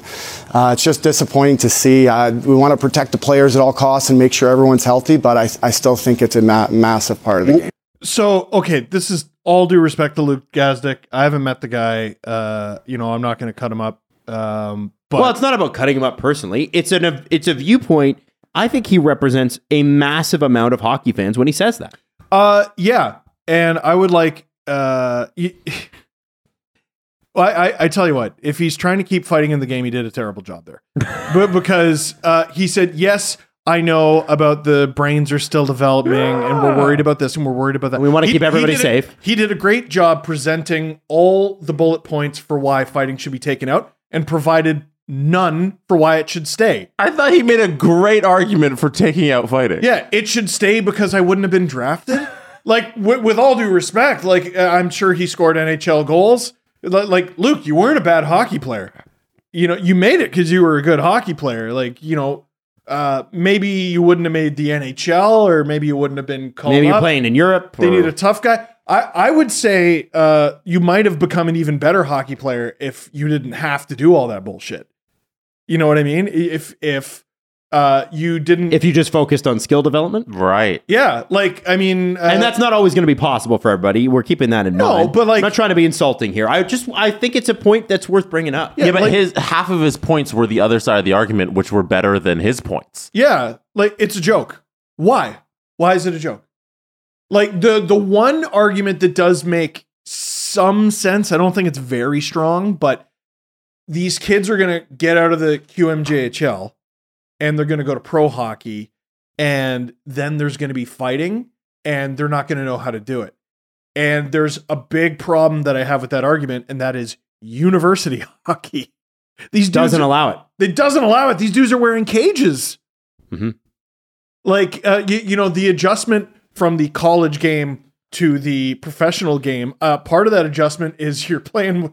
H: uh, it's just disappointing to see. Uh, we want to protect the players at all costs and make sure everyone's healthy, but I, I still think it's a ma- massive part of the game.
D: So, okay, this is all due respect to Luke Gazdick. I haven't met the guy. Uh, you know, I'm not going to cut him up. Um, but
C: well, it's not about cutting him up personally. It's an it's a viewpoint. I think he represents a massive amount of hockey fans when he says that.
D: Uh, yeah, and I would like uh, y- <laughs> well, I, I I tell you what, if he's trying to keep fighting in the game, he did a terrible
C: <laughs>
D: job there, but because uh, he said yes. I know about the brains are still developing, and we're worried about this, and we're worried about that.
C: We wanna
D: He-
C: keep
D: he
C: everybody
D: did a-
C: safe.
D: he did a great job presenting all the bullet points for why fighting should be taken out, and provided none for why it should stay.
E: I thought he made a great argument for taking out fighting.
D: Yeah, it should stay because I wouldn't have been drafted. like with, with all due respect, like uh, I'm sure he scored NHL goals. Li- Like Luke, you weren't a bad hockey player. You know, you made it because you were a good hockey player. Like you know, uh, maybe you wouldn't have made the NHL, or maybe you wouldn't have been called.
C: Maybe you're
D: up.
C: playing in Europe.
D: They
C: or-
D: need a tough guy. I, I would say uh, you might have become an even better hockey player if you didn't have to do all that bullshit. You know what I mean? If if uh, you didn't,
C: if you just focused on skill development.
E: Right.
D: yeah, like I mean, uh,
C: and that's not always going to be possible for everybody. We're keeping that in
D: No,
C: mind.
D: but, like-
C: I'm not trying to be insulting here. I just I think it's a point that's worth bringing up.
E: Yeah, but
D: like-
E: his half of his points were the other side of the argument, which were better than his points.
D: Yeah, like it's a joke. Why? Why is it a joke? Like the the one argument that does make some sense, I don't think it's very strong, but these kids are going to get out of the QMJHL and they're going to go to pro hockey and then there's going to be fighting and they're not going to know how to do it. And there's a big problem that I have with that argument and that is university <laughs> hockey. These dudes
C: doesn't
D: are-
C: allow it.
D: it doesn't allow it. These dudes are wearing cages.
C: Mhm.
D: Like uh, you, you know, the adjustment from the college game to the professional game. Uh, part of that adjustment is <laughs> you're playing with,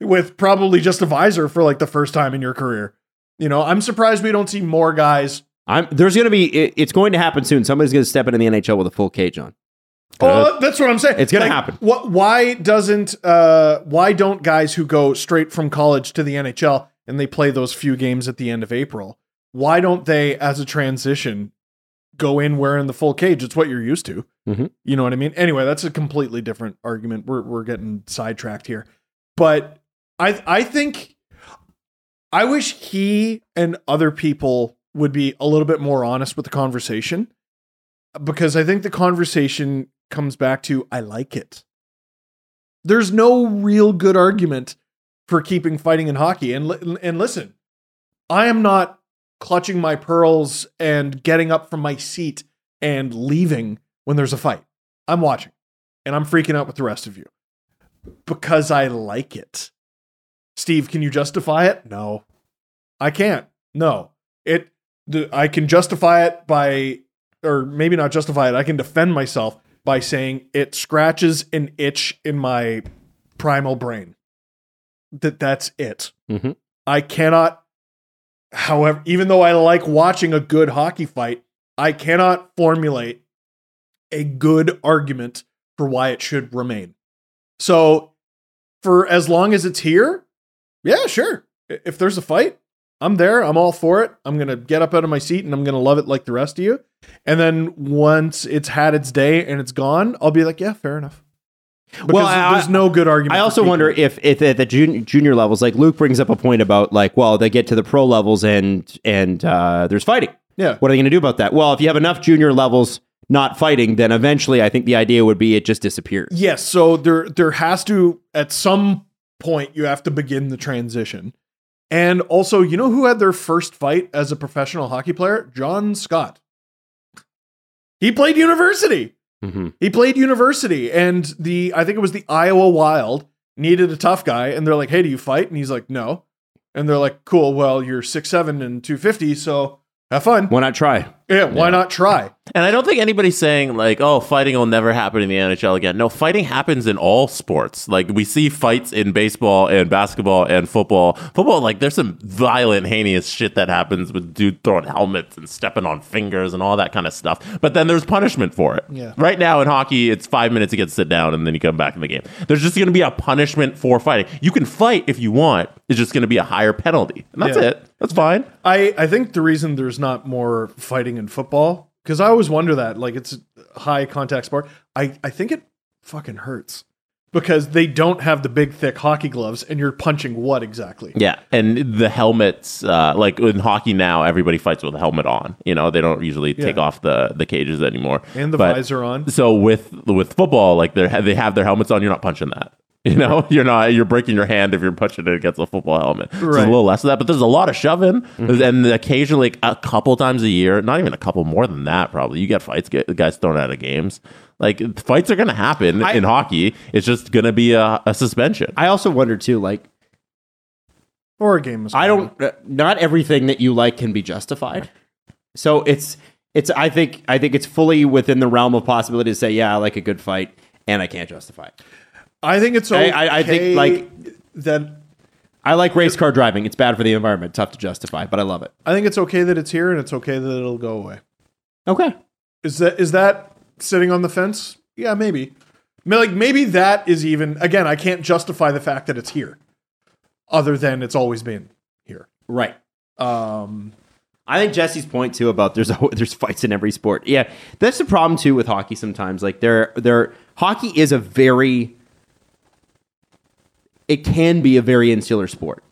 D: with probably just a visor for like the first time in your career. You know, I'm surprised we don't see more guys.
C: I'm there's going to be it- it's going to happen soon. Somebody's going to step into the NHL with a full cage on.
D: Oh, that's what I'm saying.
C: It's gonna happen.
D: What? Why doesn't? Uh, why don't guys who go straight from college to the NHL and they play those few games at the end of April? Why don't they, as a transition, go in wearing the full cage? It's what you're used to.
C: Mhm.
D: You know what I mean? Anyway, that's a completely different argument. We're we're getting sidetracked here, but I I think I wish he and other people would be a little bit more honest with the conversation because I think the conversation comes back to I like it. There's no real good argument for keeping fighting in hockey. And li- and listen, I am not clutching my pearls and getting up from my seat and leaving when there's a fight. I'm watching and I'm freaking out with the rest of you because I like it. Steve, can you justify it? No. I can't. No. It the, I can justify it by or maybe not justify it. I can defend myself by saying it scratches an itch in my primal brain. That that's it.
C: Mhm.
D: I cannot, however, even though I like watching a good hockey fight, I cannot formulate a good argument for why it should remain. So, for as long as it's here, yeah, sure. I- If there's a fight, I'm there. I'm all for it. I'm going to get up out of my seat and I'm going to love it like the rest of you. And then once it's had its day and it's gone, I'll be like, yeah, fair enough. Because
C: Well, I-
D: there's no good argument.
C: I
D: for
C: also
D: keeping
C: wonder
D: it.
C: if if at the junior, junior levels, like Luke brings up a point about like, well, they get to the pro levels and and uh, there's fighting.
D: Yeah.
C: What are they going to do about that? Well, if you have enough junior levels not fighting, then eventually I think the idea would be it just disappears.
D: Yes, so there there has to at some point you have to begin the transition. And also, you know who had their first fight as a professional hockey player? John Scott. He played university.
E: Mm-hmm.
D: He played university and the I think it was the Iowa Wild needed a tough guy and they're like, "Hey, do you fight?" and he's like, "No." And they're like, "Cool, well, you're 6'7 and 250, so have fun."
C: Why not try?
D: Yeah, why not try?
E: And I don't think anybody's saying like, "Oh, fighting will never happen in the NHL again." No, fighting happens in all sports. Like we see fights in baseball and basketball and football. Football, like there's some violent, heinous shit that happens with dude throwing helmets and stepping on fingers and all that kind of stuff. But then there's punishment for it.
D: Yeah.
E: Right now in hockey, it's five minutes to get sit down and then you come back in the game. There's just going to be a punishment for fighting. You can fight if you want. It's just going to be a higher penalty, and that's
D: Yeah.
E: it. That's fine.
D: I, I think the reason there's not more fighting in football, because I always wonder that, like it's a high contact sport. I, I think it fucking hurts because they don't have the big thick hockey gloves and you're punching what exactly?
E: Yeah, and the helmets, uh, like in hockey now, everybody fights with a helmet on. You know, they don't usually take
D: Yeah.
E: off the, the cages anymore.
D: And the
E: But-
D: visor on.
E: So with with football, like they they have their helmets on, you're not punching that. You know, you're not you're breaking your hand if you're punching it against a football helmet. So there's a
D: Right. Mm-hmm.
E: little less of that, but there's a lot of shoving, and occasionally like, a couple times a year, not even a couple, more than that probably. You get fights, get guys thrown out of games. Like fights are going to happen in hockey. It's just going to be a, a suspension.
C: I also wonder too, like
D: Or a game. Is
C: I don't. uh, Not everything that you like can be justified. So it's It's I think I think it's fully within the realm of possibility to say, yeah, I like a good fight, and I can't justify it.
D: I think it's
C: I-
D: okay.
C: I- I think, like-
D: that.
C: I like race car driving. It's bad for the environment. Tough to justify, but I love it.
D: I think it's okay that it's here, and it's okay that it'll go away.
C: Okay.
D: Is that is that sitting on the fence? Yeah, maybe. I mean, Like maybe that is even again. I can't justify the fact that it's here, other than it's always been here.
C: Right.
D: Um,
C: I think Jesse's point too about there's a, <laughs> there's fights in every sport. Yeah, that's the problem too with hockey sometimes. Like there there hockey is a very it can be a very insular sport.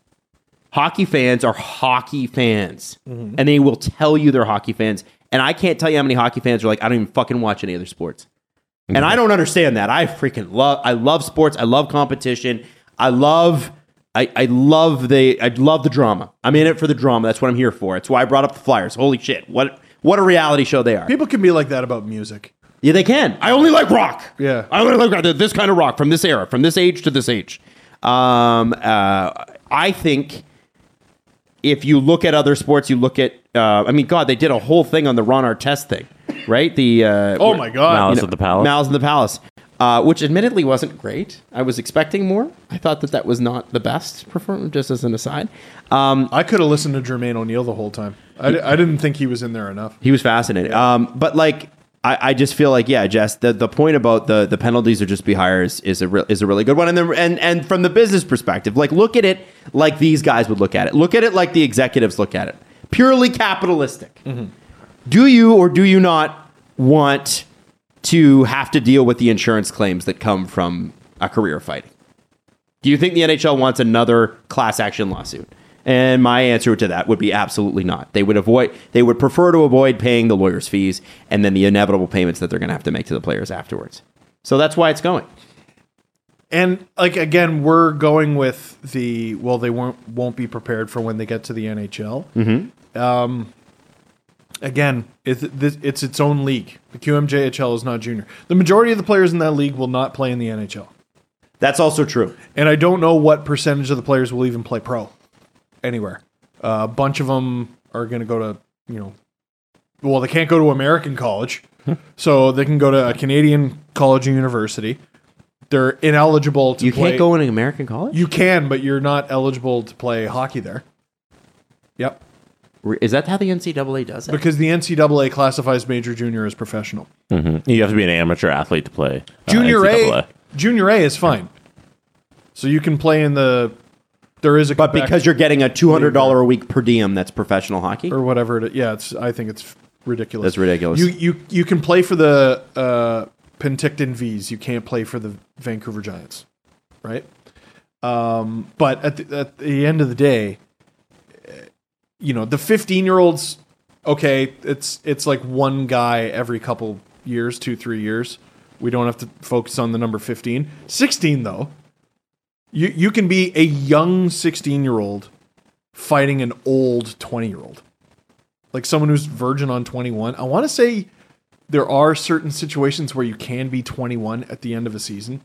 C: Hockey fans are hockey fans, and they will tell you they're hockey fans. And I can't tell you how many hockey fans are like, I don't even fucking watch any other sports. And I don't understand that. I freaking love. I love sports. I love competition. I love. I, I love the. I love the drama. I'm in it for the drama. That's what I'm here for. It's why I brought up the Flyers. Holy shit! What what a reality show they are.
D: people can be like that about music.
C: Yeah, they can. I only like rock.
D: Yeah.
C: I only like rock. This kind of rock from this era, from this age to this age. Um, uh, I think if you look at other sports, you look at. Uh, I mean, God, they did a whole thing on the Ron Artest thing, right? The uh,
D: Oh my god!
E: Malice at the Palace.
C: Malice in the Palace, uh, which admittedly wasn't great. I was expecting more. I thought that that was not the best performance. Just as an aside, um,
D: I could have listened to Jermaine O'Neal the whole time. I, di- I didn't think he was in there enough.
C: he was fascinating. Um, but like, I, I just feel like yeah, Jess. The, the point about the the penalties would just be higher is, is a re- is a really good one. And then and and from the business perspective, like look at it like these guys would look at it. Look at it like the executives look at it. Purely capitalistic. Do you or do you not want to have to deal with the insurance claims that come from a career fighting? Do you think the NHL wants another class action lawsuit? And my answer to that would be absolutely not. They would avoid they would prefer to avoid paying the lawyers' fees and then the inevitable payments that they're going to have to make to the players afterwards. So that's why it's going.
D: And like again, we're going with the well, they won't won't be prepared for when they get to the NHL. Mm-hmm. Um, again, it's this, it's its own league. The QMJHL is not junior. The majority of the players in that league will not play in the NHL,
C: That's also true.
D: and I don't know what percentage of the players will even play pro anywhere. Uh, a bunch of them are going to go to you know, well, they can't go to
C: <laughs>
D: American college, so they can go to a Canadian college or university. They're ineligible to
C: You
D: play.
C: can't go in an American college?
D: You can, but you're not eligible to play hockey there. Yep.
C: Is that how the NCAA does it? Oh,
D: Because the NCAA classifies major junior as professional.
E: You have to be an amateur athlete to play. uh,
D: Junior
E: NCAA.
D: A Junior A is fine. So you can play in the there is a
C: But because you're getting a $200 a week per diem that's professional hockey?
D: or whatever it yeah, it's I think it's ridiculous.
C: That's ridiculous.
D: You you you can play for the uh Penticton V's. You can't play for the Vancouver Giants. Right? Um but at the, at the end of the day, you know the 15 year olds okay it's it's like one guy every couple years two three years we don't have to focus on the number 15 16 though you you can be a young 16 year old fighting an old 20 year old like someone who's virgin on 21 i want to say there are certain situations where you can be 21 at the end of a season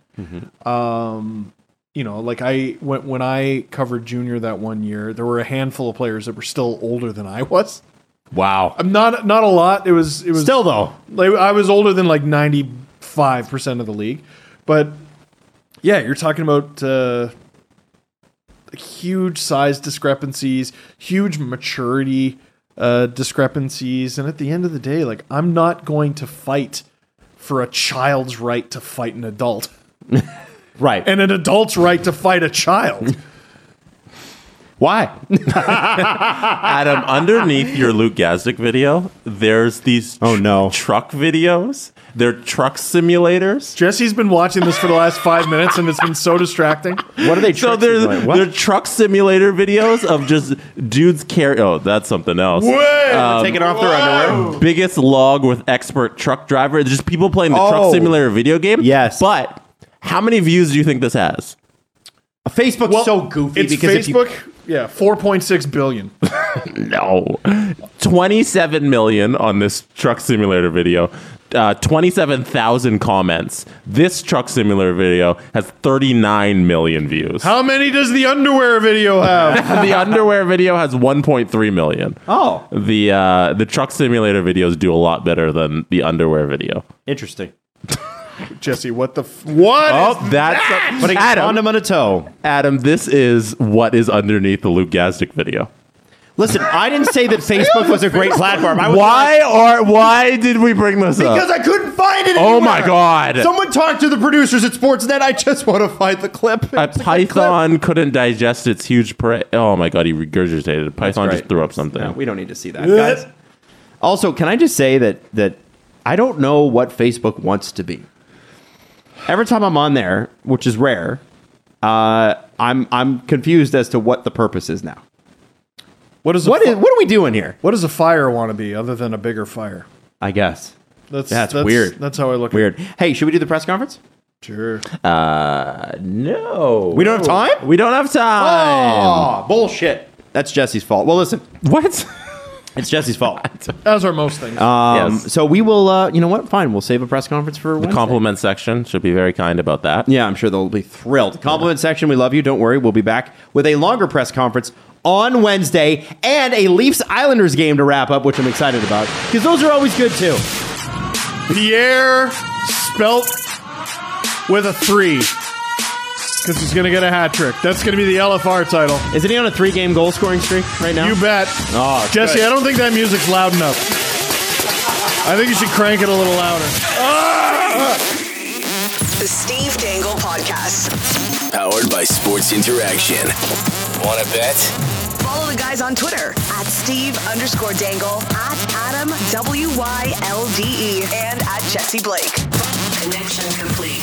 D: Um, you know, like I when when I covered junior that one year, there were a handful of players that were still older than I was.
C: Wow.
D: I'm not not a lot. It was it was
C: Still though.
D: like I was older than like 95 percent of the league, but yeah, you're talking about uh, huge size discrepancies, huge maturity uh, discrepancies, and at the end of the day, like I'm not going to fight for a child's right to fight an adult <laughs>
C: Right.
D: and an adult's right to fight
C: <laughs>
D: a child.
C: why?
E: Adam, underneath your Luke Gazdick video, there's these
C: Oh, no.
E: truck videos. They're truck simulators.
D: Jesse's been watching this for the last five minutes, and it's been so distracting.
C: What are they
E: So
C: tricks you're
E: there's
C: doing? What?
E: they're truck simulator videos of just dudes carry. Oh, that's something else. Um,
C: taking off their underwear.
E: Biggest log with expert truck driver. It's just people playing the
C: Oh.
E: truck simulator video game.
C: Yes.
E: but how many views do you think this has?
C: Facebook's so goofy
D: It's
C: because if you-
D: Facebook. yeah, four point six billion.
E: Oh, No, twenty-seven million on this truck simulator video. uh, 27,000 comments. This truck simulator video has 39 million views.
D: How many does the underwear video have?
E: the underwear video has 1.3 million.
C: Oh,
E: The uh, the truck simulator videos do a lot better than the underwear video.
C: interesting.
D: <laughs> Jesse, what the f- what?
E: Oh,
D: is-
E: that's
C: Putting
E: Adam.
C: condom on a toe.
E: Adam. This is what is underneath the Luke Gazdick video.
C: Listen, I didn't say
E: <laughs>
C: that Facebook was a great platform. I was
E: Why or why did we bring this
D: because I
E: up?
D: couldn't find it.
E: Uh, Oh
D: Anywhere.
E: my God.
D: Someone talk to the producers at Sportsnet. I just want to find the clip.
E: A
D: It's good clip.
E: Uh, python couldn't digest its huge prey. Oh my god, he regurgitated. A python
C: right.
E: just threw up something.
C: No, we don't need to see that, guys. Also, can I just say that that I don't know what Facebook wants to be. Every time I'm on there, which is rare, uh, I'm I'm confused as to what the purpose is now.
D: What is a
C: What
D: fi-
C: is what are we doing here?
D: what does a fire want to be other than a bigger fire?
C: I guess
D: That's
C: That's weird.
D: That's how I look.
C: weird. Hey, should we do the press conference?
D: At it. Sure.
E: Uh, no.
C: We don't have time.
E: We don't have time.
C: Oh, bullshit. That's Jesse's fault. Well, listen,
E: What?
C: it's Jesse's fault.
D: As are most things.
C: Um,
E: Yes.
C: So we will. Uh, you know what? Fine. We'll save a press conference for
E: The
C: Wednesday.
E: compliment section should be very kind about that.
C: Yeah, I'm sure they'll be thrilled. Compliment section, we love you. Don't worry, we'll be back with a longer press conference on Wednesday and a Leafs Islanders game to wrap up, which I'm excited about because those are always good too.
D: Pierre spelt with a three. Because he's going to get a hat trick. That's going to be the LFR title.
C: Isn't he on a three-game goal scoring streak right now?
D: You bet.
C: Oh, it's
D: Jesse,
C: good.
D: I don't think that music's loud enough. I think you should crank it a little louder.
B: The Steve Dangle Podcast.
A: Powered by Sports Interaction. Want to bet?
B: Follow the guys on Twitter at Steve underscore Dangle, at Adam W Y L D E, and at Jesse Blake. Connection complete.